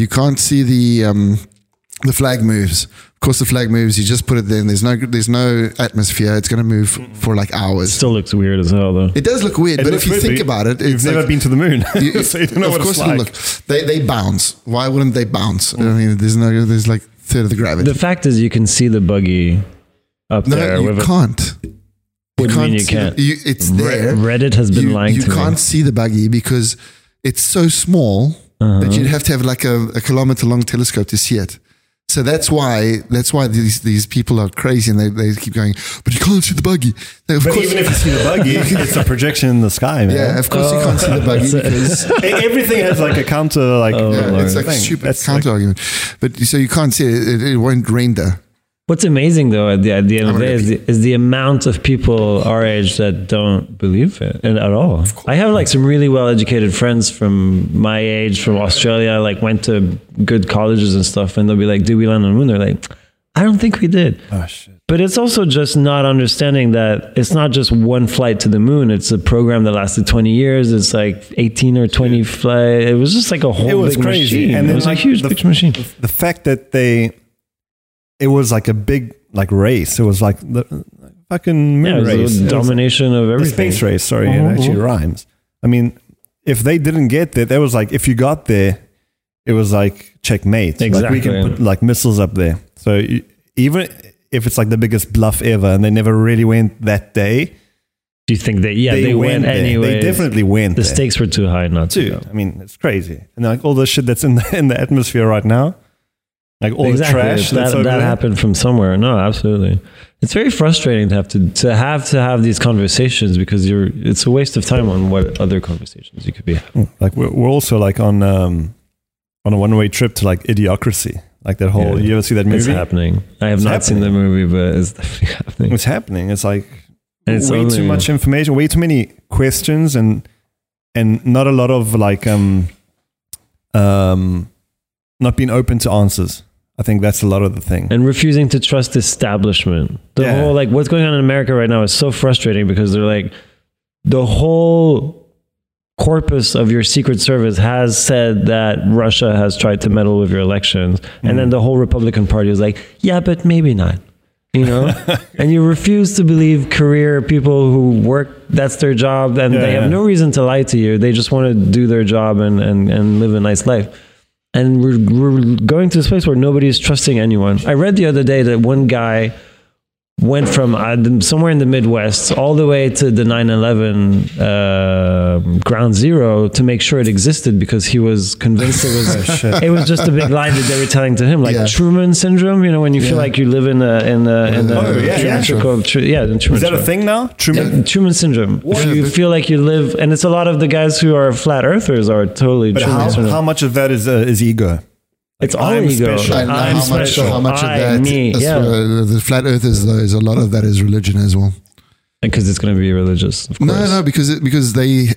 Speaker 1: You can't see the um, the flag moves. Of course, the flag moves. You just put it there. And there's no there's no atmosphere. It's going to move for like hours.
Speaker 2: Still looks weird as hell though.
Speaker 1: It does look weird,
Speaker 3: It
Speaker 1: but
Speaker 3: looks
Speaker 1: if you
Speaker 3: weird,
Speaker 1: think
Speaker 3: but
Speaker 1: about it,
Speaker 3: You've
Speaker 1: it's
Speaker 3: never
Speaker 1: like-
Speaker 3: been to the moon,
Speaker 1: you-
Speaker 3: so you don't know
Speaker 1: of
Speaker 3: what
Speaker 1: course,
Speaker 3: it's
Speaker 1: you
Speaker 3: like.
Speaker 1: look. They they bounce. Why wouldn't they bounce? I mean, there's no there's like third of the gravity.
Speaker 2: The fact is you can see the buggy up
Speaker 1: no,
Speaker 2: there
Speaker 1: you
Speaker 2: with a-
Speaker 1: can't.
Speaker 2: What do you mean you
Speaker 1: see the-
Speaker 2: can't?
Speaker 1: you- it's
Speaker 2: Re-
Speaker 1: there.
Speaker 2: Reddit has been
Speaker 1: you,
Speaker 2: lying
Speaker 1: you
Speaker 2: to
Speaker 1: can't
Speaker 2: me.
Speaker 1: see the buggy because it's so small
Speaker 2: Uh-huh.
Speaker 1: that you'd have to have like a, a kilometer long telescope to see it. So that's why that's why these these people are crazy and they, they keep going, but you can't see the buggy. No, of
Speaker 3: But
Speaker 1: course,
Speaker 3: even if you see the buggy, it's a projection in the sky, man.
Speaker 1: yeah, of course you can't see the buggy because
Speaker 3: E- Everything has like a counter, like
Speaker 1: yeah, it's like a
Speaker 3: thing.
Speaker 1: stupid
Speaker 3: That's
Speaker 1: counter
Speaker 3: like-
Speaker 1: argument. But so you can't see it; it, it won't render.
Speaker 2: What's amazing though at the, at the end of the
Speaker 1: I'm
Speaker 2: day
Speaker 1: gonna
Speaker 2: is the, is the amount of people our age that don't believe it and- at all. I have like some really well educated friends from my age from Australia, like went to good colleges and stuff, and they'll be like, "Did we land on the moon?" They're like, "I don't think we did."
Speaker 3: oh shit!
Speaker 2: But it's also just not understanding that it's not just one flight to the moon. It's a program that lasted 20 years. It's like 18 or 20 flight. It was just like a whole
Speaker 3: It was
Speaker 2: big
Speaker 3: crazy,
Speaker 2: machine.
Speaker 3: and
Speaker 2: it
Speaker 3: then
Speaker 2: was
Speaker 3: like,
Speaker 2: a huge,
Speaker 3: the-
Speaker 2: huge machine.
Speaker 3: The fact that they, it was like a big like race. It was like the like, fucking moon
Speaker 2: Yeah, it
Speaker 3: race,
Speaker 2: was a
Speaker 3: It was
Speaker 2: domination of
Speaker 3: the
Speaker 2: everything.
Speaker 3: space race. Sorry,
Speaker 2: Mhm,
Speaker 3: it actually rhymes. I mean, if they didn't get there, that was like if you got there, it was like checkmate. Like we
Speaker 2: Exactly.
Speaker 3: can put like missiles up there. So you, even if it's like the biggest bluff ever, and they never really went that day.
Speaker 2: Do you think they? Yeah, they, win
Speaker 3: there.
Speaker 2: anyway.
Speaker 3: They definitely win.
Speaker 2: The
Speaker 3: there.
Speaker 2: stakes were too high not to.
Speaker 3: too.
Speaker 2: go.
Speaker 3: I mean, it's crazy. And like all the shit that's in the, in the atmosphere right now, Like all
Speaker 2: exactly.
Speaker 3: the trash
Speaker 2: that,
Speaker 3: that's over
Speaker 2: that
Speaker 3: there.
Speaker 2: happened from somewhere. No, absolutely. It's very frustrating to have to to have to have these conversations because you're it's a waste of time on what other conversations you could be having.
Speaker 3: Mm. Like we're, we're also like on um on a one way trip to like idiocracy. Like that whole
Speaker 2: Yeah.
Speaker 3: you ever see that movie?
Speaker 2: It's happening. I have
Speaker 3: It's
Speaker 2: not seen the
Speaker 3: happening.
Speaker 2: movie, but it's definitely happening.
Speaker 3: It's happening. It's like
Speaker 2: And it's
Speaker 3: way
Speaker 2: only-
Speaker 3: too much information, way too many questions, and and not a lot of like um um not being open to answers. I think that's a lot of the thing.
Speaker 2: and refusing to trust the establishment. The
Speaker 3: Yeah.
Speaker 2: whole like what's going on in America right now is so frustrating because they're like the whole corpus of your secret service has said that Russia has tried to meddle with your elections and
Speaker 3: Hmm.
Speaker 2: then the whole Republican party is like yeah but maybe not you know and you refuse to believe career people who work that's their job and they
Speaker 3: Yeah,
Speaker 2: have
Speaker 3: yeah.
Speaker 2: no reason to lie to you they just want to do their job and and, and live a nice life and we're, we're going to this place where nobody is trusting anyone. I read the other day that one guy went from uh, the- somewhere in the Midwest all the way to the 9 11 uh, ground zero to make sure it existed because he was convinced it was, it was just a big lie that they were telling to him, like
Speaker 1: Oh, Yeah.
Speaker 2: Truman syndrome, you know, when you feel
Speaker 1: Yeah.
Speaker 2: like you live in a, in a, in a,
Speaker 1: Oh,
Speaker 3: yeah, yeah.
Speaker 2: Truman Show. Tru- yeah, in Truman
Speaker 3: Is that a
Speaker 2: Show.
Speaker 3: thing now? Truman.
Speaker 2: Truman syndrome. If
Speaker 1: Yeah,
Speaker 2: you
Speaker 1: but-
Speaker 2: feel like you live, and it's a lot of the guys who are flat earthers are totally
Speaker 3: But
Speaker 2: Truman
Speaker 3: how,
Speaker 2: syndrome.
Speaker 3: how much of that is uh, is ego?
Speaker 2: It's all
Speaker 3: I'm
Speaker 2: ego.
Speaker 3: special.
Speaker 1: I know
Speaker 2: I'm
Speaker 1: how much,
Speaker 2: special.
Speaker 1: how much
Speaker 2: I,
Speaker 1: of that
Speaker 2: me,
Speaker 1: that's
Speaker 2: yeah.
Speaker 1: what, uh, the flat earthers though is a lot of that is religion as well.
Speaker 2: Because it's going to be religious, of course.
Speaker 1: No, no, because it, because they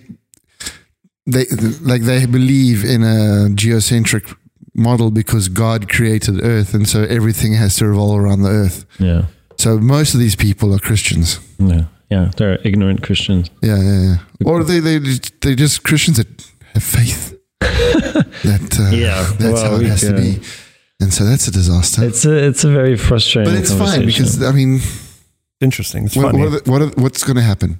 Speaker 1: they like they believe in a geocentric model because God created Earth, and so everything has to revolve around the Earth.
Speaker 2: Yeah,
Speaker 1: So most of these people are Christians.
Speaker 2: yeah, yeah. They're ignorant Christians.
Speaker 1: Yeah, yeah, yeah. Or they they they're just Christians that have faith. that uh,
Speaker 2: Yeah,
Speaker 1: that's
Speaker 2: well,
Speaker 1: how it
Speaker 2: we
Speaker 1: has to
Speaker 2: can-
Speaker 1: be, and so that's a disaster.
Speaker 2: It's a it's a very frustrating.
Speaker 1: but it's fine
Speaker 2: conversation.
Speaker 1: because I mean,
Speaker 3: Interesting. It's
Speaker 1: what,
Speaker 3: funny.
Speaker 1: what, are the, what are, what's going to happen?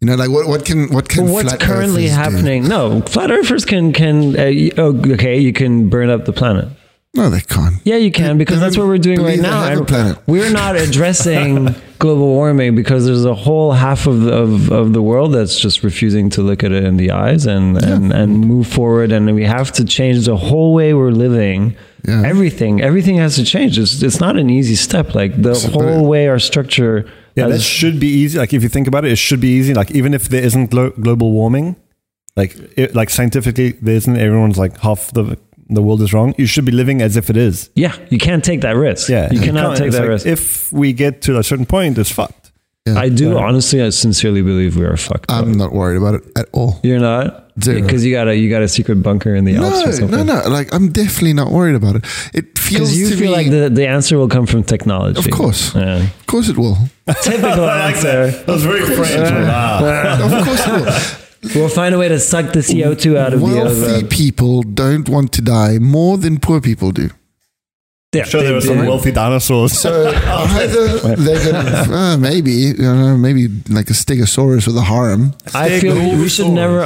Speaker 1: You know, like what what can what can
Speaker 2: Well, what's
Speaker 1: flat
Speaker 2: currently
Speaker 1: earthers do?
Speaker 2: happening? No, flat earthers can can uh, y- oh, okay. You can burn up the planet.
Speaker 1: No, they can't.
Speaker 2: Yeah, you can
Speaker 1: They-
Speaker 2: because
Speaker 1: they
Speaker 2: that's what
Speaker 1: don't
Speaker 2: we're doing
Speaker 1: believe
Speaker 2: right
Speaker 1: they
Speaker 2: now.
Speaker 1: have a
Speaker 2: And
Speaker 1: planet.
Speaker 2: We're not addressing global warming because there's a whole half of the, of, of the world that's just refusing to look at it in the eyes and, and, and move forward. And we have to change the whole way we're living.
Speaker 1: Yeah.
Speaker 2: Everything, everything has to change. It's, it's not an easy step. Like the whole way our structure.
Speaker 3: Yeah, that
Speaker 2: has-
Speaker 3: should be easy. Like if you think about it, it should be easy. Like even if there isn't glo- global warming, like it, like scientifically there isn't. Everyone's like half the the world is wrong. You should be living as if it is.
Speaker 2: yeah, you can't take that risk.
Speaker 3: Yeah,
Speaker 2: you cannot
Speaker 3: can't-
Speaker 2: take
Speaker 3: it's
Speaker 2: that
Speaker 3: like,
Speaker 2: risk.
Speaker 3: If we get to a certain point, it's fucked.
Speaker 2: I do honestly, I sincerely believe we are fucked. up.
Speaker 1: I'm not worried about it at all.
Speaker 2: You're not
Speaker 1: Zero.
Speaker 2: because you got a you got a secret bunker in the Alps or
Speaker 1: No,
Speaker 2: something.
Speaker 1: no, no. Like I'm definitely not worried about it. It feels
Speaker 2: Because you
Speaker 1: to
Speaker 2: feel
Speaker 1: me,
Speaker 2: like the, the answer will come from technology.
Speaker 1: Of course.
Speaker 2: Yeah.
Speaker 1: of course it will.
Speaker 2: Typical answer.
Speaker 3: That was very French.
Speaker 1: of course it will.
Speaker 2: We'll find a way to suck the CO2 out of the
Speaker 1: Wealthy
Speaker 2: other.
Speaker 1: people don't want to die more than poor people do.
Speaker 2: Yeah,
Speaker 3: Sure, there were some wealthy dinosaurs.
Speaker 1: So either they're gonna, uh, maybe, you know, maybe like a stegosaurus with a harem.
Speaker 2: I feel we should never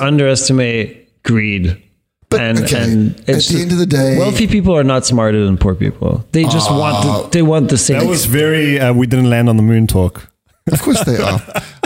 Speaker 2: underestimate greed.
Speaker 1: But
Speaker 2: and
Speaker 1: okay,
Speaker 2: and
Speaker 1: at the end of the day-
Speaker 2: wealthy people are not smarter than poor people. They just
Speaker 1: Ah.
Speaker 2: want the, they want the same.
Speaker 3: That was very. Uh, we didn't land on the moon talk.
Speaker 1: Of course they are.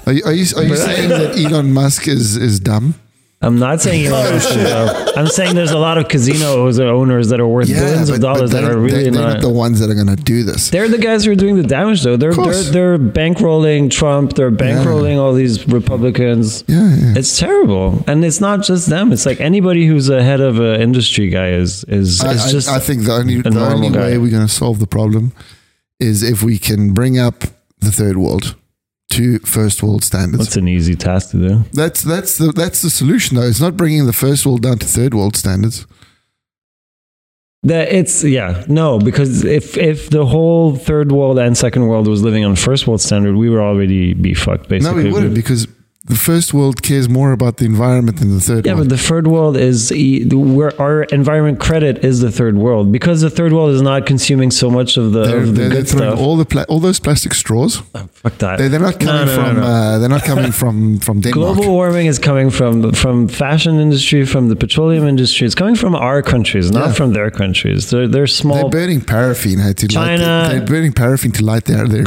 Speaker 1: Are you, are you, are you saying that Elon Musk is, is dumb?
Speaker 2: I'm not saying you
Speaker 1: Oh,
Speaker 2: know, I'm saying there's a lot of casinos or owners that are worth billions of dollars that
Speaker 1: they're-
Speaker 2: are really
Speaker 1: they're, they're
Speaker 2: not
Speaker 1: the ones that are going to do this.
Speaker 2: They're the guys who are doing the damage, though. They're they're,
Speaker 1: course.
Speaker 2: they're bankrolling Trump. They're bankrolling all these Republicans.
Speaker 1: Yeah, yeah.
Speaker 2: It's terrible, and it's not just them. It's like anybody who's a head of an industry guy is is,
Speaker 1: I,
Speaker 2: is
Speaker 1: I-
Speaker 2: just.
Speaker 1: I think the only,
Speaker 2: a
Speaker 1: the only
Speaker 2: normal guy.
Speaker 1: way we're going to solve the problem is if we can bring up the third world to first world standards.
Speaker 2: it's an easy task to do.
Speaker 1: That's that's the that's the solution though. It's not bringing the first world down to third world standards.
Speaker 2: That it's yeah no because if if the whole third world and second world was living on first world standard, we would already be fucked
Speaker 1: No,
Speaker 2: basically.
Speaker 1: we wouldn't because the first world cares more about the environment than the third
Speaker 2: Yeah,
Speaker 1: world.
Speaker 2: but the third world is e- the- where our environment credit is the third world because the third world is not consuming so much of the,
Speaker 1: they're,
Speaker 2: of the
Speaker 1: they're, they're
Speaker 2: good
Speaker 1: throwing
Speaker 2: stuff.
Speaker 1: all the pla- all those plastic straws.
Speaker 2: Fuck that.
Speaker 1: They, they're not
Speaker 2: No,
Speaker 1: coming
Speaker 2: no, no,
Speaker 1: from.
Speaker 2: no.
Speaker 1: Uh, they're not coming from from Denmark.
Speaker 2: Global warming is coming from from fashion industry, from the petroleum industry. It's coming from our countries, not
Speaker 1: Yeah.
Speaker 2: from their countries. They're they're
Speaker 1: They're
Speaker 2: small.
Speaker 1: burning paraffin uh, to light.
Speaker 2: China-
Speaker 1: they're burning paraffin to light their their.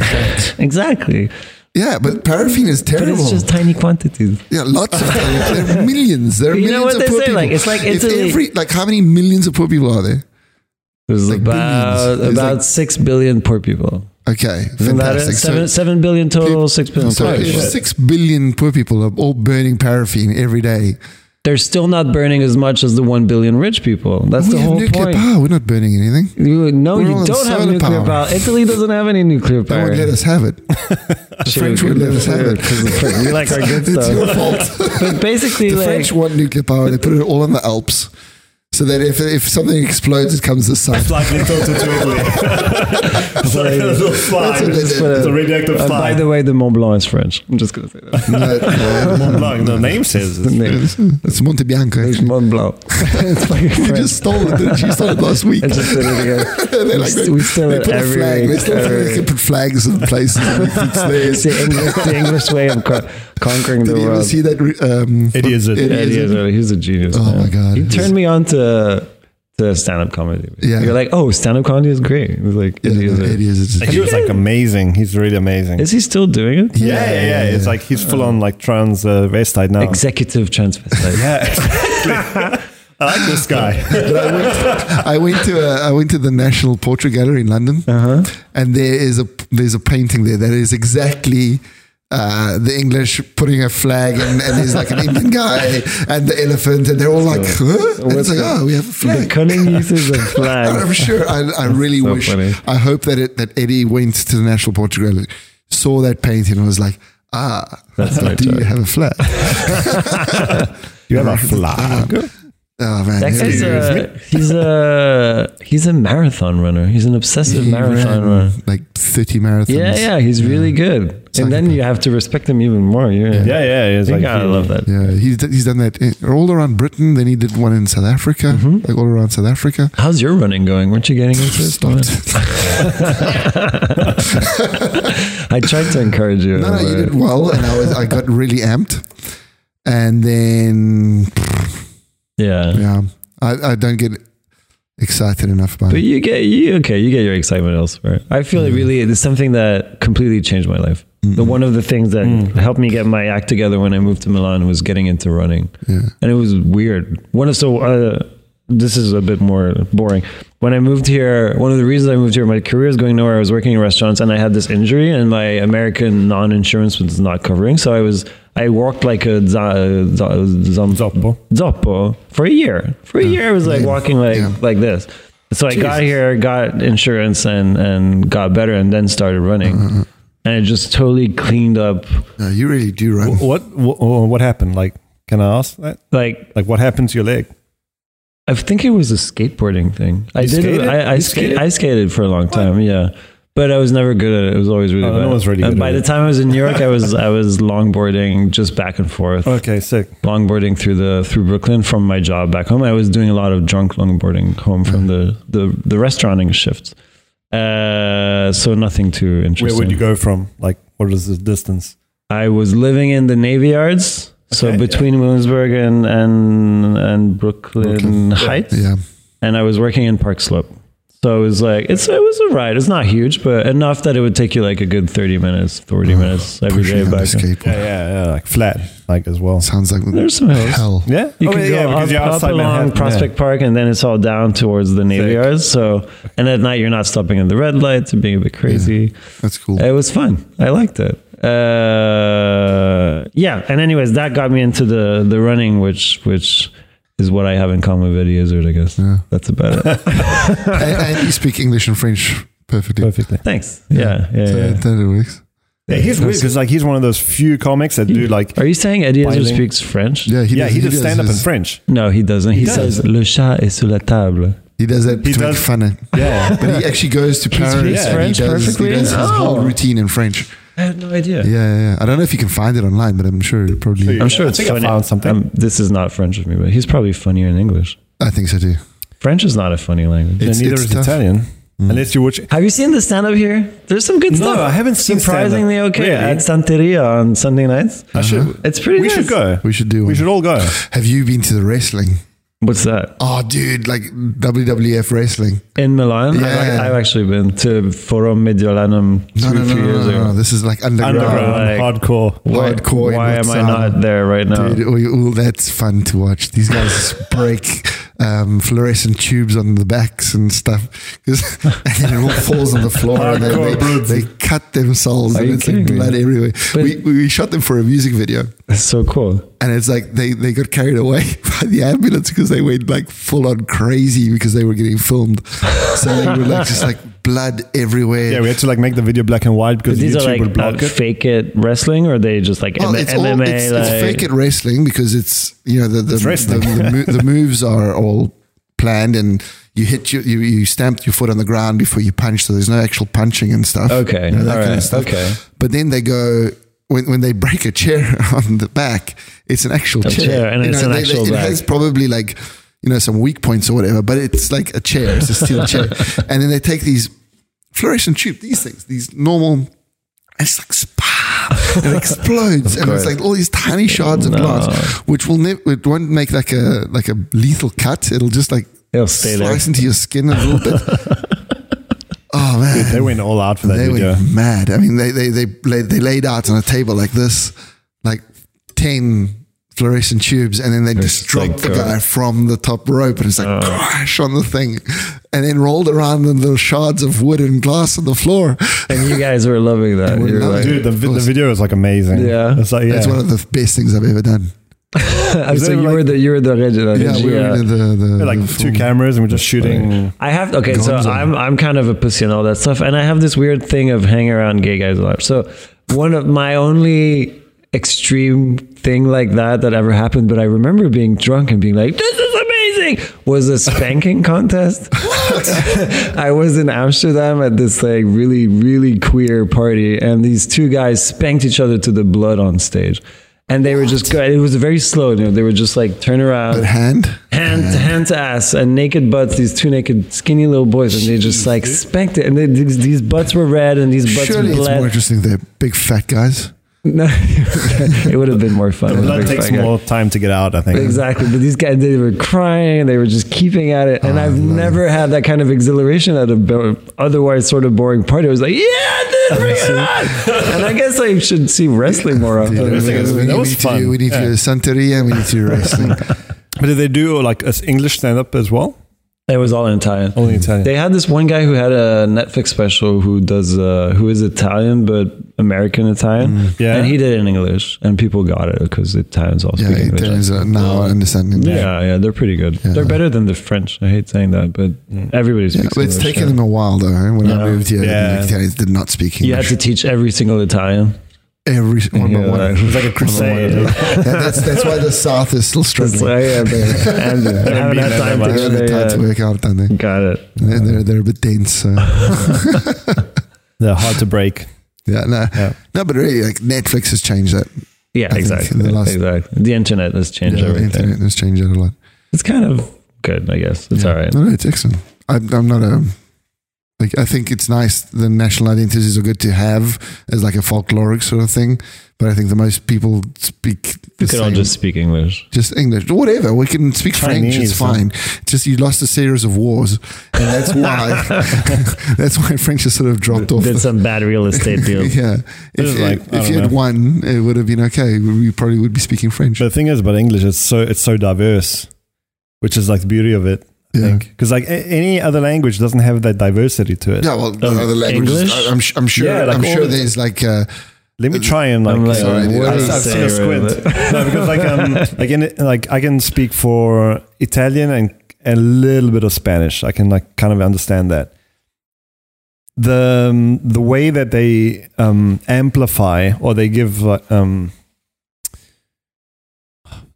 Speaker 2: exactly,
Speaker 1: yeah, but paraffin is
Speaker 2: but
Speaker 1: terrible.
Speaker 2: it's just tiny quantities.
Speaker 1: yeah, lots of there are millions. There are
Speaker 2: You know
Speaker 1: millions
Speaker 2: what
Speaker 1: of
Speaker 2: they
Speaker 1: poor
Speaker 2: say,
Speaker 1: people.
Speaker 2: like, it's like
Speaker 1: If
Speaker 2: Italy-
Speaker 1: every like how many millions of poor people are there?
Speaker 2: There's
Speaker 1: Like
Speaker 2: about
Speaker 1: billions. It's
Speaker 2: about
Speaker 1: like-
Speaker 2: six billion poor people.
Speaker 1: Okay,
Speaker 2: Isn't that it?
Speaker 1: fantastic.
Speaker 2: Seven,
Speaker 1: so,
Speaker 2: seven billion total, six billion
Speaker 1: so
Speaker 2: poor
Speaker 1: if
Speaker 2: people.
Speaker 1: six billion poor people are all burning paraffin every day.
Speaker 2: They're still not burning as much as the one billion rich people. That's
Speaker 1: we
Speaker 2: the
Speaker 1: have
Speaker 2: whole
Speaker 1: nuclear
Speaker 2: point.
Speaker 1: power. We're not burning anything.
Speaker 2: You, no,
Speaker 1: We're all
Speaker 2: you
Speaker 1: on
Speaker 2: don't have
Speaker 1: solar
Speaker 2: nuclear
Speaker 1: power.
Speaker 2: power. Italy doesn't have any nuclear
Speaker 1: They
Speaker 2: power.
Speaker 1: won't let us have it.
Speaker 2: the
Speaker 1: French won't let us have it.
Speaker 2: We like our good
Speaker 1: It's your
Speaker 2: stuff.
Speaker 1: fault.
Speaker 2: But basically,
Speaker 1: the
Speaker 2: like,
Speaker 1: French want nuclear power. They put it all on the Alps, so that if if something explodes, it comes this side.
Speaker 3: Slightly tilted to Italy.
Speaker 2: it's like-
Speaker 3: little fly.
Speaker 1: That's what they
Speaker 2: just
Speaker 1: did.
Speaker 2: put
Speaker 3: It's a radioactive
Speaker 2: uh,
Speaker 3: fly.
Speaker 2: By the way, the Mont Blanc is French. I'm just gonna say that.
Speaker 1: No, no,
Speaker 3: Mont Blanc, the name says
Speaker 2: The
Speaker 3: it.
Speaker 2: name.
Speaker 1: it's Monte Bianco.
Speaker 2: It's
Speaker 1: actually.
Speaker 2: Mont Blanc. it's fucking
Speaker 1: You
Speaker 2: French.
Speaker 1: just stole it. didn't you? You stole it last week.
Speaker 2: I just did it again.
Speaker 1: They're
Speaker 2: We
Speaker 1: like,
Speaker 2: st- we steal
Speaker 1: they
Speaker 2: it
Speaker 1: put a
Speaker 2: every
Speaker 1: flag.
Speaker 2: week,
Speaker 1: They still
Speaker 2: every
Speaker 1: they can
Speaker 2: week.
Speaker 1: put flags in places. And it's theirs.
Speaker 2: It's the English, the English way of co- conquering
Speaker 1: Did
Speaker 2: the
Speaker 1: you ever
Speaker 2: world.
Speaker 1: see that? re- Um,
Speaker 3: It is
Speaker 1: It
Speaker 3: it.
Speaker 2: Yeah, he
Speaker 1: is.
Speaker 2: is, really- He's a genius.
Speaker 1: Oh
Speaker 2: man.
Speaker 1: my God.
Speaker 2: He turned me on to to stand up comedy.
Speaker 1: Yeah.
Speaker 2: you're like, oh, stand up comedy is great. It was like,
Speaker 1: yeah,
Speaker 2: it is.
Speaker 1: no, it is.
Speaker 3: He was like amazing. He's really amazing.
Speaker 2: Is he still doing it?
Speaker 3: yeah, yeah, yeah, It's like he's full on like transvestite now.
Speaker 2: Executive transvestite.
Speaker 3: Yeah, exactly. I like this guy.
Speaker 1: But I went, I went to a, I went to the National Portrait Gallery in London,
Speaker 2: Uh-huh.
Speaker 1: and there is a there's a painting there that is exactly. Uh, the English putting a flag and, and there's like an Indian guy and the elephant and they're all like, huh? And it's like, oh, we have a
Speaker 2: The
Speaker 1: flag.
Speaker 2: cunning uses of
Speaker 1: I'm
Speaker 2: flags.
Speaker 1: sure. I, I really
Speaker 2: so
Speaker 1: wish.
Speaker 2: funny.
Speaker 1: I hope that it, that Eddie went to the National Portrait Gallery, saw that painting, and was like, "Ah,
Speaker 2: That's my
Speaker 1: do you
Speaker 2: joke.
Speaker 1: have a flag?"
Speaker 3: You have a flag.
Speaker 1: Oh man,
Speaker 2: That
Speaker 1: here we
Speaker 2: guy's
Speaker 1: go.
Speaker 2: a, he's a he's a marathon runner. He's an obsessive
Speaker 1: He
Speaker 2: marathon
Speaker 1: ran,
Speaker 2: runner.
Speaker 1: like thirty marathons.
Speaker 2: Yeah, yeah, he's really good. And then you have to respect him even more. You're, yeah,
Speaker 3: Yeah, yeah. It's
Speaker 2: I
Speaker 3: like
Speaker 2: gotta love that.
Speaker 1: Yeah, he's, d- he's done that in- all around Britain. Then he did one in South Africa,
Speaker 3: Mm-hmm.
Speaker 1: like all around South Africa.
Speaker 2: How's your running going? Weren't you getting into it?
Speaker 1: Stopped.
Speaker 2: I tried to encourage you.
Speaker 1: no, no, you
Speaker 2: but-
Speaker 1: did well, and I was I got really amped, and then
Speaker 2: Yeah.
Speaker 1: yeah, I, I don't get excited enough about
Speaker 2: But
Speaker 1: it.
Speaker 2: you get you okay. You get your excitement elsewhere. I feel it really. It's something that completely changed my life. The one of the things that helped me get my act together when I moved to Milan was getting into running,
Speaker 1: Yeah.
Speaker 2: and it was weird. One of so uh, this is a bit more boring. When I moved here, one of the reasons I moved here, my career is going nowhere. I was working in restaurants, and I had this injury, and my American non-insurance was not covering. So I was I walked like a za- za- zom-
Speaker 3: Zoppo.
Speaker 2: Zoppo for a year. For a year, I was like walking like
Speaker 1: Yeah.
Speaker 2: like this. So I got here, got insurance, and and got better, and then started running,
Speaker 3: Uh-huh.
Speaker 2: and it just totally cleaned up.
Speaker 1: No, you really do run.
Speaker 3: What, what what happened? Like, can I ask that?
Speaker 2: Like
Speaker 3: Like, what happened to your leg?
Speaker 2: I think it was a skateboarding thing. I
Speaker 3: You
Speaker 2: did.
Speaker 3: skated?
Speaker 2: I I,
Speaker 3: You
Speaker 2: ska-
Speaker 3: skated?
Speaker 2: I skated for a long time. Yeah. But I was never good at it. It was always really
Speaker 3: Oh, no
Speaker 2: bad.
Speaker 3: one's really
Speaker 2: and
Speaker 3: good
Speaker 2: by
Speaker 3: at
Speaker 2: the
Speaker 3: it.
Speaker 2: time I was in New York, I was I was longboarding just back and forth.
Speaker 3: Okay, sick.
Speaker 2: longboarding through the through Brooklyn from my job back home. I was doing a lot of drunk longboarding home from the
Speaker 3: Mm-hmm.
Speaker 2: the the restauranting shifts. Uh, so nothing too
Speaker 3: Where
Speaker 2: interesting.
Speaker 3: would you go from? Like, what is the distance?
Speaker 2: I was living in the Navy Yards, so
Speaker 3: Okay,
Speaker 2: between Williamsburg and and and Brooklyn,
Speaker 1: Brooklyn.
Speaker 2: Heights,
Speaker 1: Yeah,
Speaker 2: and I was working in Park Slope. So it was like it's it was a ride. It's not huge, but enough that it would take you like a good thirty minutes, forty
Speaker 3: Oh,
Speaker 2: minutes every
Speaker 1: pushing
Speaker 2: day
Speaker 1: on the
Speaker 2: back.
Speaker 1: skateboard
Speaker 3: Yeah, yeah, yeah. Like flat, like as well.
Speaker 1: sounds like
Speaker 2: There's some hills.
Speaker 1: hell.
Speaker 3: Yeah,
Speaker 2: You
Speaker 3: Oh,
Speaker 2: can
Speaker 3: yeah,
Speaker 2: go
Speaker 3: yeah, because you're
Speaker 2: up, up
Speaker 3: outside
Speaker 2: along
Speaker 3: Manhattan.
Speaker 2: Prospect Park, and then it's all down towards the Navy
Speaker 3: Sick.
Speaker 2: Yards. So, and at night you're not stopping at the red lights and being a bit crazy.
Speaker 1: That's cool.
Speaker 2: It was fun. I liked it. Uh, yeah. And anyways, that got me into the the running, which which is what I have in common with Eddie Izzard, I guess.
Speaker 1: Yeah.
Speaker 2: That's about it.
Speaker 1: and, and you speak English and French perfectly.
Speaker 3: Yeah. Perfectly.
Speaker 2: Thanks. Yeah. Yeah.
Speaker 1: So
Speaker 2: yeah.
Speaker 1: that- that works.
Speaker 3: Yeah, he's weird because like he's one of those few comics that do like
Speaker 2: Are you saying Eddie Izzard
Speaker 3: Bilingual.
Speaker 2: speaks French?
Speaker 1: Yeah, he
Speaker 3: yeah
Speaker 1: does,
Speaker 3: he does stand up in
Speaker 1: his-
Speaker 3: French.
Speaker 2: No, he doesn't. He,
Speaker 3: does.
Speaker 2: says "Le chat est sur la table."
Speaker 1: He does that
Speaker 3: He
Speaker 1: to make
Speaker 3: does-
Speaker 1: fun of.
Speaker 3: Yeah,
Speaker 1: But he actually goes to Paris.
Speaker 2: speaks
Speaker 1: and
Speaker 2: French
Speaker 1: he does,
Speaker 2: perfectly?
Speaker 1: He does his whole
Speaker 2: Oh.
Speaker 1: routine in French.
Speaker 2: I had no idea.
Speaker 1: Yeah, yeah, yeah. I don't know if you can find it online, but I'm sure it probably.
Speaker 3: Sure.
Speaker 2: I'm sure
Speaker 3: I
Speaker 2: it's
Speaker 3: think I
Speaker 2: funny.
Speaker 3: found something.
Speaker 2: Um, this is not French of me, but he's probably funnier in English.
Speaker 1: I think so too.
Speaker 2: French is not a funny language.
Speaker 1: It's-
Speaker 3: and neither
Speaker 1: it's
Speaker 3: is
Speaker 1: tough. Mm.
Speaker 3: Italian, unless you watch.
Speaker 2: Have you seen the stand up here? There's some good stuff.
Speaker 3: I haven't seen
Speaker 2: Surprisingly
Speaker 3: stand-up.
Speaker 2: okay
Speaker 3: Really?
Speaker 2: at Santeria on Sunday nights.
Speaker 3: I
Speaker 1: Uh-huh.
Speaker 3: should.
Speaker 2: It's pretty
Speaker 3: we
Speaker 2: nice.
Speaker 3: should go.
Speaker 1: We should do.
Speaker 3: We
Speaker 1: One.
Speaker 3: should all go.
Speaker 1: Have you been to the wrestling?
Speaker 2: What's that?
Speaker 1: Oh, dude, like WWF wrestling.
Speaker 2: In Milan?
Speaker 1: Yeah.
Speaker 2: I've, I've actually been to Forum Mediolanum
Speaker 1: No,
Speaker 2: two,
Speaker 1: no, no,
Speaker 2: three
Speaker 1: no,
Speaker 2: years
Speaker 1: no, no,
Speaker 2: ago.
Speaker 1: no. This is like underground.
Speaker 3: Underground,
Speaker 2: like-
Speaker 3: hardcore.
Speaker 2: Why-
Speaker 1: Hardcore in
Speaker 2: Why, am I
Speaker 1: Uppsala.
Speaker 2: not there right now?
Speaker 1: Dude, oh, oh, that's fun to watch. These guys break um, fluorescent tubes on the backs and stuff. 'Cause- and then it all falls on the floor and then
Speaker 3: Hardcore brutes.
Speaker 1: they, they cut themselves
Speaker 2: Are
Speaker 1: and
Speaker 2: you
Speaker 1: it's like
Speaker 2: kidding me?
Speaker 1: blood everywhere.
Speaker 2: But-
Speaker 1: We, we shot them for a music video
Speaker 2: That's so cool.
Speaker 1: and it's like they, they got carried away by the ambulance because they went like full on crazy because they were getting filmed. So they were like just like blood everywhere.
Speaker 3: Yeah, we had to like make the video black and white because
Speaker 2: These
Speaker 3: YouTube
Speaker 2: are
Speaker 3: would
Speaker 2: like
Speaker 3: block
Speaker 2: uh,
Speaker 3: it.
Speaker 2: fake it wrestling, or are they just like
Speaker 1: Well,
Speaker 2: M-
Speaker 1: it's,
Speaker 2: MMA?
Speaker 1: all, it's,
Speaker 2: like,
Speaker 1: it's fake at wrestling because it's you know the the,
Speaker 3: It's wrestling.
Speaker 1: the, the, mo- the moves are all planned and you hit your, you you stamp your foot on the ground before you punch so there's no actual punching and stuff.
Speaker 2: Okay,
Speaker 1: You know, that
Speaker 2: all
Speaker 1: kind
Speaker 2: right,
Speaker 1: of stuff.
Speaker 2: okay.
Speaker 1: But then they go when when they break a chair on the back, it's an actual
Speaker 2: A
Speaker 1: chair,
Speaker 2: chair, and
Speaker 1: You
Speaker 2: it's
Speaker 1: know,
Speaker 2: an
Speaker 1: they-
Speaker 2: actual
Speaker 1: they- It
Speaker 2: back.
Speaker 1: has probably like you know some weak points or whatever, but it's like a chair, it's a steel chair, and then they take these fluorescent tube, these things, these normal and it's like spa, it explodes, and it's like all these tiny shards of
Speaker 2: No.
Speaker 1: glass, which will never, it won't make like a like a lethal cut. It'll just like
Speaker 2: It'll stay there.
Speaker 1: slice into your skin a little bit. oh man,
Speaker 3: They went all out for that
Speaker 1: they
Speaker 3: video.
Speaker 1: went mad. I mean, they they they laid, they laid out on a table like this, like ten fluorescent tubes, and then they just
Speaker 2: like,
Speaker 1: dropped the
Speaker 2: uh,
Speaker 1: guy from the top rope, and it's like crash on the thing, and then rolled around in the shards of wood and glass on the floor.
Speaker 2: And you guys were loving that.
Speaker 1: And we
Speaker 2: You're
Speaker 1: loved
Speaker 2: like,
Speaker 1: it.
Speaker 3: Dude, the, vi- the video is like amazing.
Speaker 2: Yeah.
Speaker 3: it's like yeah.
Speaker 1: That's one of the best things I've ever done.
Speaker 2: I'm
Speaker 3: Is
Speaker 2: so
Speaker 3: there
Speaker 2: you
Speaker 3: like-
Speaker 2: were the you were the original.
Speaker 1: Yeah, we were in the, the
Speaker 3: Yeah, like
Speaker 1: the
Speaker 3: two
Speaker 1: full-
Speaker 3: cameras and we're just shooting.
Speaker 2: I have okay, so
Speaker 1: Gonzo.
Speaker 2: I'm I'm kind of a pussy and all that stuff, and I have this weird thing of hanging around gay guys a lot. So one of my only extreme thing like that that ever happened, but I remember being drunk and being like, "This is amazing!" was a spanking contest. I was in Amsterdam at this like really really queer party, and these two guys spanked each other to the blood on stage. And they were just, go- it was very slow. You know, they were just like turn around
Speaker 1: But hand.
Speaker 2: hand to hand to ass and naked butts these two naked skinny little boys and they just like spanked it and they, these, these butts were red and these butts
Speaker 1: Surely it's
Speaker 2: were
Speaker 1: more
Speaker 2: black
Speaker 1: interesting. They're big fat guys.
Speaker 2: no, it would have been more fun with a
Speaker 3: Blood
Speaker 2: big
Speaker 3: takes
Speaker 2: fat guy.
Speaker 3: more time to get out. I think.
Speaker 2: exactly but these guys they were crying and they were just keeping at it
Speaker 1: Oh,
Speaker 2: and i've never had that kind of exhilaration at a bo- otherwise sort of boring party i was like yeah dude, bring it on and i guess i should see wrestling more often
Speaker 1: we,
Speaker 3: wrestling is-
Speaker 1: we-
Speaker 3: that
Speaker 1: we
Speaker 3: was
Speaker 1: need
Speaker 3: fun.
Speaker 1: to do, we need to do Santeria. We need to do wrestling.
Speaker 3: But did they do like as English stand up as well?
Speaker 2: it was all in italian
Speaker 3: Only
Speaker 1: Mm.
Speaker 3: Italian.
Speaker 2: They had this one guy who had a Netflix special who does uh, who is Italian but American Italian,
Speaker 1: Mm.
Speaker 3: yeah.
Speaker 2: and he did it in English, and people got it because Italians all
Speaker 1: yeah,
Speaker 2: speak English.
Speaker 1: Italians are now understanding.
Speaker 2: yeah, yeah, they're pretty good. They're better than the French. I hate saying that, but everybody
Speaker 1: Mm. Yeah,
Speaker 2: speaks
Speaker 1: but it's
Speaker 2: English.
Speaker 1: taken them a while though. eh? When I
Speaker 2: Yeah.
Speaker 1: moved here,
Speaker 3: Yeah.
Speaker 1: the Italians did not speak
Speaker 2: you had
Speaker 1: English.
Speaker 2: to teach every single Italian.
Speaker 1: Every one by
Speaker 2: Yeah,
Speaker 1: one.
Speaker 2: like-
Speaker 3: It was like a crusade.
Speaker 1: That- that's that's why the South is still
Speaker 2: It's
Speaker 1: struggling.
Speaker 2: like, yeah, but- and I haven't
Speaker 3: been
Speaker 2: had
Speaker 3: there
Speaker 2: time
Speaker 3: that
Speaker 2: to
Speaker 1: They
Speaker 2: go
Speaker 3: much.
Speaker 1: don't have
Speaker 2: there
Speaker 1: time
Speaker 2: yet.
Speaker 1: to work out, don't they?
Speaker 2: Got it.
Speaker 1: They're, they're, they're a bit dense. So.
Speaker 3: They're hard to break.
Speaker 1: yeah, no,
Speaker 3: Yeah.
Speaker 1: no, but really, like Netflix has changed that.
Speaker 2: Yeah,
Speaker 1: think
Speaker 2: exactly.
Speaker 1: the last-
Speaker 2: exactly. The internet has changed
Speaker 1: the
Speaker 2: everything.
Speaker 1: internet has changed that a lot.
Speaker 2: It's kind of good, I guess. It's
Speaker 1: Yeah.
Speaker 2: all right.
Speaker 1: No, no, it's excellent. I'm, I'm not a. Like, I think it's nice. The national identities are good to have as like a folkloric sort of thing. But I think the most people speak the
Speaker 2: You can all
Speaker 1: same-
Speaker 2: just speak English.
Speaker 1: just English, whatever. We can speak French.
Speaker 3: Chinese,
Speaker 1: It's
Speaker 3: huh?
Speaker 1: fine. Just you lost a series of wars, and that's why that's why French has sort of dropped off.
Speaker 2: Did some bad real estate deal.
Speaker 1: yeah,
Speaker 3: This
Speaker 1: if,
Speaker 3: is like,
Speaker 1: if,
Speaker 3: I don't
Speaker 1: you had
Speaker 3: know.
Speaker 1: won, it would have been okay. We we probably would be speaking French.
Speaker 3: But the thing is about English, it's so it's so diverse, which is like the beauty of it. I
Speaker 1: Yeah.
Speaker 3: think because like a- any other language doesn't have that diversity to it.
Speaker 1: yeah, well, the
Speaker 2: Um,
Speaker 1: other languages.
Speaker 2: English?
Speaker 1: I- I'm, sh- I'm sure.
Speaker 3: Yeah, like
Speaker 1: I'm
Speaker 3: all
Speaker 1: sure
Speaker 3: the-
Speaker 1: there's like. Uh,
Speaker 3: Let me try and like.
Speaker 2: I'm like,
Speaker 1: sorry, dude.
Speaker 2: what
Speaker 1: do
Speaker 3: I've,
Speaker 2: is
Speaker 1: you
Speaker 3: I've seen a
Speaker 2: Sarah,
Speaker 3: squint.
Speaker 2: but-
Speaker 3: no, because like um, like in like I can speak for Italian and a little bit of Spanish. I can like kind of understand that. The um, the way that they um, amplify or they give like, um,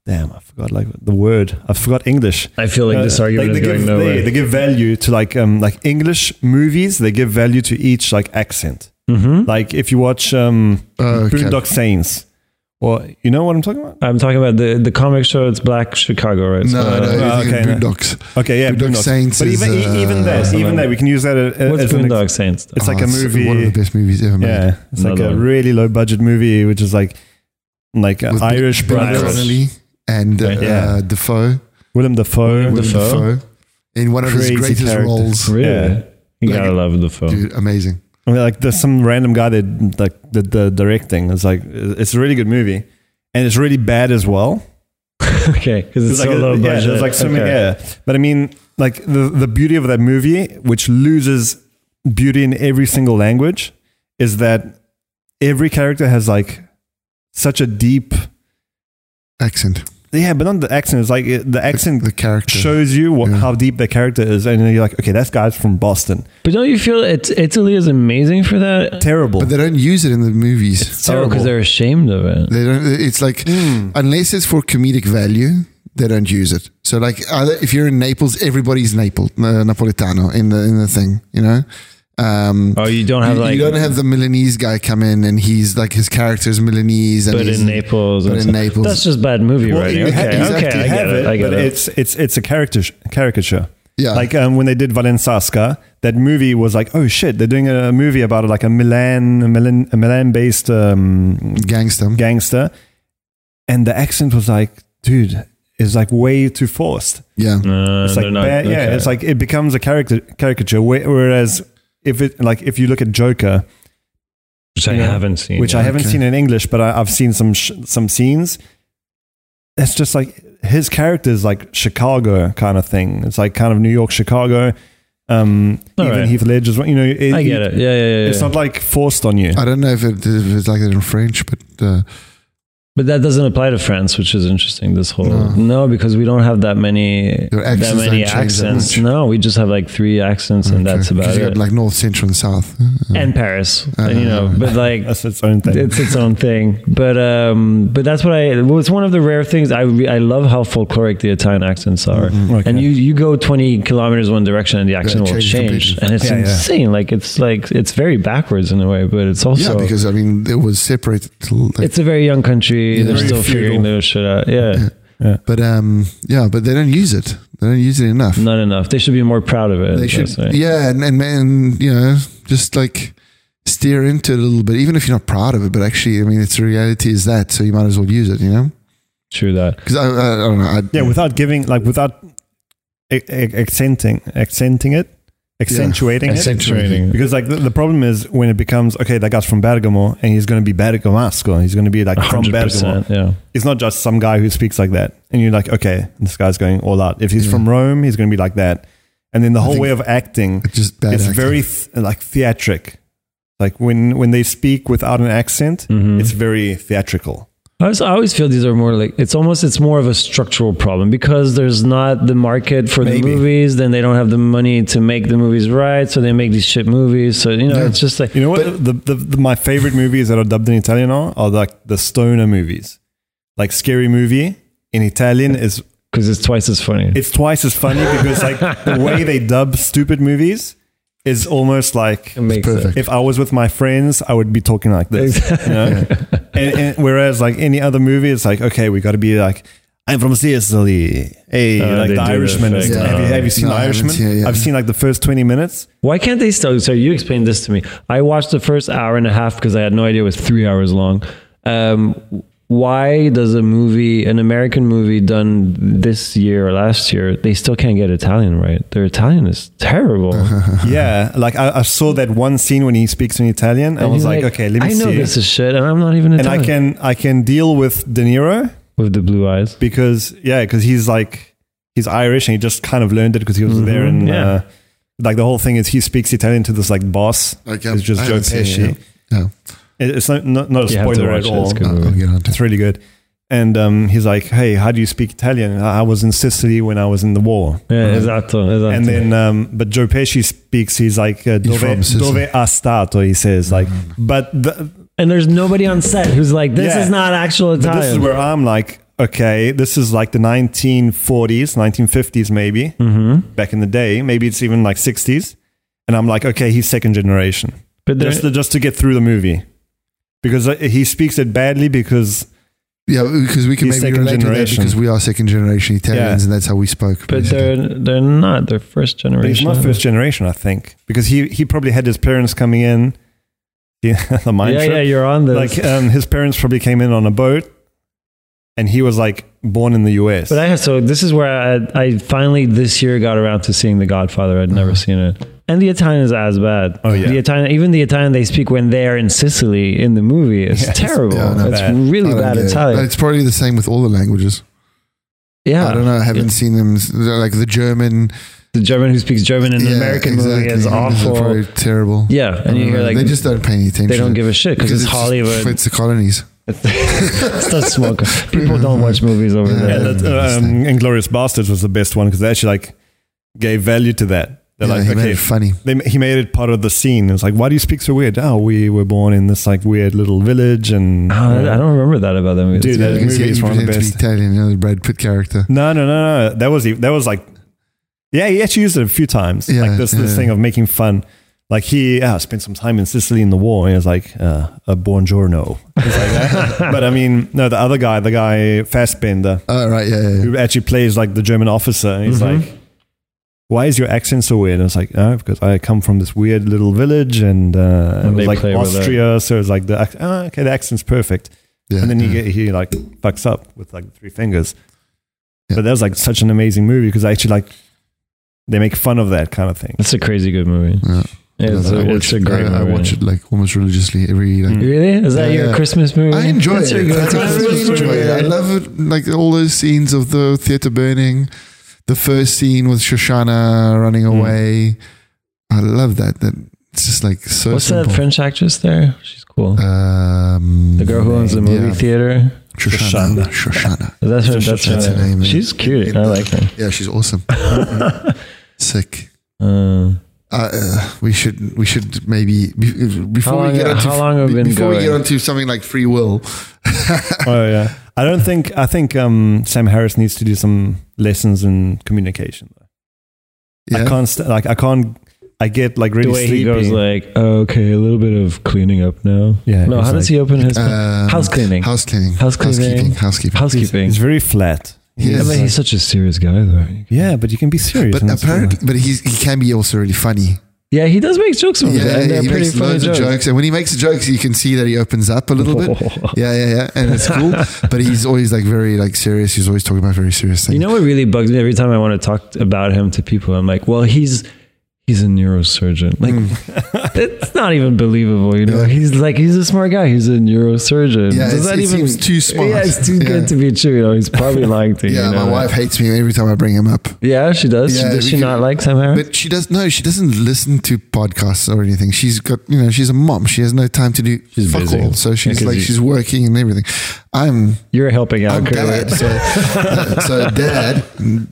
Speaker 3: damn, I forgot like the word. I forgot English.
Speaker 2: I feel like this
Speaker 3: Uh,
Speaker 2: argument
Speaker 3: they,
Speaker 2: is going
Speaker 3: give,
Speaker 2: nowhere.
Speaker 3: They, they give value to like um, like English movies. They give value to each like accent.
Speaker 2: Mhm.
Speaker 3: Like if you watch um,
Speaker 1: Oh, okay.
Speaker 3: Boondock Saints, or you know what I'm talking about?
Speaker 2: I'm talking about the, the comic show. It's Black Chicago, right?
Speaker 1: no,
Speaker 2: So,
Speaker 1: no,
Speaker 2: uh,
Speaker 1: you're thinking
Speaker 3: Ah, okay, no.
Speaker 1: Boondocks.
Speaker 3: Okay, yeah,
Speaker 1: Boondock Saints
Speaker 3: But
Speaker 1: is,
Speaker 3: even e- even
Speaker 1: uh,
Speaker 3: that, even
Speaker 2: Awesome.
Speaker 3: that, we can use that a- a-
Speaker 2: uh, What's
Speaker 3: as an ex-
Speaker 2: Boondock Saints?
Speaker 3: It's like
Speaker 1: Oh,
Speaker 3: a movie.
Speaker 1: One of the best movies ever made.
Speaker 3: yeah, it's like
Speaker 2: Another
Speaker 3: a
Speaker 2: one.
Speaker 3: really low budget movie, which is like like an
Speaker 1: With Big-
Speaker 3: Irish
Speaker 1: Big
Speaker 3: brothers,
Speaker 1: Connolly and uh,
Speaker 3: Yeah.
Speaker 1: uh, Defoe.
Speaker 3: Willem Dafoe.
Speaker 2: Willem
Speaker 1: Willem
Speaker 2: Dafoe.
Speaker 1: Dafoe. In one of
Speaker 3: Crazy
Speaker 1: his greatest
Speaker 3: character.
Speaker 1: roles.
Speaker 2: Really?
Speaker 3: Yeah.
Speaker 2: You
Speaker 1: Like-
Speaker 2: gotta love the film.
Speaker 1: Dude, amazing.
Speaker 3: I mean, like there's some random guy that like the, the directing. It's like it's a really good movie, and it's really bad as well.
Speaker 2: okay, because it's,
Speaker 3: There's
Speaker 2: so
Speaker 3: like a-
Speaker 2: low budget.
Speaker 3: Yeah, there's like so many.
Speaker 2: Okay.
Speaker 3: Yeah, but I mean, like the the beauty of that movie, which loses beauty in every single language, is that every character has like such a deep.
Speaker 1: accent.
Speaker 3: Yeah, but not the accent. It's like it- the accent
Speaker 1: The character.
Speaker 3: shows you what,
Speaker 1: Yeah.
Speaker 3: how deep the character is, and then you're like, okay, that guy's from Boston.
Speaker 2: But don't you feel it's Italy is amazing for that?
Speaker 3: Terrible.
Speaker 1: But they don't use it in the movies.
Speaker 3: It's
Speaker 2: Oh,
Speaker 3: terrible. Hmm.
Speaker 2: because they're ashamed of it.
Speaker 1: They don't. It's like unless it's for comedic value, they don't use it. So like either, if you're in Naples, everybody's Naples uh, Napolitano in the in the thing. You know. Um,
Speaker 2: Oh, you don't have
Speaker 1: you,
Speaker 2: like.
Speaker 1: you don't have the Milanese guy come in and he's like his character's Milanese. And
Speaker 2: But
Speaker 1: he's-
Speaker 2: in Naples,
Speaker 1: but
Speaker 2: and
Speaker 1: in
Speaker 2: stuff.
Speaker 1: Naples.
Speaker 2: that's just bad movie writing.
Speaker 3: you ha-
Speaker 2: Okay,
Speaker 1: exactly
Speaker 2: okay, I
Speaker 3: have
Speaker 2: get it. I get
Speaker 3: but
Speaker 2: it.
Speaker 3: it's it's it's a character sh- caricature.
Speaker 2: Uh-huh.
Speaker 1: Yeah.
Speaker 3: Like um, when they did Valensasca, that movie was like, oh shit, they're doing a movie about like a Milan, a Milan, a Milan-based um,
Speaker 1: gangster.
Speaker 3: gangster, and the accent was like, dude, is like way too forced.
Speaker 1: yeah.
Speaker 2: No,
Speaker 3: It's
Speaker 2: Uh, they're
Speaker 3: like,
Speaker 2: not-
Speaker 3: ba- yeah,
Speaker 2: okay.
Speaker 3: it's like it becomes a character caricature. whe- Whereas if it like if you look at Joker,
Speaker 2: which I
Speaker 3: yeah.
Speaker 2: haven't seen.
Speaker 3: which I haven't
Speaker 1: Okay.
Speaker 3: seen in English, but I, I've seen some sh- some scenes. It's just like his character is like Chicago kind of thing. It's like kind of New York, Chicago. Um,
Speaker 2: All
Speaker 3: even
Speaker 2: right.
Speaker 3: Heath Ledger's, you know, it,
Speaker 2: I get it. Yeah, yeah, yeah.
Speaker 3: It's
Speaker 2: yeah.
Speaker 3: not like forced on you.
Speaker 1: I don't know if, it, if it's like that in French, but uh,
Speaker 2: But that doesn't apply to France, which is interesting. This whole
Speaker 1: No.
Speaker 2: no, because we don't have that many
Speaker 1: Your
Speaker 2: that
Speaker 1: accents
Speaker 2: many
Speaker 1: don't change that
Speaker 2: accents.
Speaker 1: much.
Speaker 2: no, we just have like three accents, and that's
Speaker 1: okay. 'Cause
Speaker 2: about
Speaker 1: you got,
Speaker 2: it.
Speaker 1: Like north, central, and south.
Speaker 2: and Paris,
Speaker 1: Uh,
Speaker 2: and, you know. But like,
Speaker 3: That's its own thing.
Speaker 2: it's its own thing. But um, but that's what I. Well, it's one of the rare things. I re- I love how folkloric the Italian accents are.
Speaker 1: Mm-hmm.
Speaker 3: Okay.
Speaker 2: And you you go twenty kilometers one direction, and the accent
Speaker 1: it
Speaker 2: will
Speaker 1: changes
Speaker 2: change,
Speaker 1: completely.
Speaker 2: and it's
Speaker 3: Yeah, yeah.
Speaker 2: insane. Like it's like it's very backwards in a way, but it's
Speaker 1: yeah,
Speaker 2: also.
Speaker 1: because I mean it was separated. till, like,
Speaker 2: it's a very young country.
Speaker 1: Yeah.
Speaker 2: They're
Speaker 1: Very
Speaker 2: still figuring
Speaker 3: feudal.
Speaker 2: their shit out. Yeah,
Speaker 1: but um, yeah, but they don't use it. They don't use it enough.
Speaker 2: not enough. They should be more proud of it.
Speaker 1: they
Speaker 2: is what I'm
Speaker 1: should
Speaker 2: saying.
Speaker 1: yeah and, and and you know just like steer into it a little bit even if you're not proud of it but actually i mean it's the reality is that so you might as well use it you know
Speaker 2: True that.
Speaker 1: because I, I, I don't know I,
Speaker 3: yeah, without giving, like without a- a- accenting, accenting it, accentuating it.
Speaker 2: Accentuating.
Speaker 3: Because like the, the problem is when it becomes okay, that guy's from Bergamo and he's going to be Bergamasco. He's going to be like from Bergamo.
Speaker 2: 100%. Yeah.
Speaker 3: It's not just some guy who speaks like that. And you're like, okay, this guy's going all out. If he's from Rome, he's going to be like that. And then the whole
Speaker 1: Mm. think
Speaker 3: way of acting,
Speaker 1: it's just bad
Speaker 3: it's
Speaker 1: acting.
Speaker 3: very th- like theatric. Like when when they speak without an accent,
Speaker 1: Mm-hmm.
Speaker 3: it's very theatrical.
Speaker 2: I always, I always feel these are more like it's almost it's more of a structural problem because there's not the market for the
Speaker 3: Maybe.
Speaker 2: movies. Then they don't have the money to make the movies right, so they make these shit movies. So you know,
Speaker 1: Yeah.
Speaker 2: it's just like
Speaker 3: You know what? the, the, the my favorite movies that are dubbed in Italian are, are like the stoner movies, like scary movie in Italian is
Speaker 2: because it's twice as funny.
Speaker 3: it's twice as funny because like the way they dub stupid movies is almost like
Speaker 2: It makes
Speaker 1: perfect.
Speaker 3: if I was with my friends, I would be talking like this. You know? and, and whereas like any other movie, it's like okay, we got to be like. I'm from Sicily. Hey,
Speaker 2: Oh,
Speaker 3: like
Speaker 2: they
Speaker 3: the
Speaker 2: do the
Speaker 3: Irishman. is-
Speaker 2: effect.
Speaker 3: Have, you,
Speaker 2: Yeah.
Speaker 3: have you seen
Speaker 1: No,
Speaker 3: the
Speaker 1: I haven't
Speaker 3: Irishman?
Speaker 1: seen it yet.
Speaker 3: I've seen like the first 20 minutes.
Speaker 2: Why can't they still? So you explained this to me. I watched the first hour and a half because I had no idea it was three hours long. Um, why does a movie, an American movie done this year or last year, they still can't get Italian right? Their Italian is terrible.
Speaker 3: yeah, like I, I saw that one scene when he speaks in Italian. I
Speaker 2: And
Speaker 3: was
Speaker 2: you're
Speaker 3: like, okay, let me
Speaker 2: I
Speaker 3: see.
Speaker 2: know this is shit, and I'm not even
Speaker 3: and
Speaker 2: Italian.
Speaker 3: I can I can deal with De Niro
Speaker 2: with the blue eyes.
Speaker 3: because yeah, because he's like he's Irish and he just kind of learned it because he was there and
Speaker 2: Mm-hmm. yeah.
Speaker 3: uh, like the whole thing is he speaks Italian to this like boss.
Speaker 1: Like,
Speaker 3: it's just
Speaker 1: I
Speaker 3: Joe
Speaker 1: haven't seen it
Speaker 3: Pesci.
Speaker 1: yet. yeah.
Speaker 3: It- It's not not, not a
Speaker 2: You have to
Speaker 3: spoiler
Speaker 2: watch
Speaker 3: at
Speaker 2: it, it's
Speaker 3: all.
Speaker 2: good.
Speaker 1: No, I'll get on to it.
Speaker 3: It's really good. And um, he's like, hey, how do you speak Italian? I I was in Sicily when I was in the war.
Speaker 2: Yeah, esatto, esatto.
Speaker 3: Uh-huh. And then, um, but Joe Pesci speaks. He's like, uh,
Speaker 1: He's
Speaker 3: dove,
Speaker 1: from Sicily.
Speaker 3: dove ha stato? He says, like,
Speaker 2: Mm-hmm.
Speaker 3: but the,
Speaker 2: and there's nobody on set who's like, this
Speaker 3: Yeah.
Speaker 2: is not actual
Speaker 3: But
Speaker 2: Italian.
Speaker 3: this is where I'm like, okay, this is like the 1940s, 1950s, maybe
Speaker 2: Mm-hmm.
Speaker 3: back in the day. Maybe it's even like 60s. And I'm like, okay, he's second generation,
Speaker 2: but there's
Speaker 3: just to, just to get through the movie, because uh, he speaks it badly because
Speaker 1: yeah because we can
Speaker 3: He's
Speaker 1: maybe
Speaker 3: second
Speaker 1: relate to that
Speaker 3: generation.
Speaker 1: because we are second generation Italians
Speaker 3: Yeah.
Speaker 1: and that's how we spoke
Speaker 2: but
Speaker 1: basically.
Speaker 2: they're they're not. They're first
Speaker 3: but
Speaker 2: generation.
Speaker 3: he's not first generation, I think, because he he probably had his parents coming in. Yeah, the mind
Speaker 2: yeah,
Speaker 3: trip.
Speaker 2: yeah, you're on this.
Speaker 3: Like um, his parents probably came in on a boat, and he was like born in the U.S.
Speaker 2: But I have so this is where I, I finally this year got around to seeing The Godfather. I'd never seen it, and the Italian is as bad.
Speaker 3: Oh, yeah.
Speaker 2: the Italian, even the Italian they speak when they're in Sicily in the movie is
Speaker 3: Yes.
Speaker 2: terrible.
Speaker 1: Yeah, I know.
Speaker 2: it's
Speaker 3: Bad.
Speaker 1: I
Speaker 2: really
Speaker 1: don't
Speaker 2: bad
Speaker 1: get it.
Speaker 2: Italian.
Speaker 1: it's probably the same with all the languages
Speaker 2: Yeah,
Speaker 1: I don't know. I haven't seen them. They're Like the German,
Speaker 2: the German who speaks German in an
Speaker 1: Yeah,
Speaker 2: American movie
Speaker 1: exactly.
Speaker 2: is
Speaker 1: They're
Speaker 2: awful.
Speaker 1: Probably terrible.
Speaker 2: yeah,
Speaker 1: I
Speaker 2: and you
Speaker 1: don't
Speaker 2: hear
Speaker 1: know.
Speaker 2: like
Speaker 1: they just don't pay any attention.
Speaker 2: they don't give a shit because it's,
Speaker 1: just-
Speaker 2: Hollywood.
Speaker 1: It's the colonies.
Speaker 2: it's not smoke. People don't watch movies over
Speaker 1: Yeah,
Speaker 3: Yeah,
Speaker 2: there.
Speaker 3: that,
Speaker 1: that's
Speaker 3: um, Inglorious Bastards was the best one because they actually like gave value to that. They're
Speaker 1: Yeah,
Speaker 3: like,
Speaker 1: he
Speaker 3: okay,
Speaker 1: made it funny.
Speaker 3: they, he made it part of the scene. It's like, why do you speak so weird? Oh, we were born in this like weird little village, and
Speaker 2: Oh, I don't remember that about that movie.
Speaker 3: Dude,
Speaker 2: That's
Speaker 3: that
Speaker 1: Because
Speaker 2: weird.
Speaker 1: he
Speaker 3: movie is one of the
Speaker 1: pretends to be
Speaker 3: best.
Speaker 1: Italian, you know, the Brad Pitt character.
Speaker 3: no, no, no, no. That was e- that was like, yeah, he actually used it a few times.
Speaker 1: Yeah,
Speaker 3: like this this
Speaker 1: yeah.
Speaker 3: thing of making fun. Like he uh, spent some time in Sicily in the war, and it was like uh, a buongiorno. It's like
Speaker 2: Ah.
Speaker 3: that. but I mean, no, the other guy, the guy Fassbender,
Speaker 1: Oh, right, yeah, yeah.
Speaker 3: who actually plays like the German officer. And he's
Speaker 2: Mhm.
Speaker 3: like, why is your accent so weird? And it's like, oh, because I come from this weird little village and, uh,
Speaker 2: And
Speaker 3: it was,
Speaker 2: they
Speaker 3: like
Speaker 2: play with that.
Speaker 3: Austria. So it's like, the ac- oh, okay, the accent's perfect.
Speaker 1: yeah.
Speaker 3: and then he,
Speaker 1: yeah.
Speaker 3: get, he like fucks up with like three fingers.
Speaker 1: Yeah.
Speaker 3: But that was like such an amazing movie because actually like they make fun of that kind of thing.
Speaker 2: That's a crazy good movie.
Speaker 1: Yeah.
Speaker 2: It's,
Speaker 1: I
Speaker 2: a,
Speaker 1: watch
Speaker 2: it's a
Speaker 1: it-
Speaker 2: great
Speaker 1: I, I
Speaker 2: movie.
Speaker 1: watch it like almost religiously every like,
Speaker 2: Really? Is that
Speaker 1: Yeah,
Speaker 2: your
Speaker 1: yeah.
Speaker 2: Christmas movie?
Speaker 1: I enjoy
Speaker 2: That's your
Speaker 1: it.
Speaker 2: good
Speaker 1: That's- I
Speaker 2: Christmas
Speaker 1: really enjoy
Speaker 2: movie.
Speaker 1: it. I love it. Like all those scenes of the theater burning, the first scene with Shoshana running
Speaker 2: Mm.
Speaker 1: away. I love that. That it's just like so.
Speaker 2: What's
Speaker 1: simple.
Speaker 2: that French actress there? She's cool.
Speaker 1: Um,
Speaker 2: the girl who owns the movie
Speaker 1: Uh, yeah.
Speaker 2: theater.
Speaker 1: Shoshana. Shoshana.
Speaker 2: That's her. That's,
Speaker 1: That's
Speaker 2: her.
Speaker 1: her name, yeah.
Speaker 2: She's cute. I like her.
Speaker 1: Yeah, she's awesome. Sick.
Speaker 2: Uh,
Speaker 1: Uh, uh, we should we should maybe be- before
Speaker 2: How
Speaker 1: we
Speaker 2: long-
Speaker 1: get onto
Speaker 2: how long have we been
Speaker 1: before we get
Speaker 2: going?
Speaker 1: onto something like free will.
Speaker 3: oh yeah. I don't think, I think um, Sam Harris needs to do some lessons in communication. I
Speaker 1: Yeah.
Speaker 3: can't, st- like, I can't, I get like
Speaker 2: the
Speaker 3: really
Speaker 2: way
Speaker 3: sleepy.
Speaker 2: he goes, like, "Oh, okay, a little bit of cleaning up now.
Speaker 3: Yeah,
Speaker 2: No,
Speaker 3: he's
Speaker 2: how does
Speaker 3: like-
Speaker 2: he open his
Speaker 1: Um,
Speaker 2: house cleaning?
Speaker 1: House cleaning.
Speaker 2: House
Speaker 1: Housekeeping.
Speaker 2: cleaning.
Speaker 1: Housekeeping.
Speaker 2: Housekeeping.
Speaker 3: He's very flat.
Speaker 1: He
Speaker 2: yeah,
Speaker 1: is.
Speaker 2: but he's such a serious guy, though.
Speaker 3: Yeah, but you can be serious.
Speaker 1: But
Speaker 3: and that's
Speaker 1: apparently, but he's, he can be also really funny.
Speaker 2: Yeah, he does make jokes. sometimes,
Speaker 1: Yeah,
Speaker 2: and they're
Speaker 1: he
Speaker 2: pretty
Speaker 1: makes
Speaker 2: funny
Speaker 1: loads
Speaker 2: jokes.
Speaker 1: of jokes, and when he makes jokes, you can see that he opens up a little bit. Yeah, yeah, yeah, and it's cool. but he's always like very like serious. He's always talking about very serious things.
Speaker 2: You know what really bugs me every time I want to talk about him to people? I'm like, well, he's he's a neurosurgeon. Like, it's not even believable. You know,
Speaker 1: Mm. Yeah.
Speaker 2: he's like he's a smart guy. He's a neurosurgeon.
Speaker 1: Yeah,
Speaker 2: Does
Speaker 1: it's-
Speaker 2: that
Speaker 1: it
Speaker 2: even
Speaker 1: seems too smart.
Speaker 2: Yeah, it's too
Speaker 1: Yeah.
Speaker 2: good to be true. You know, he's probably lying to you.
Speaker 1: yeah,
Speaker 2: you know?
Speaker 1: my wife hates me every time I bring him up.
Speaker 2: Yeah, she does.
Speaker 1: Yeah,
Speaker 2: she, does
Speaker 1: we
Speaker 2: she
Speaker 1: could-
Speaker 2: not like Sam Harris?
Speaker 1: But she does no, she doesn't listen to podcasts or anything. She's got you know, she's a mom. She has no time to do
Speaker 2: She's
Speaker 1: fuck
Speaker 2: busy.
Speaker 1: all. So she's
Speaker 2: 'cause
Speaker 1: like
Speaker 2: you-
Speaker 1: she's working and everything. I'm
Speaker 2: You're helping out.
Speaker 1: I'm
Speaker 2: Kurt.
Speaker 1: dad. So, uh, so dad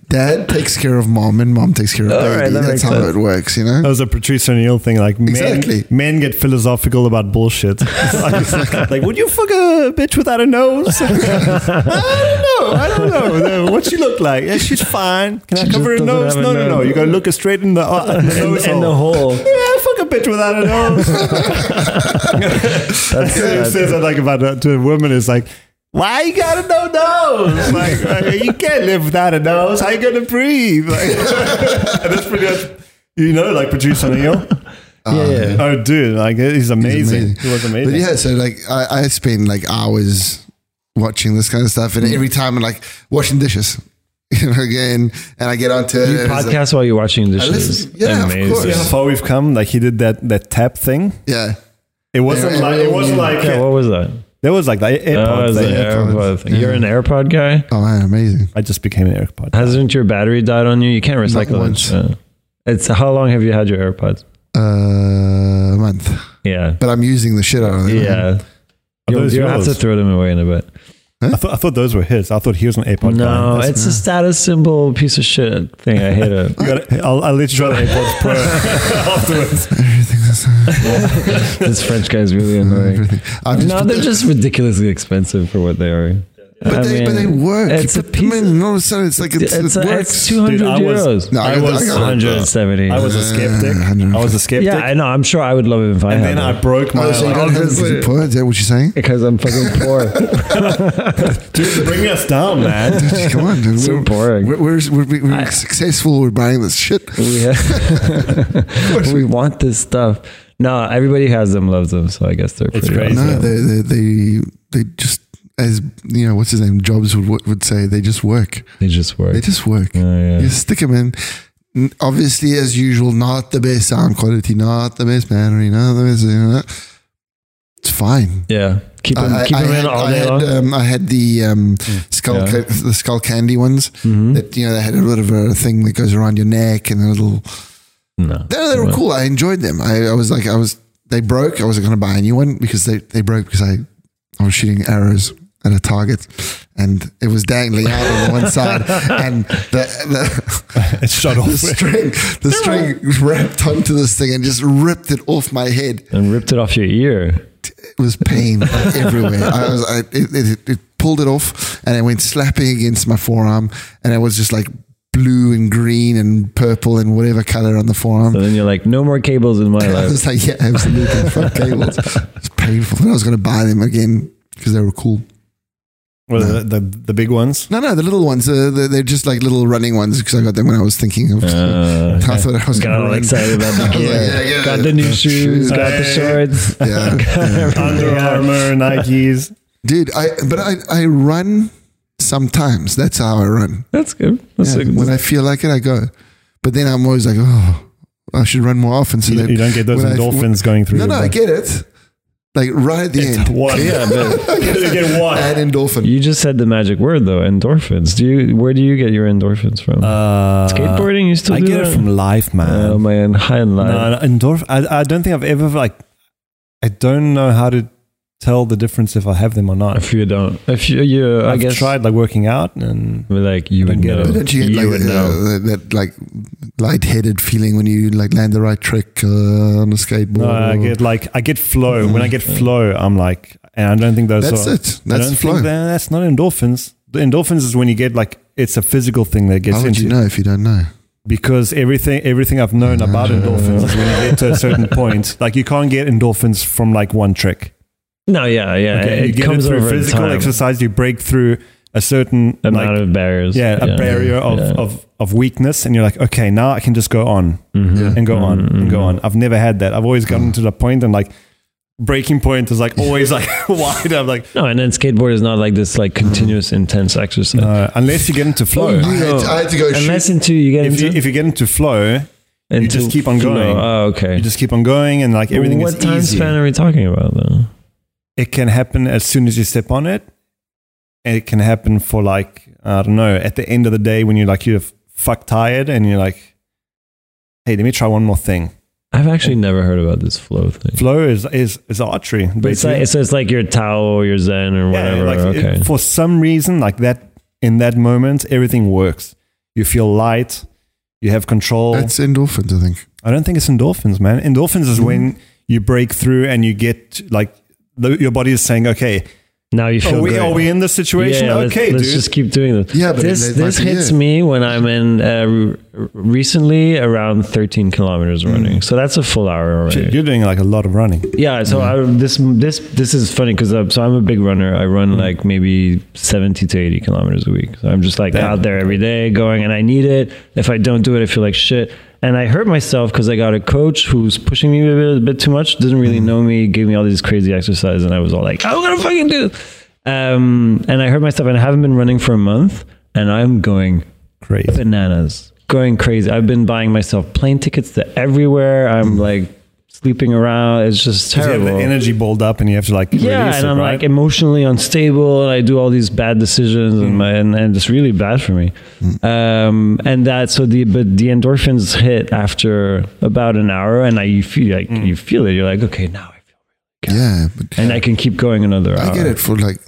Speaker 1: dad takes care of mom and mom takes care of
Speaker 2: All
Speaker 1: baby.
Speaker 2: right, that makes
Speaker 1: That's how
Speaker 2: sense.
Speaker 1: it works, you know?
Speaker 3: That was a Patrice O'Neill thing. Like men,
Speaker 1: Exactly.
Speaker 3: men get philosophical about bullshit. like, would you fuck a bitch without a nose? I don't know. I don't know. No, What she look like? Yeah, she's fine. Can
Speaker 2: She
Speaker 3: I cover her
Speaker 2: just doesn't
Speaker 3: nose?
Speaker 2: have a
Speaker 3: No, no, no.
Speaker 2: nose.
Speaker 3: You gotta look her straight in the, uh, in the
Speaker 2: And,
Speaker 3: nose.
Speaker 2: and the whole.
Speaker 3: hole. yeah, fuck a bitch without a nose.
Speaker 2: That's,
Speaker 3: It
Speaker 2: that's,
Speaker 3: says that like about uh, to a woman is like. Why you gotta no nose? Like, like, you can't live without a nose. How you gonna breathe? Like, and that's pretty much, you know, like Patrice O'Neill.
Speaker 2: yeah, yeah.
Speaker 3: Oh, dude, like he's amazing. He was amazing.
Speaker 1: But yeah, so like I, I spend like hours watching this kind of stuff,
Speaker 2: Mm.
Speaker 1: and every time I'm like washing dishes, you know, again, and I get onto it.
Speaker 2: You
Speaker 1: and it's like-
Speaker 2: podcast while you're watching dishes.
Speaker 1: listen- yeah, of
Speaker 2: Amazing.
Speaker 1: course.
Speaker 3: See how far we've come. Like he did that that tap thing.
Speaker 1: yeah,
Speaker 3: It wasn't
Speaker 1: Yeah,
Speaker 3: like it wasn't like
Speaker 2: Yeah, what was that?
Speaker 3: there was like the
Speaker 2: Oh, it
Speaker 3: AirPods.
Speaker 2: was
Speaker 3: thing.
Speaker 2: an AirPod thing. You're an AirPod guy.
Speaker 1: oh man, amazing.
Speaker 3: I just became an AirPod.
Speaker 2: Hasn't your battery died on you? You can't recycle it.
Speaker 1: once.
Speaker 2: Uh, It's how long have you had your AirPods?
Speaker 1: Uh, a month,
Speaker 2: Yeah,
Speaker 1: but I'm using the shit out of it.
Speaker 2: yeah.
Speaker 3: Are
Speaker 2: You'll,
Speaker 3: those
Speaker 2: you'll have to
Speaker 3: yours?
Speaker 2: throw them away in a bit.
Speaker 3: I thought, I thought those were his. I thought he was an AirPod.
Speaker 2: No,
Speaker 3: guy.
Speaker 2: it's a status symbol piece of shit thing. I hate it.
Speaker 3: You gotta, I'll, I'll let you try the AirPods Pro afterwards.
Speaker 2: this French guy's really annoying.
Speaker 1: Everything. I've just
Speaker 2: No,
Speaker 1: put
Speaker 2: they're
Speaker 1: the-
Speaker 2: just ridiculously expensive for what they are.
Speaker 1: but,
Speaker 2: I
Speaker 1: they, but they
Speaker 2: mean,
Speaker 1: work.
Speaker 2: It's a
Speaker 1: you put them
Speaker 2: piece.
Speaker 1: in, and all of a sudden it's like it's,
Speaker 2: It's, it's,
Speaker 1: it
Speaker 2: a-
Speaker 1: works.
Speaker 2: it's 200
Speaker 3: Dude, I was-
Speaker 2: euros.
Speaker 1: no, I,
Speaker 3: I
Speaker 1: got-
Speaker 3: was
Speaker 1: I got-
Speaker 2: 170.
Speaker 3: I was a skeptic. I was a skeptic.
Speaker 2: yeah, I know. I'm sure I would love it if I
Speaker 3: and
Speaker 2: had
Speaker 3: then
Speaker 2: it.
Speaker 3: I broke my.
Speaker 1: Oh, so you got
Speaker 3: like,
Speaker 1: hands to
Speaker 2: obviously-
Speaker 1: put, Is that what you're saying?
Speaker 2: because I'm fucking poor.
Speaker 3: Dude, bring us down, man.
Speaker 1: Come on, dude.
Speaker 2: So
Speaker 1: we're,
Speaker 2: boring.
Speaker 1: We're, we're, we're, we're
Speaker 2: I-
Speaker 1: successful. We're buying this shit.
Speaker 2: we, have, we want this stuff. No, everybody has them, loves them. So I guess they're
Speaker 3: It's
Speaker 2: pretty.
Speaker 3: crazy.
Speaker 2: awesome.
Speaker 1: No, they, they they they just as you know, what's his name? Jobs would would say they just work.
Speaker 2: They just work.
Speaker 1: They just work.
Speaker 2: Yeah, yeah.
Speaker 1: You stick them in. N- Obviously, as usual, not the best sound quality, not the best battery, not the best. You know, It's fine.
Speaker 2: Yeah. Keep them,
Speaker 1: I,
Speaker 2: keep
Speaker 1: I
Speaker 2: them
Speaker 1: had,
Speaker 2: in all
Speaker 1: I
Speaker 2: day
Speaker 1: had,
Speaker 2: long. Hmm.
Speaker 1: um, I had the um, skull
Speaker 2: Yeah. Hmm?
Speaker 1: ca- the skull candy ones
Speaker 2: Mm-hmm.
Speaker 1: that you know they had a little bit of a thing that goes around your neck and a little.
Speaker 2: no.
Speaker 1: They, they were cool. I enjoyed them. I, I was like, I was they broke. I wasn't going to buy a new one because they they broke because I I was shooting arrows at a target and it was dangling out on the one side and the the,
Speaker 3: It shut off.
Speaker 1: the string the string wrapped onto this thing and just ripped it off my head.
Speaker 2: And ripped it off your ear.
Speaker 1: It was pain everywhere. I was, I, it, it, it pulled it off and it went slapping against my forearm and it was just like blue and green and purple and whatever color on the forearm.
Speaker 2: So then you're like, no more cables in my
Speaker 1: I
Speaker 2: life.
Speaker 1: was like, yeah, absolutely. Fuck cables. It's painful. But I was going to buy them again because they were cool.
Speaker 3: Well, the, the the big ones.
Speaker 1: No, no, the little ones. Uh, they're, they're just like little running ones because I got them when I was thinking of.
Speaker 2: Uh,
Speaker 1: I thought I was
Speaker 2: got
Speaker 1: gonna
Speaker 2: all
Speaker 1: run.
Speaker 2: excited about the
Speaker 1: I was
Speaker 2: gear.
Speaker 1: like, yeah, yeah,
Speaker 2: got the new shoes,
Speaker 1: shoes.
Speaker 2: got the shorts.
Speaker 1: Yeah.
Speaker 3: Under Armour, Nikes.
Speaker 1: Dude, I but I, I run sometimes. That's how I run.
Speaker 2: That's good. That's
Speaker 1: Yeah,
Speaker 2: a-
Speaker 1: when I feel like it, I go. But then I'm always like, oh, I should run more often. So
Speaker 3: You,
Speaker 1: that
Speaker 3: you don't get those
Speaker 1: when I-
Speaker 3: endorphins going through.
Speaker 1: no,
Speaker 3: your
Speaker 1: no, I
Speaker 3: brain.
Speaker 1: get it. Like right at the
Speaker 3: It's
Speaker 1: end,
Speaker 3: one.
Speaker 2: yeah, but
Speaker 3: you get one.
Speaker 1: add endorphin.
Speaker 2: you just said the magic word though, endorphins. Do you? Where do you get your endorphins from?
Speaker 3: Uh,
Speaker 2: Skateboarding, you still
Speaker 3: I
Speaker 2: do
Speaker 3: get
Speaker 2: that?
Speaker 3: it from life, man.
Speaker 2: oh man, high and low.
Speaker 3: no, no, endorph- I, I don't think I've ever like. I don't know how to tell the difference if I have them or not.
Speaker 2: If you don't, if you, you I
Speaker 3: I've
Speaker 2: guess
Speaker 3: tried like working out and
Speaker 2: We're like you would
Speaker 3: Don't get
Speaker 2: know.
Speaker 3: it.
Speaker 1: But don't you get like
Speaker 2: would
Speaker 1: uh,
Speaker 2: know.
Speaker 1: that, that like lightheaded feeling when you like land the right trick uh, on a skateboard?
Speaker 3: no, I
Speaker 1: or-
Speaker 3: get like I get flow. When I get flow, I'm like, and I don't think those
Speaker 1: that's
Speaker 3: are.
Speaker 1: it.
Speaker 3: I
Speaker 1: That's
Speaker 3: don't
Speaker 1: flow.
Speaker 3: think that, that's not endorphins. The endorphins is when you get like it's a physical thing that gets
Speaker 1: How would
Speaker 3: into
Speaker 1: you know if you don't know?
Speaker 3: because everything everything I've known about endorphins is when you get to a certain point, like you can't get endorphins from like one trick.
Speaker 2: No, yeah, yeah.
Speaker 3: Okay, you
Speaker 2: Uh, it
Speaker 3: get
Speaker 2: comes
Speaker 3: it through
Speaker 2: over
Speaker 3: physical
Speaker 2: time.
Speaker 3: exercise. You break through a certain
Speaker 2: amount
Speaker 3: like,
Speaker 2: of barriers.
Speaker 3: yeah, a barrier of,
Speaker 2: yeah.
Speaker 3: of of weakness, and you're like, okay, now I can just go on
Speaker 2: Mhm.
Speaker 1: Yeah.
Speaker 3: and go on and
Speaker 2: Mm.
Speaker 3: go on. I've never had that. I've always gotten
Speaker 1: Mm.
Speaker 3: to the point and like breaking point is like always like wide. I'm like,
Speaker 2: No, and then skateboard is not like this like continuous intense exercise.
Speaker 3: no, unless you get into flow.
Speaker 1: I had, to, I had to go
Speaker 2: Unless
Speaker 1: shoot.
Speaker 2: into you get
Speaker 3: If
Speaker 2: into
Speaker 3: you, if you get into flow,
Speaker 2: into
Speaker 3: just keep on
Speaker 2: flow.
Speaker 3: going.
Speaker 2: Oh, okay.
Speaker 3: you just keep on going and like everything
Speaker 2: what
Speaker 3: is
Speaker 2: time
Speaker 3: easy.
Speaker 2: span are we talking about though?
Speaker 3: it can happen as soon as you step on it and it can happen for like i don't know at the end of the day when you're like you're fuck tired and you're like hey let me try one more thing
Speaker 2: I've actually never heard about this flow thing.
Speaker 3: flow is is is archery
Speaker 2: But it's like, so it's like your Tao or your Zen or
Speaker 3: Yeah,
Speaker 2: whatever.
Speaker 3: like, it-
Speaker 2: okay.
Speaker 3: for some reason like that in that moment everything works you feel light you have control
Speaker 1: That's endorphins, I think.
Speaker 3: i don't think it's endorphins man endorphins is when you break through and you get like the, your body is saying okay
Speaker 2: now you feel
Speaker 3: are we,
Speaker 2: Oh, great.
Speaker 3: are we in this situation
Speaker 2: Yeah, let's-
Speaker 3: okay
Speaker 2: let's,
Speaker 3: dude
Speaker 2: just keep doing this.
Speaker 1: Yeah, but
Speaker 2: this
Speaker 1: it- it
Speaker 2: this
Speaker 1: might be
Speaker 2: hits
Speaker 1: it.
Speaker 2: me when I'm in uh, re- recently around 13 kilometers running.
Speaker 1: Mm.
Speaker 2: So that's a full hour already.
Speaker 3: Shit, you're doing like a lot of running.
Speaker 2: Yeah, so I, this this this is funny because so I'm a big runner. I run like maybe seventy to eighty kilometers a week. So I'm just like out there every day going, and I need it. If I don't do it, I feel like shit. And I hurt myself because I got a coach who's pushing me a bit, a bit too much. Didn't really know me. Gave me all these crazy exercises, and I was all like, "I'm gonna fucking do this." Um, and I hurt myself, and I haven't been running for a month, and I'm going
Speaker 3: Crazy.
Speaker 2: bananas, going crazy. I've been buying myself plane tickets to everywhere.
Speaker 1: Mm-hmm.
Speaker 2: I'm like sleeping around. It's just
Speaker 3: You have
Speaker 2: terrible.
Speaker 3: the energy balled up and you have to like
Speaker 2: yeah,
Speaker 3: release
Speaker 2: and
Speaker 3: it,
Speaker 2: I'm
Speaker 3: right?
Speaker 2: like emotionally unstable, and I do all these bad decisions,
Speaker 1: Mm.
Speaker 2: and my and, and it's really bad for me. Um, and that so the but the endorphins hit after about an hour, and I you feel like you feel it. You're like, okay, now I feel,
Speaker 1: Mm. Yeah, but
Speaker 2: and I can keep going another hour.
Speaker 1: I get it for like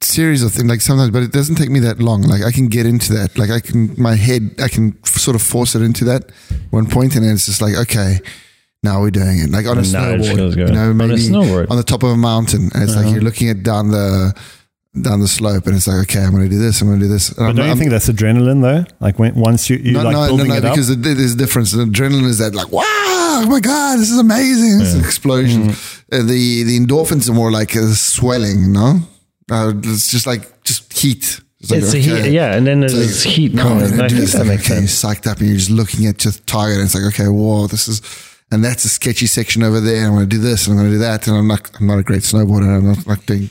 Speaker 1: series of things like sometimes but it doesn't take me that long like i can get into that like i can my head i can f- sort of force it into that one point and then it's just like okay now we're doing it like on a
Speaker 2: Now it
Speaker 1: snowboard
Speaker 2: feels good.
Speaker 1: you know
Speaker 2: On a
Speaker 1: maybe
Speaker 2: snowboard. Uh-huh.
Speaker 1: on the top of a mountain and it's like you're looking at down the down the slope and it's like okay i'm gonna do this i'm gonna do this
Speaker 3: but don't you think that's adrenaline though? Like when once you you
Speaker 1: no,
Speaker 3: like
Speaker 1: no, no,
Speaker 3: building
Speaker 1: no,
Speaker 3: it up.
Speaker 1: because it- there's a difference. The adrenaline is that like, wow, oh my god, this is amazing, this is an explosion.
Speaker 2: Mm-hmm.
Speaker 1: Uh, the the endorphins are more like a swelling, no? Uh, it's just like just heat. like,
Speaker 2: It's a
Speaker 1: okay.
Speaker 2: heat, yeah, and then there's
Speaker 1: It's like,
Speaker 2: this heat
Speaker 1: no,
Speaker 2: coming.
Speaker 1: I'm gonna
Speaker 2: I
Speaker 1: do
Speaker 2: guess
Speaker 1: this.
Speaker 2: that
Speaker 1: And
Speaker 2: makes
Speaker 1: okay, you're
Speaker 2: sense.
Speaker 1: psyched up, and you're just looking at your target, and it's like, okay, whoa, this is, and that's a sketchy section over there. and I'm gonna do this, and I'm gonna do that, and I'm not, I'm not a great snowboarder. I'm not like doing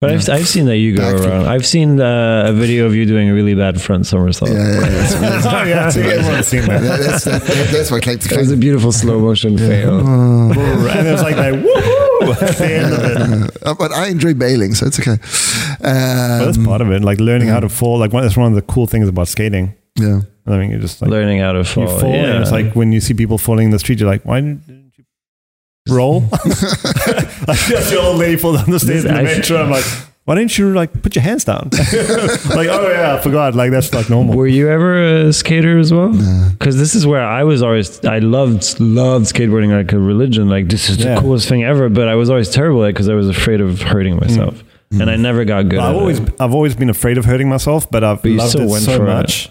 Speaker 2: But I've, I've seen that you go
Speaker 1: Backflip.
Speaker 2: around. I've seen uh, a video of you doing a really bad front somersault.
Speaker 1: Yeah, yeah, yeah, that's,
Speaker 3: oh, yeah,
Speaker 1: that's,
Speaker 3: everyone's seen that.
Speaker 1: that- that's, that- that's what came to
Speaker 5: It was a
Speaker 1: claim.
Speaker 5: beautiful slow motion fail.
Speaker 3: and it was like that woohoo at the end of it.
Speaker 1: Uh, but I enjoy bailing, so it's okay.
Speaker 3: But that's
Speaker 1: Um,
Speaker 3: part of it, like learning how to fall. Like one, that's one of the cool things about skating.
Speaker 1: yeah.
Speaker 3: I mean, you just like
Speaker 2: Learning how to fall.
Speaker 3: you fall,
Speaker 2: yeah.
Speaker 3: and it's like when you see people falling in the street, you're like, why didn't you roll? like just your old lady fall down the stairs in the
Speaker 2: This actually-
Speaker 3: metro. I'm like, why didn't you like put your hands down? like, oh yeah, I forgot. Like that's like normal.
Speaker 2: Were you ever a skater as well? Because this is where I was always. I loved loved skateboarding like a religion. Like this is
Speaker 3: Yeah.
Speaker 2: the coolest thing ever. But I was always terrible at it because I was afraid of hurting myself, and I never got good.
Speaker 3: Mm. I've
Speaker 2: at
Speaker 3: always
Speaker 2: it.
Speaker 3: I've always been afraid of hurting myself, but I've
Speaker 2: But you
Speaker 3: loved
Speaker 2: still
Speaker 3: it
Speaker 2: went
Speaker 3: so
Speaker 2: for it.
Speaker 3: much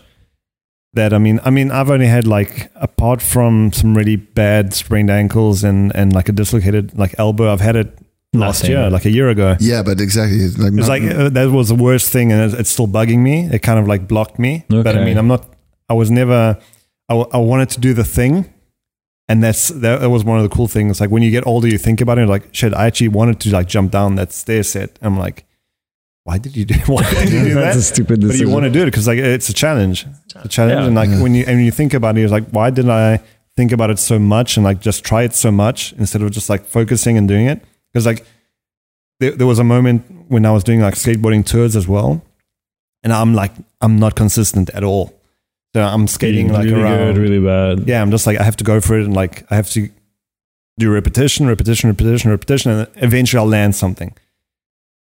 Speaker 3: that I mean I mean I've only had like apart from some really bad sprained ankles and and like a dislocated like elbow, I've had it last
Speaker 2: Nothing.
Speaker 3: year, like a year ago.
Speaker 1: Yeah, but exactly. It's like,
Speaker 3: It's
Speaker 1: not-
Speaker 3: like uh, that was the worst thing, and it's, it's still bugging me. It kind of like blocked me. But I
Speaker 2: Okay.
Speaker 3: mean, I'm not. I was never. I, w- I wanted to do the thing, and that's that, that was one of the cool things. Like when you get older, you think about it. you're Like shit, I actually wanted to like jump down that stair set. I'm like, why did you do? Why did you do
Speaker 5: That's a
Speaker 3: that?
Speaker 5: stupid
Speaker 3: But you
Speaker 5: decision.
Speaker 3: want to do it because like it's a challenge. It's a challenge,
Speaker 2: Yeah.
Speaker 3: and like when you and when you think about it, it's like why did I think about it so much and like just try it so much instead of just like focusing and doing it? Because like there, there was a moment when I was doing like skateboarding tours as well, and I'm like, I'm not consistent at all. So I'm skating like
Speaker 2: really
Speaker 3: around.
Speaker 2: good, really bad.
Speaker 3: Yeah, I'm just like, I have to go for it, and like, I have to do repetition, repetition, repetition, repetition, and eventually I'll land something.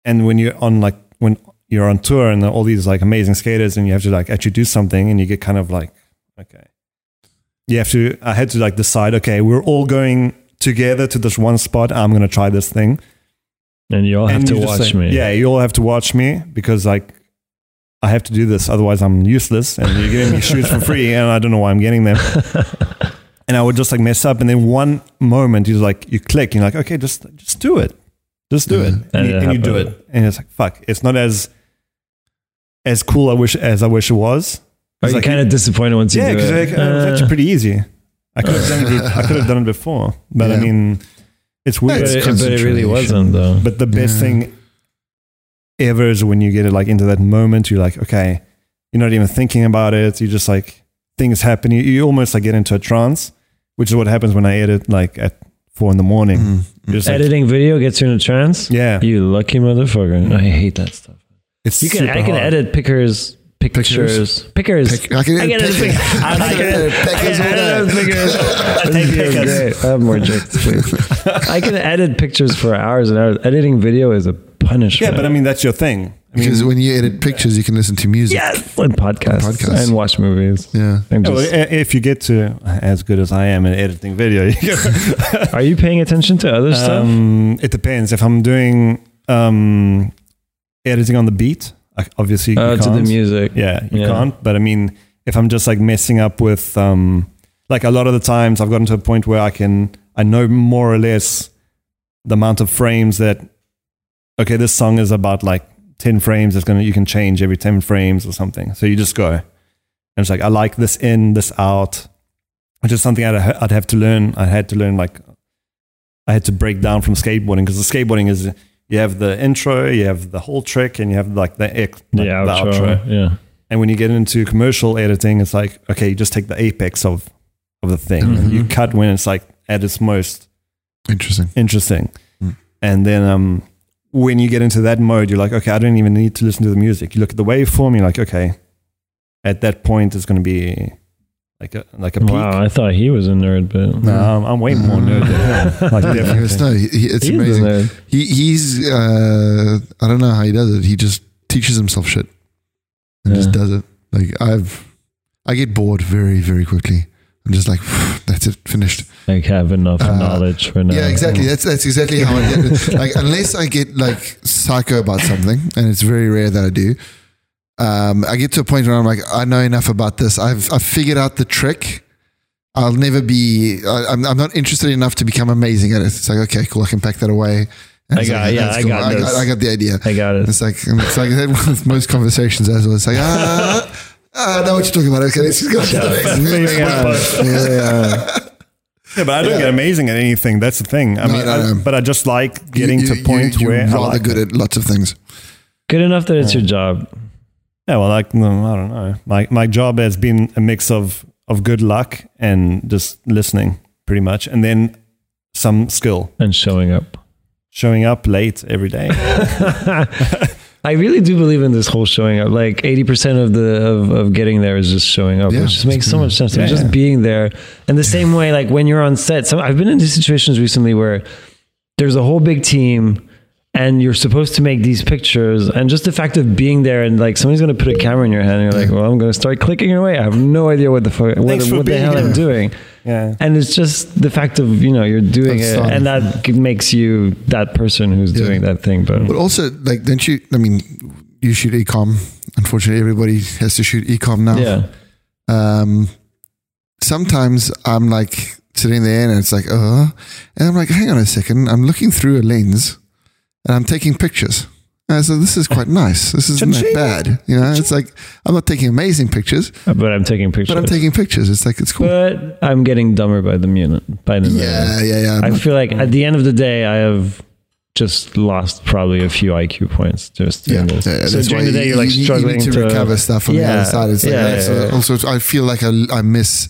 Speaker 3: And when you're on like when you're on tour and all these like amazing skaters, and you have to like actually do something, and you get kind of like, okay, you have to. I had to like decide, okay, we're all going together to this one spot. I'm gonna try this thing
Speaker 2: and you all have
Speaker 3: and
Speaker 2: to
Speaker 3: you just
Speaker 2: watch
Speaker 3: say-
Speaker 2: me.
Speaker 3: Yeah, you all have to watch me because like I have to do this, otherwise I'm useless. And you're giving me shoes for free, and I don't know why I'm getting them. and I would just like mess up, and then one moment you like you click, you're like, okay, just just do it, just do it, and,
Speaker 2: And
Speaker 3: you,
Speaker 2: it
Speaker 3: and you do
Speaker 2: happened.
Speaker 3: it, and it's like fuck, it's not as as cool I wish as I wish it was.
Speaker 2: Are Oh, you
Speaker 3: like-
Speaker 2: kind of disappointed once you
Speaker 3: Yeah,
Speaker 2: do
Speaker 3: because
Speaker 2: it? Uh.
Speaker 3: it was actually pretty easy. I could have done it. I could have done it before, but I
Speaker 1: Yeah.
Speaker 3: mean, it's weird.
Speaker 2: but,
Speaker 1: It's
Speaker 2: it, but it really
Speaker 1: concentration.
Speaker 2: wasn't though.
Speaker 3: But the best
Speaker 1: Yeah.
Speaker 3: thing ever is when you get it like into that moment, you're like, okay, you're not even thinking about it. You just like things happen. You, you almost like get into a trance, which is what happens when I edit like at four in the morning. You're just like-
Speaker 2: Editing video gets you in a trance.
Speaker 3: yeah.
Speaker 2: You lucky motherfucker! I hate that stuff.
Speaker 3: It's
Speaker 2: You can
Speaker 3: super
Speaker 2: I can
Speaker 3: hard.
Speaker 2: edit pickers, pictures, pickers.
Speaker 1: Pick- I can edit
Speaker 2: edit
Speaker 1: pickers.
Speaker 2: pic-
Speaker 1: I can edit pickers all day.
Speaker 2: I can edit pickers. I
Speaker 3: pickers.
Speaker 2: I have more jokes. please. I can edit pictures for hours and hours. Editing video is a punishment.
Speaker 3: Yeah, but I mean, that's your thing. I mean,
Speaker 1: because when you edit pictures, you can listen to music.
Speaker 2: yes, and podcasts,
Speaker 1: And podcasts.
Speaker 2: and watch movies.
Speaker 1: Yeah.
Speaker 2: And
Speaker 3: yeah, well,
Speaker 2: just-
Speaker 3: i- if you get to as good as I am in editing video, you
Speaker 2: are you paying attention to other stuff?
Speaker 3: Um, it depends. If I'm doing um, editing on the beat, I- obviously you
Speaker 2: Uh, to the
Speaker 3: can't.
Speaker 2: music.
Speaker 3: Yeah, you
Speaker 2: Yeah.
Speaker 3: can't. But I mean, if I'm just like messing up with, um, like a lot of the times I've gotten to a point where I can, I know more or less the amount of frames that, okay, this song is about like 10 frames. It's going to, you can change every 10 frames or something. So you just go. And it's like, I like this in, this out, which is something I'd, I'd have to learn. I had to learn, like, I had to break down from skateboarding because the skateboarding is, you have the intro, you have the whole trick, and you have like the, ex,
Speaker 2: The
Speaker 3: like,
Speaker 2: outro. Yeah.
Speaker 3: and when you get into commercial editing, it's like, okay, you just take the apex of, of the thing.
Speaker 1: Mhm.
Speaker 3: You cut when it's like at its most
Speaker 1: Interesting.
Speaker 3: interesting.
Speaker 1: Mm.
Speaker 3: And then um, when you get into that mode, you're like, okay, I don't even need to listen to the music. You look at the waveform, you're like, okay, at that point, it's going to be like a, like a peak.
Speaker 2: Wow, I thought he was a nerd, but
Speaker 1: Mm-hmm.
Speaker 3: No, I'm, I'm way more nerd than him. Like,
Speaker 1: Yes,
Speaker 3: definitely.
Speaker 1: no, he, he- it's
Speaker 2: He is a
Speaker 1: amazing.
Speaker 2: nerd.
Speaker 1: He, he's, uh, I don't know how he does it. He just teaches himself shit and just
Speaker 2: Yeah.
Speaker 1: does it. Like, I've, I get bored very, very quickly. I'm just like, that's it, finished.
Speaker 2: like have enough
Speaker 1: Uh,
Speaker 2: knowledge for now.
Speaker 1: Yeah, exactly. That's that's exactly how I get it. Like unless I get like psycho about something, and it's very rare that I do. Um, I get to a point where I'm like, I know enough about this. I've I've figured out the trick. I'll never be. I, I'm I'm not interested enough to become amazing at it. It's like okay, cool. I can pack that away. And
Speaker 2: I
Speaker 1: it's
Speaker 2: got-
Speaker 1: like,
Speaker 2: yeah,
Speaker 1: that's
Speaker 2: I got
Speaker 1: I
Speaker 2: this.
Speaker 1: got, I got the idea.
Speaker 2: I got it.
Speaker 1: It's like and it's like that with most conversations as well. It's like ah. I know what you're talking about. Okay, let's just go. to the next.
Speaker 3: Facebook
Speaker 1: Yeah, yeah, yeah.
Speaker 3: Yeah, but I don't get amazing at anything. That's the thing. I
Speaker 1: No,
Speaker 3: mean,
Speaker 1: no,
Speaker 3: I-
Speaker 1: no.
Speaker 3: but I just like getting
Speaker 1: You-
Speaker 3: to a point
Speaker 1: you, you,
Speaker 3: where
Speaker 1: you're
Speaker 3: I
Speaker 1: rather
Speaker 3: like
Speaker 1: good at
Speaker 3: it.
Speaker 1: lots of things.
Speaker 2: Good enough that it's your job.
Speaker 3: Yeah, well, like no, I don't know. My my job has been a mix of of good luck and just listening, pretty much, and then some skill.
Speaker 2: and showing up.
Speaker 3: Showing up late every day.
Speaker 2: I really do believe in this whole showing up. Like eighty percent of the of, of getting there is just showing up,
Speaker 1: Yeah.
Speaker 2: which just makes so much sense. to me.
Speaker 3: Yeah,
Speaker 2: just
Speaker 3: yeah.
Speaker 2: being there. And the same way, like when you're on set, some I've been in these situations recently where there's a whole big team and you're supposed to make these pictures and just the fact of being there and like somebody's going to put a camera in your hand and you're like well i'm going to start clicking away i have no idea what the fuck what,
Speaker 3: Thanks
Speaker 2: the-
Speaker 3: for
Speaker 2: what the
Speaker 3: being
Speaker 2: hell i'm
Speaker 3: here.
Speaker 2: doing
Speaker 3: yeah.
Speaker 2: and it's just the fact of you know you're doing
Speaker 1: That's
Speaker 2: it
Speaker 1: fun.
Speaker 2: and that makes you that person who's
Speaker 1: Yeah.
Speaker 2: doing that thing but
Speaker 1: But also, like, don't you? I mean, you shoot ecom. Unfortunately, everybody has to shoot ecom now.
Speaker 2: yeah
Speaker 1: Um, sometimes I'm like sitting there and it's like, uh, and I'm like, hang on a second. I'm looking through a lens and I'm taking pictures. And I said, this is quite nice. This isn't that
Speaker 3: Cha-ching.
Speaker 1: bad. You know, it's like, I'm not taking amazing pictures,
Speaker 2: But I'm taking pictures.
Speaker 1: but I'm taking pictures. It's like, it's cool.
Speaker 2: But I'm getting dumber by the minute. By the minute.
Speaker 1: Yeah, yeah, yeah.
Speaker 2: I feel like at the end of the day, I have just lost probably a few IQ points just
Speaker 1: Yeah,
Speaker 2: doing
Speaker 1: yeah,
Speaker 2: this.
Speaker 1: yeah,
Speaker 2: so
Speaker 1: that's
Speaker 2: during
Speaker 1: why
Speaker 2: the day, you're like
Speaker 1: you- you-
Speaker 2: struggling
Speaker 1: you need to, recover stuff on the
Speaker 2: Yeah,
Speaker 1: other side. It's like,
Speaker 2: yeah,
Speaker 1: that's
Speaker 2: yeah, yeah.
Speaker 1: Also, I feel like I, I miss,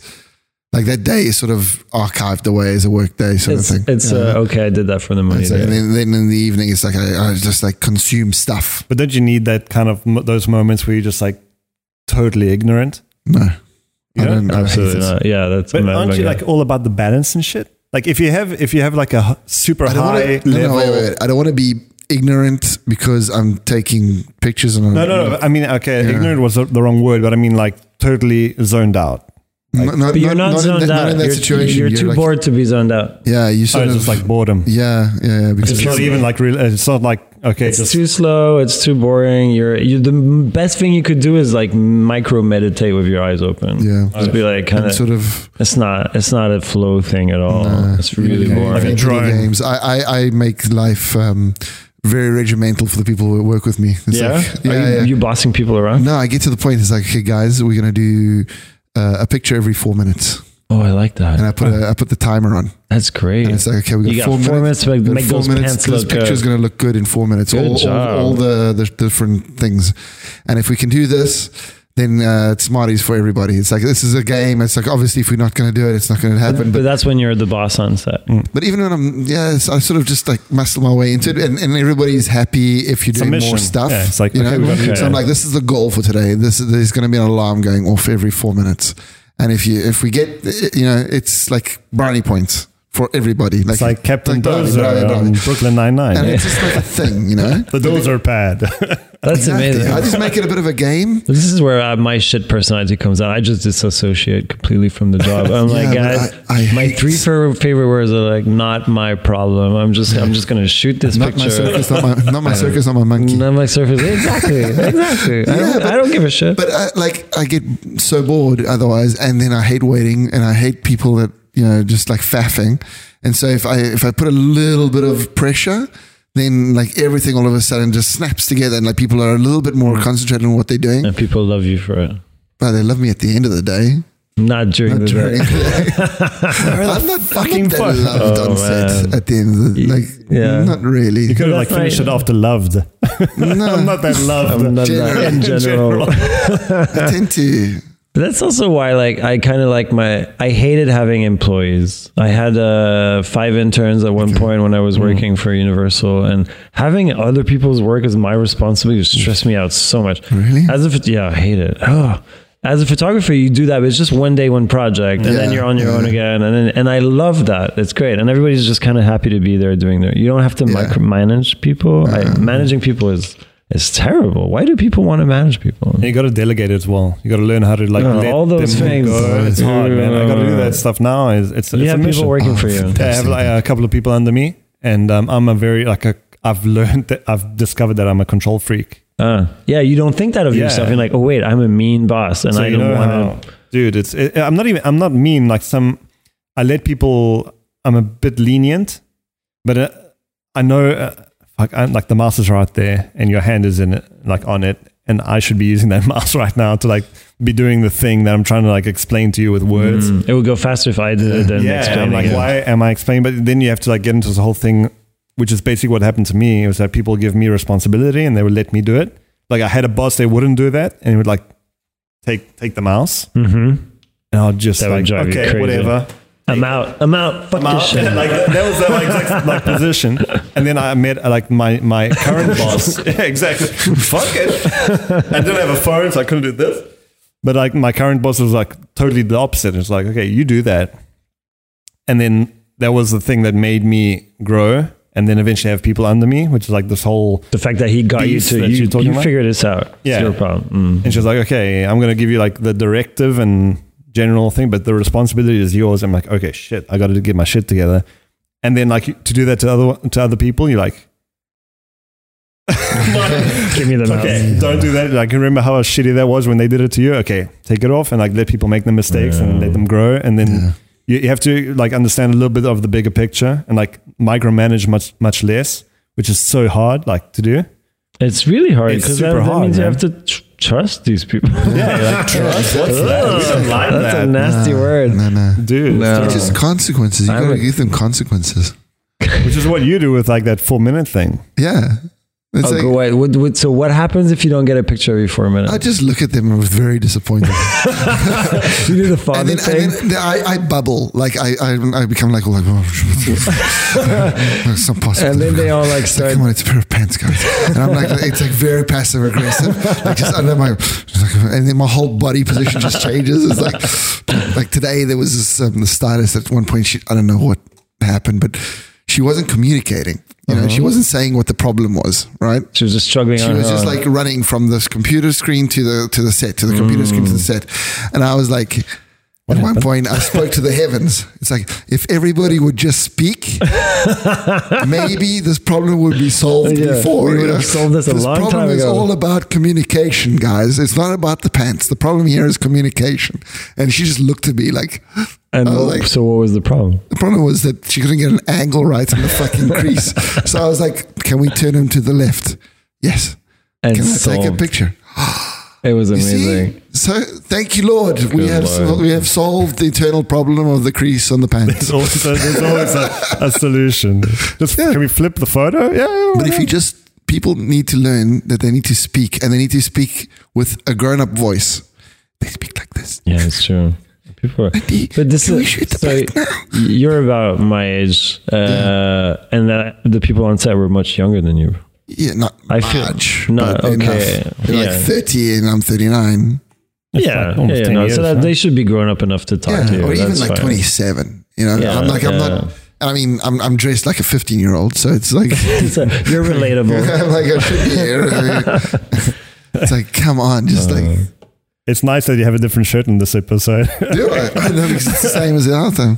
Speaker 1: like that day is sort of archived away as a work day sort
Speaker 2: It's,
Speaker 1: of thing.
Speaker 2: it's uh, okay. I did that for the money.
Speaker 1: It's like-
Speaker 2: day.
Speaker 1: and then, then in the evening, it's like I, I just like consume stuff.
Speaker 3: But don't you need that kind of mo- those moments where you're just like totally ignorant?
Speaker 1: No,
Speaker 3: You
Speaker 1: I
Speaker 3: know?
Speaker 1: don't. I hate
Speaker 2: Absolutely
Speaker 1: it.
Speaker 2: not. Yeah, that's
Speaker 3: But
Speaker 2: my-
Speaker 3: aren't
Speaker 2: my
Speaker 3: you
Speaker 2: guy.
Speaker 3: like all about the balance and shit? Like if you have if you have like a h- super
Speaker 1: I don't
Speaker 3: high
Speaker 1: want to. No,
Speaker 3: level.
Speaker 1: no, wait, wait. I don't want to be ignorant because I'm taking pictures and I'm,
Speaker 3: No, no, no. I mean, okay,
Speaker 1: Yeah.
Speaker 3: ignorant was the- the wrong word, but I mean like totally zoned out.
Speaker 1: no, no,
Speaker 2: But you're not,
Speaker 1: in
Speaker 2: zoned
Speaker 1: that-
Speaker 2: out.
Speaker 1: Not in that
Speaker 2: you're,
Speaker 1: situation.
Speaker 2: You're, too
Speaker 1: like-
Speaker 2: bored Oh, to be zoned out.
Speaker 1: Yeah, you
Speaker 3: So
Speaker 1: sort
Speaker 3: Oh, it's
Speaker 1: of
Speaker 3: just like boredom.
Speaker 1: Yeah, yeah, yeah, because
Speaker 3: It's not even like real. It's not like okay,
Speaker 2: It's
Speaker 3: just
Speaker 2: too slow. It's too boring. You're, you the best thing you could do is like micro meditate with your eyes open.
Speaker 1: Yeah.
Speaker 2: just be like kind
Speaker 1: I'm
Speaker 2: of
Speaker 1: sort of
Speaker 2: It's not. It's not a flow thing at all.
Speaker 1: Nah.
Speaker 2: it's really
Speaker 1: Yeah,
Speaker 2: boring.
Speaker 1: video
Speaker 3: Drawing.
Speaker 1: games. I, I, I make life um, very regimental for the people who work with me. It's
Speaker 2: yeah?
Speaker 1: like-
Speaker 2: Are you,
Speaker 1: yeah, yeah.
Speaker 2: you bossing people around?
Speaker 1: No, I get to the point. It's like, okay, guys, we're gonna do uh, a picture every four minutes,
Speaker 2: Oh, I like that.
Speaker 1: and I put a, I put the timer on.
Speaker 2: That's great.
Speaker 1: And it's like, okay, we got,
Speaker 2: You got
Speaker 1: four,
Speaker 2: four minutes
Speaker 1: minutes.
Speaker 2: to make-
Speaker 1: We got
Speaker 2: make those pants
Speaker 1: 'cause
Speaker 2: look
Speaker 1: This picture's
Speaker 2: good.
Speaker 1: going to look good in four minutes.
Speaker 2: Good
Speaker 1: all, all-
Speaker 2: job.
Speaker 1: all the, the different things. And if we can do this, then uh, it's Smarties for everybody. It's like, this is a game. It's like, obviously, if we're not going to do it, it's not going to happen.
Speaker 2: but,
Speaker 1: But,
Speaker 2: that's when you're the boss on set.
Speaker 1: but even when I'm, yeah, it's, I sort of just like muscle my way into it. And, and everybody's happy if you're
Speaker 3: It's a
Speaker 1: doing
Speaker 3: mission.
Speaker 1: more stuff.
Speaker 3: Yeah, it's like,
Speaker 1: you
Speaker 3: okay,
Speaker 1: know?
Speaker 3: we gotta
Speaker 2: do
Speaker 1: So I'm
Speaker 2: that.
Speaker 1: like, this is the goal for today. This There's going to be an alarm going off every four minutes. And if you if we get, you know, it's like brownie points. For everybody,
Speaker 3: it's like Captain um,
Speaker 1: brownie,
Speaker 3: Dozer
Speaker 1: brownie, brownie.
Speaker 3: on Brooklyn Nine
Speaker 1: And
Speaker 3: Nine.
Speaker 1: it's just like a thing, you know?
Speaker 3: The Dozer pad.
Speaker 2: That's
Speaker 1: Exactly.
Speaker 2: amazing.
Speaker 1: I just make it a bit of a game.
Speaker 2: this is where uh, my shit personality comes out. I just disassociate completely from the job. I'm like,
Speaker 1: but
Speaker 2: guys,
Speaker 1: I- I
Speaker 2: my
Speaker 1: hate-
Speaker 2: three favorite, favorite words are like not my problem. I'm just, I'm just gonna shoot this
Speaker 1: Not my
Speaker 2: picture.
Speaker 1: circus, not my, not my circus, not my monkey.
Speaker 2: Not my surface. Exactly. Exactly. I,
Speaker 1: Yeah,
Speaker 2: don't,
Speaker 1: but-
Speaker 2: I don't give a shit.
Speaker 1: But I, like, I get so bored otherwise, and then I hate waiting, and I hate people that you know just like faffing. And so if I if I put a little bit of pressure, then like everything all of a sudden just snaps together, and like people are a little bit more concentrated on what they're doing.
Speaker 2: and people love you for it.
Speaker 1: But they love me at the end of the day.
Speaker 2: Not during the
Speaker 1: During
Speaker 2: day.
Speaker 1: the day. I'm not fucking
Speaker 3: fucking
Speaker 1: that
Speaker 3: fuck?
Speaker 1: loved
Speaker 2: Oh,
Speaker 1: on set
Speaker 2: man.
Speaker 1: at the end of the like.
Speaker 2: Yeah.
Speaker 1: Not really.
Speaker 3: You could have like
Speaker 2: That's
Speaker 3: finished
Speaker 2: right.
Speaker 3: it after loved.
Speaker 1: No.
Speaker 3: I'm not that loved.
Speaker 2: I'm not
Speaker 1: General.
Speaker 2: that in
Speaker 3: In
Speaker 2: general.
Speaker 3: general.
Speaker 1: I tend to.
Speaker 2: That's also why, like, I kind of like my. I hated having employees. I had uh, five interns at one point when I
Speaker 1: Mm-hmm.
Speaker 2: was working for Universal, and having other people's work as my responsibility stressed me out so much.
Speaker 1: Really?
Speaker 2: As a pho- yeah, I hate it. Oh. As a photographer, you do that, but it's just one day, one project, and then
Speaker 1: Yeah,
Speaker 2: you're on your
Speaker 1: yeah.
Speaker 2: own again. And then, and I love that. It's great, and everybody's just kind of happy to be there doing their. You don't have to
Speaker 1: Yeah.
Speaker 2: micromanage people. I, managing people is is terrible. Why do people want to manage people?
Speaker 3: You got to delegate as well. You got to learn how to like
Speaker 2: Yeah,
Speaker 3: let
Speaker 2: all those
Speaker 3: them
Speaker 2: things.
Speaker 3: Go. It's hard, man. I got to do that stuff now. It's it's,
Speaker 2: You
Speaker 3: it's a
Speaker 2: have people
Speaker 3: mission.
Speaker 2: working for you.
Speaker 1: fantastic.
Speaker 3: I have like a couple of people under me, and um, I'm a very like a. I've learned that I've discovered that I'm a control freak.
Speaker 2: Uh, yeah, you don't think that of
Speaker 3: Yeah.
Speaker 2: yourself. You're like, oh wait, I'm a mean boss, and
Speaker 3: So
Speaker 2: I
Speaker 3: you
Speaker 2: don't
Speaker 3: know
Speaker 2: want to.
Speaker 3: how- dude. It's it, I'm not even I'm not mean. Like some, I let people. I'm a bit lenient, but uh, I know. Uh, fuck, I'm like the mouse is right there, and your hand is in it, like on it, and I should be using that mouse right now to like be doing the thing that I'm trying to like explain to you with words.
Speaker 2: Mm, it would go faster if I did it than
Speaker 3: Yeah, and I'm
Speaker 2: explaining
Speaker 3: like,
Speaker 2: it.
Speaker 3: why am I explaining? But then you have to like get into this whole thing, which is basically what happened to me. It was that people give me responsibility and they would let me do it. Like I had a boss, they wouldn't do that, and it would like take take the mouse,
Speaker 2: Mm-hmm.
Speaker 3: and I'll just
Speaker 2: That would
Speaker 3: like
Speaker 2: drive you
Speaker 3: okay,
Speaker 2: crazy.
Speaker 3: whatever.
Speaker 2: I'm out. I'm out. Fuck
Speaker 3: I'm
Speaker 2: this
Speaker 3: out.
Speaker 2: shit.
Speaker 3: And, like that was the, like, exact- like position, and then I met uh, like my my current boss. Yeah, exactly. Fuck it. I didn't have a phone, so I couldn't do this. But like my current boss was like totally the opposite. It's like okay, you do that, and then that was the thing that made me grow, and then eventually have people under me, which is like this whole.
Speaker 2: the fact that he got you
Speaker 3: Beef
Speaker 2: to
Speaker 3: that
Speaker 2: you,
Speaker 3: you're talking
Speaker 2: you
Speaker 3: about?
Speaker 2: figure this out.
Speaker 3: Yeah.
Speaker 2: It's your problem. Mm.
Speaker 3: And she was like, okay, I'm gonna give you like the directive and general thing, but the responsibility is yours. I'm like, okay, shit, I got to get my shit together. And then like to do that to other to other people, you're like.
Speaker 2: Give me the mouse.
Speaker 3: Okay, don't do that. Like, remember how shitty that was when they did it to you? Okay, take it off and like let people make their mistakes and let them grow. And then you, you have to like understand a little bit of the bigger picture and like micromanage much much less, which is so hard like to do.
Speaker 2: It's really hard
Speaker 3: It's
Speaker 2: because that,
Speaker 3: super
Speaker 2: that
Speaker 3: hard,
Speaker 2: means you
Speaker 3: man.
Speaker 2: have to tr- trust these people.
Speaker 3: Yeah, you're like trust. What's that? We don't like
Speaker 2: That's a
Speaker 3: that,
Speaker 2: nasty word.
Speaker 1: No, no.
Speaker 3: dude.
Speaker 2: No.
Speaker 1: It's
Speaker 3: Uh,
Speaker 1: just consequences. You
Speaker 2: I'm
Speaker 1: gotta
Speaker 2: a-
Speaker 1: give them consequences.
Speaker 3: Which is what you do with like that four minute thing.
Speaker 1: Yeah. It's
Speaker 2: Okay,
Speaker 1: like,
Speaker 2: wait, what, what, so what happens if you don't get a picture every four minutes?
Speaker 1: I just look at them and was very disappointed.
Speaker 2: you do the
Speaker 1: and
Speaker 2: father
Speaker 1: then,
Speaker 2: thing.
Speaker 1: and then the, I, I bubble. Like I, I, I become like, all like oh, it's not possible.
Speaker 2: And then they all like start.
Speaker 1: Come on, it's a pair of pants, guys. And I'm like, it's like very passive aggressive. Like just under my, just like, and then my whole body position just changes. It's like, like today there was this, um, the stylist at one point, she, I don't know what happened, but she wasn't communicating. You know, she
Speaker 2: Uh-huh.
Speaker 1: wasn't saying what the problem was, right?
Speaker 2: She was just struggling
Speaker 1: She
Speaker 2: on
Speaker 1: was
Speaker 2: her
Speaker 1: just
Speaker 2: own.
Speaker 1: like running from this computer screen to the to the set, to the computer screen
Speaker 2: Mm.
Speaker 1: to the set, and I was like, at one point, I spoke to the heavens. It's like if everybody would just speak, maybe this problem would be solved
Speaker 2: Yeah,
Speaker 1: before.
Speaker 2: we
Speaker 1: you
Speaker 2: would
Speaker 1: know?
Speaker 2: have solved this a long
Speaker 1: problem
Speaker 2: time
Speaker 1: is
Speaker 2: ago.
Speaker 1: all about communication, guys. It's not about the pants. The problem here is communication. And she just looked at me like,
Speaker 2: and
Speaker 1: I was
Speaker 2: what-
Speaker 1: Oh, like-
Speaker 2: so what was the problem?
Speaker 1: the problem was that she couldn't get an angle right in the fucking crease. So I was like, can we turn him to the left? Yes.
Speaker 2: And
Speaker 1: Can I take a
Speaker 2: solved.
Speaker 1: picture?
Speaker 2: It was
Speaker 1: You see?
Speaker 2: amazing.
Speaker 1: So thank you, Lord. we
Speaker 2: Good
Speaker 1: have
Speaker 2: Lord.
Speaker 1: we have solved the internal problem of the crease on the pants.
Speaker 3: There's always, there's always a, a solution. Just,
Speaker 1: Yeah.
Speaker 3: Can we flip the photo? Yeah. yeah,
Speaker 1: But if
Speaker 3: yeah.
Speaker 1: you just people need to learn that they need to speak and they need to speak with a grown-up voice. They speak like this.
Speaker 2: Yeah, it's true. People are,
Speaker 1: Andy,
Speaker 2: but this
Speaker 1: can
Speaker 2: is
Speaker 1: we shoot the
Speaker 2: so
Speaker 1: back now?
Speaker 2: you're about my age, uh, and the, the people on set were much younger than you.
Speaker 1: Yeah, not
Speaker 2: I feel-
Speaker 1: much.
Speaker 2: no,
Speaker 1: but
Speaker 2: okay,
Speaker 1: enough. You're
Speaker 2: yeah.
Speaker 1: like thirty and I'm thirty-nine.
Speaker 2: yeah,
Speaker 3: like almost
Speaker 2: yeah,
Speaker 3: 10
Speaker 2: no,
Speaker 3: years,
Speaker 2: so that
Speaker 3: huh?
Speaker 2: they should be grown up enough to talk
Speaker 1: Yeah,
Speaker 2: to you.
Speaker 1: or even
Speaker 2: that's
Speaker 1: like
Speaker 2: fine.
Speaker 1: twenty-seven. You know,
Speaker 2: Yeah,
Speaker 1: I'm like I'm not. I mean, I'm I'm dressed like a fifteen-year-old, so it's like.
Speaker 2: So you're relatable.
Speaker 1: I'm like I should be here. it's like, come on, just
Speaker 2: Uh,
Speaker 1: like
Speaker 3: it's nice that you have a different shirt in this episode.
Speaker 1: do it. I know because it's the same as the other time.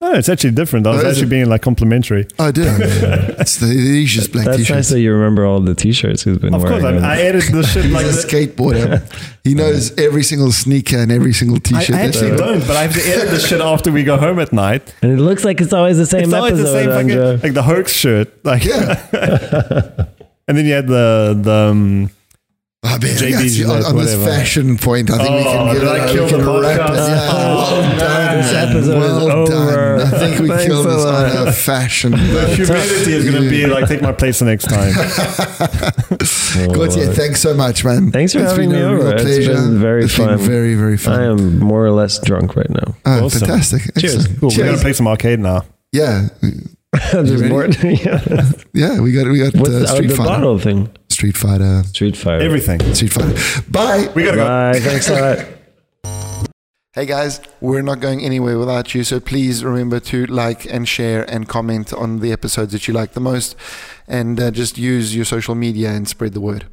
Speaker 3: no, it's actually different. I was
Speaker 1: Oh, is
Speaker 3: actually
Speaker 1: it?
Speaker 3: being like complimentary.
Speaker 1: I do. it's the delicious black
Speaker 2: That's
Speaker 1: t-shirt.
Speaker 2: nice that you remember all the t-shirts he's been
Speaker 3: Of
Speaker 2: wearing.
Speaker 3: course, I, I edited the shit
Speaker 1: He's
Speaker 3: like
Speaker 1: a
Speaker 3: this.
Speaker 1: skateboarder. He knows every single sneaker and every single
Speaker 3: I,
Speaker 1: t-shirt.
Speaker 3: I
Speaker 1: that
Speaker 3: actually
Speaker 1: they-
Speaker 3: don't, but I have to edit the shit after we go home at night.
Speaker 2: and it looks like it's always the same
Speaker 3: It's
Speaker 2: episode.
Speaker 3: always the same
Speaker 2: Andrew.
Speaker 3: fucking, like the hoax shirt. Like,
Speaker 1: Yeah,
Speaker 3: and then you had the the um,
Speaker 1: I mean,
Speaker 3: JB
Speaker 1: that's- on,
Speaker 3: Gillette,
Speaker 1: on this
Speaker 3: whatever.
Speaker 1: fashion point, I think we
Speaker 3: Oh,
Speaker 1: can give
Speaker 3: did
Speaker 1: it.
Speaker 3: I
Speaker 1: a- we
Speaker 3: kill
Speaker 1: can
Speaker 3: the
Speaker 1: wrap it.
Speaker 3: podcast?
Speaker 1: Yeah,
Speaker 3: Oh,
Speaker 1: well done.
Speaker 2: This episode is
Speaker 1: well
Speaker 2: over.
Speaker 1: done. I think we
Speaker 2: Thanks
Speaker 1: killed
Speaker 2: a
Speaker 1: this
Speaker 2: lot.
Speaker 1: on a fashion.
Speaker 3: humanity is going to be like take my place the next time.
Speaker 1: Gautier, thanks so much, man.
Speaker 2: Thanks for
Speaker 1: It's
Speaker 2: having
Speaker 1: been
Speaker 2: me
Speaker 1: a
Speaker 2: over.
Speaker 1: real
Speaker 2: It's
Speaker 1: pleasure.
Speaker 2: been very
Speaker 1: It's
Speaker 2: fun.
Speaker 1: Been very, very fun.
Speaker 2: I am more or less drunk right now.
Speaker 1: Oh,
Speaker 3: Awesome.
Speaker 1: fantastic! Excellent.
Speaker 3: Cool. We're going to play some arcade now.
Speaker 1: Yeah,
Speaker 2: There's
Speaker 1: ready?
Speaker 2: more- yeah.
Speaker 1: yeah. We got we got
Speaker 2: What's
Speaker 1: uh,
Speaker 2: the,
Speaker 1: Street
Speaker 2: the
Speaker 1: Fighter.
Speaker 2: bottle thing?
Speaker 1: Street Fighter.
Speaker 2: Street Fighter.
Speaker 3: Everything.
Speaker 1: Street Fighter. Bye.
Speaker 3: We got to go.
Speaker 2: Bye. Thanks a lot.
Speaker 1: Hey guys, we're not going anywhere without you, so please remember to like and share and comment on the episodes that you like the most, and uh, just use your social media and spread the word.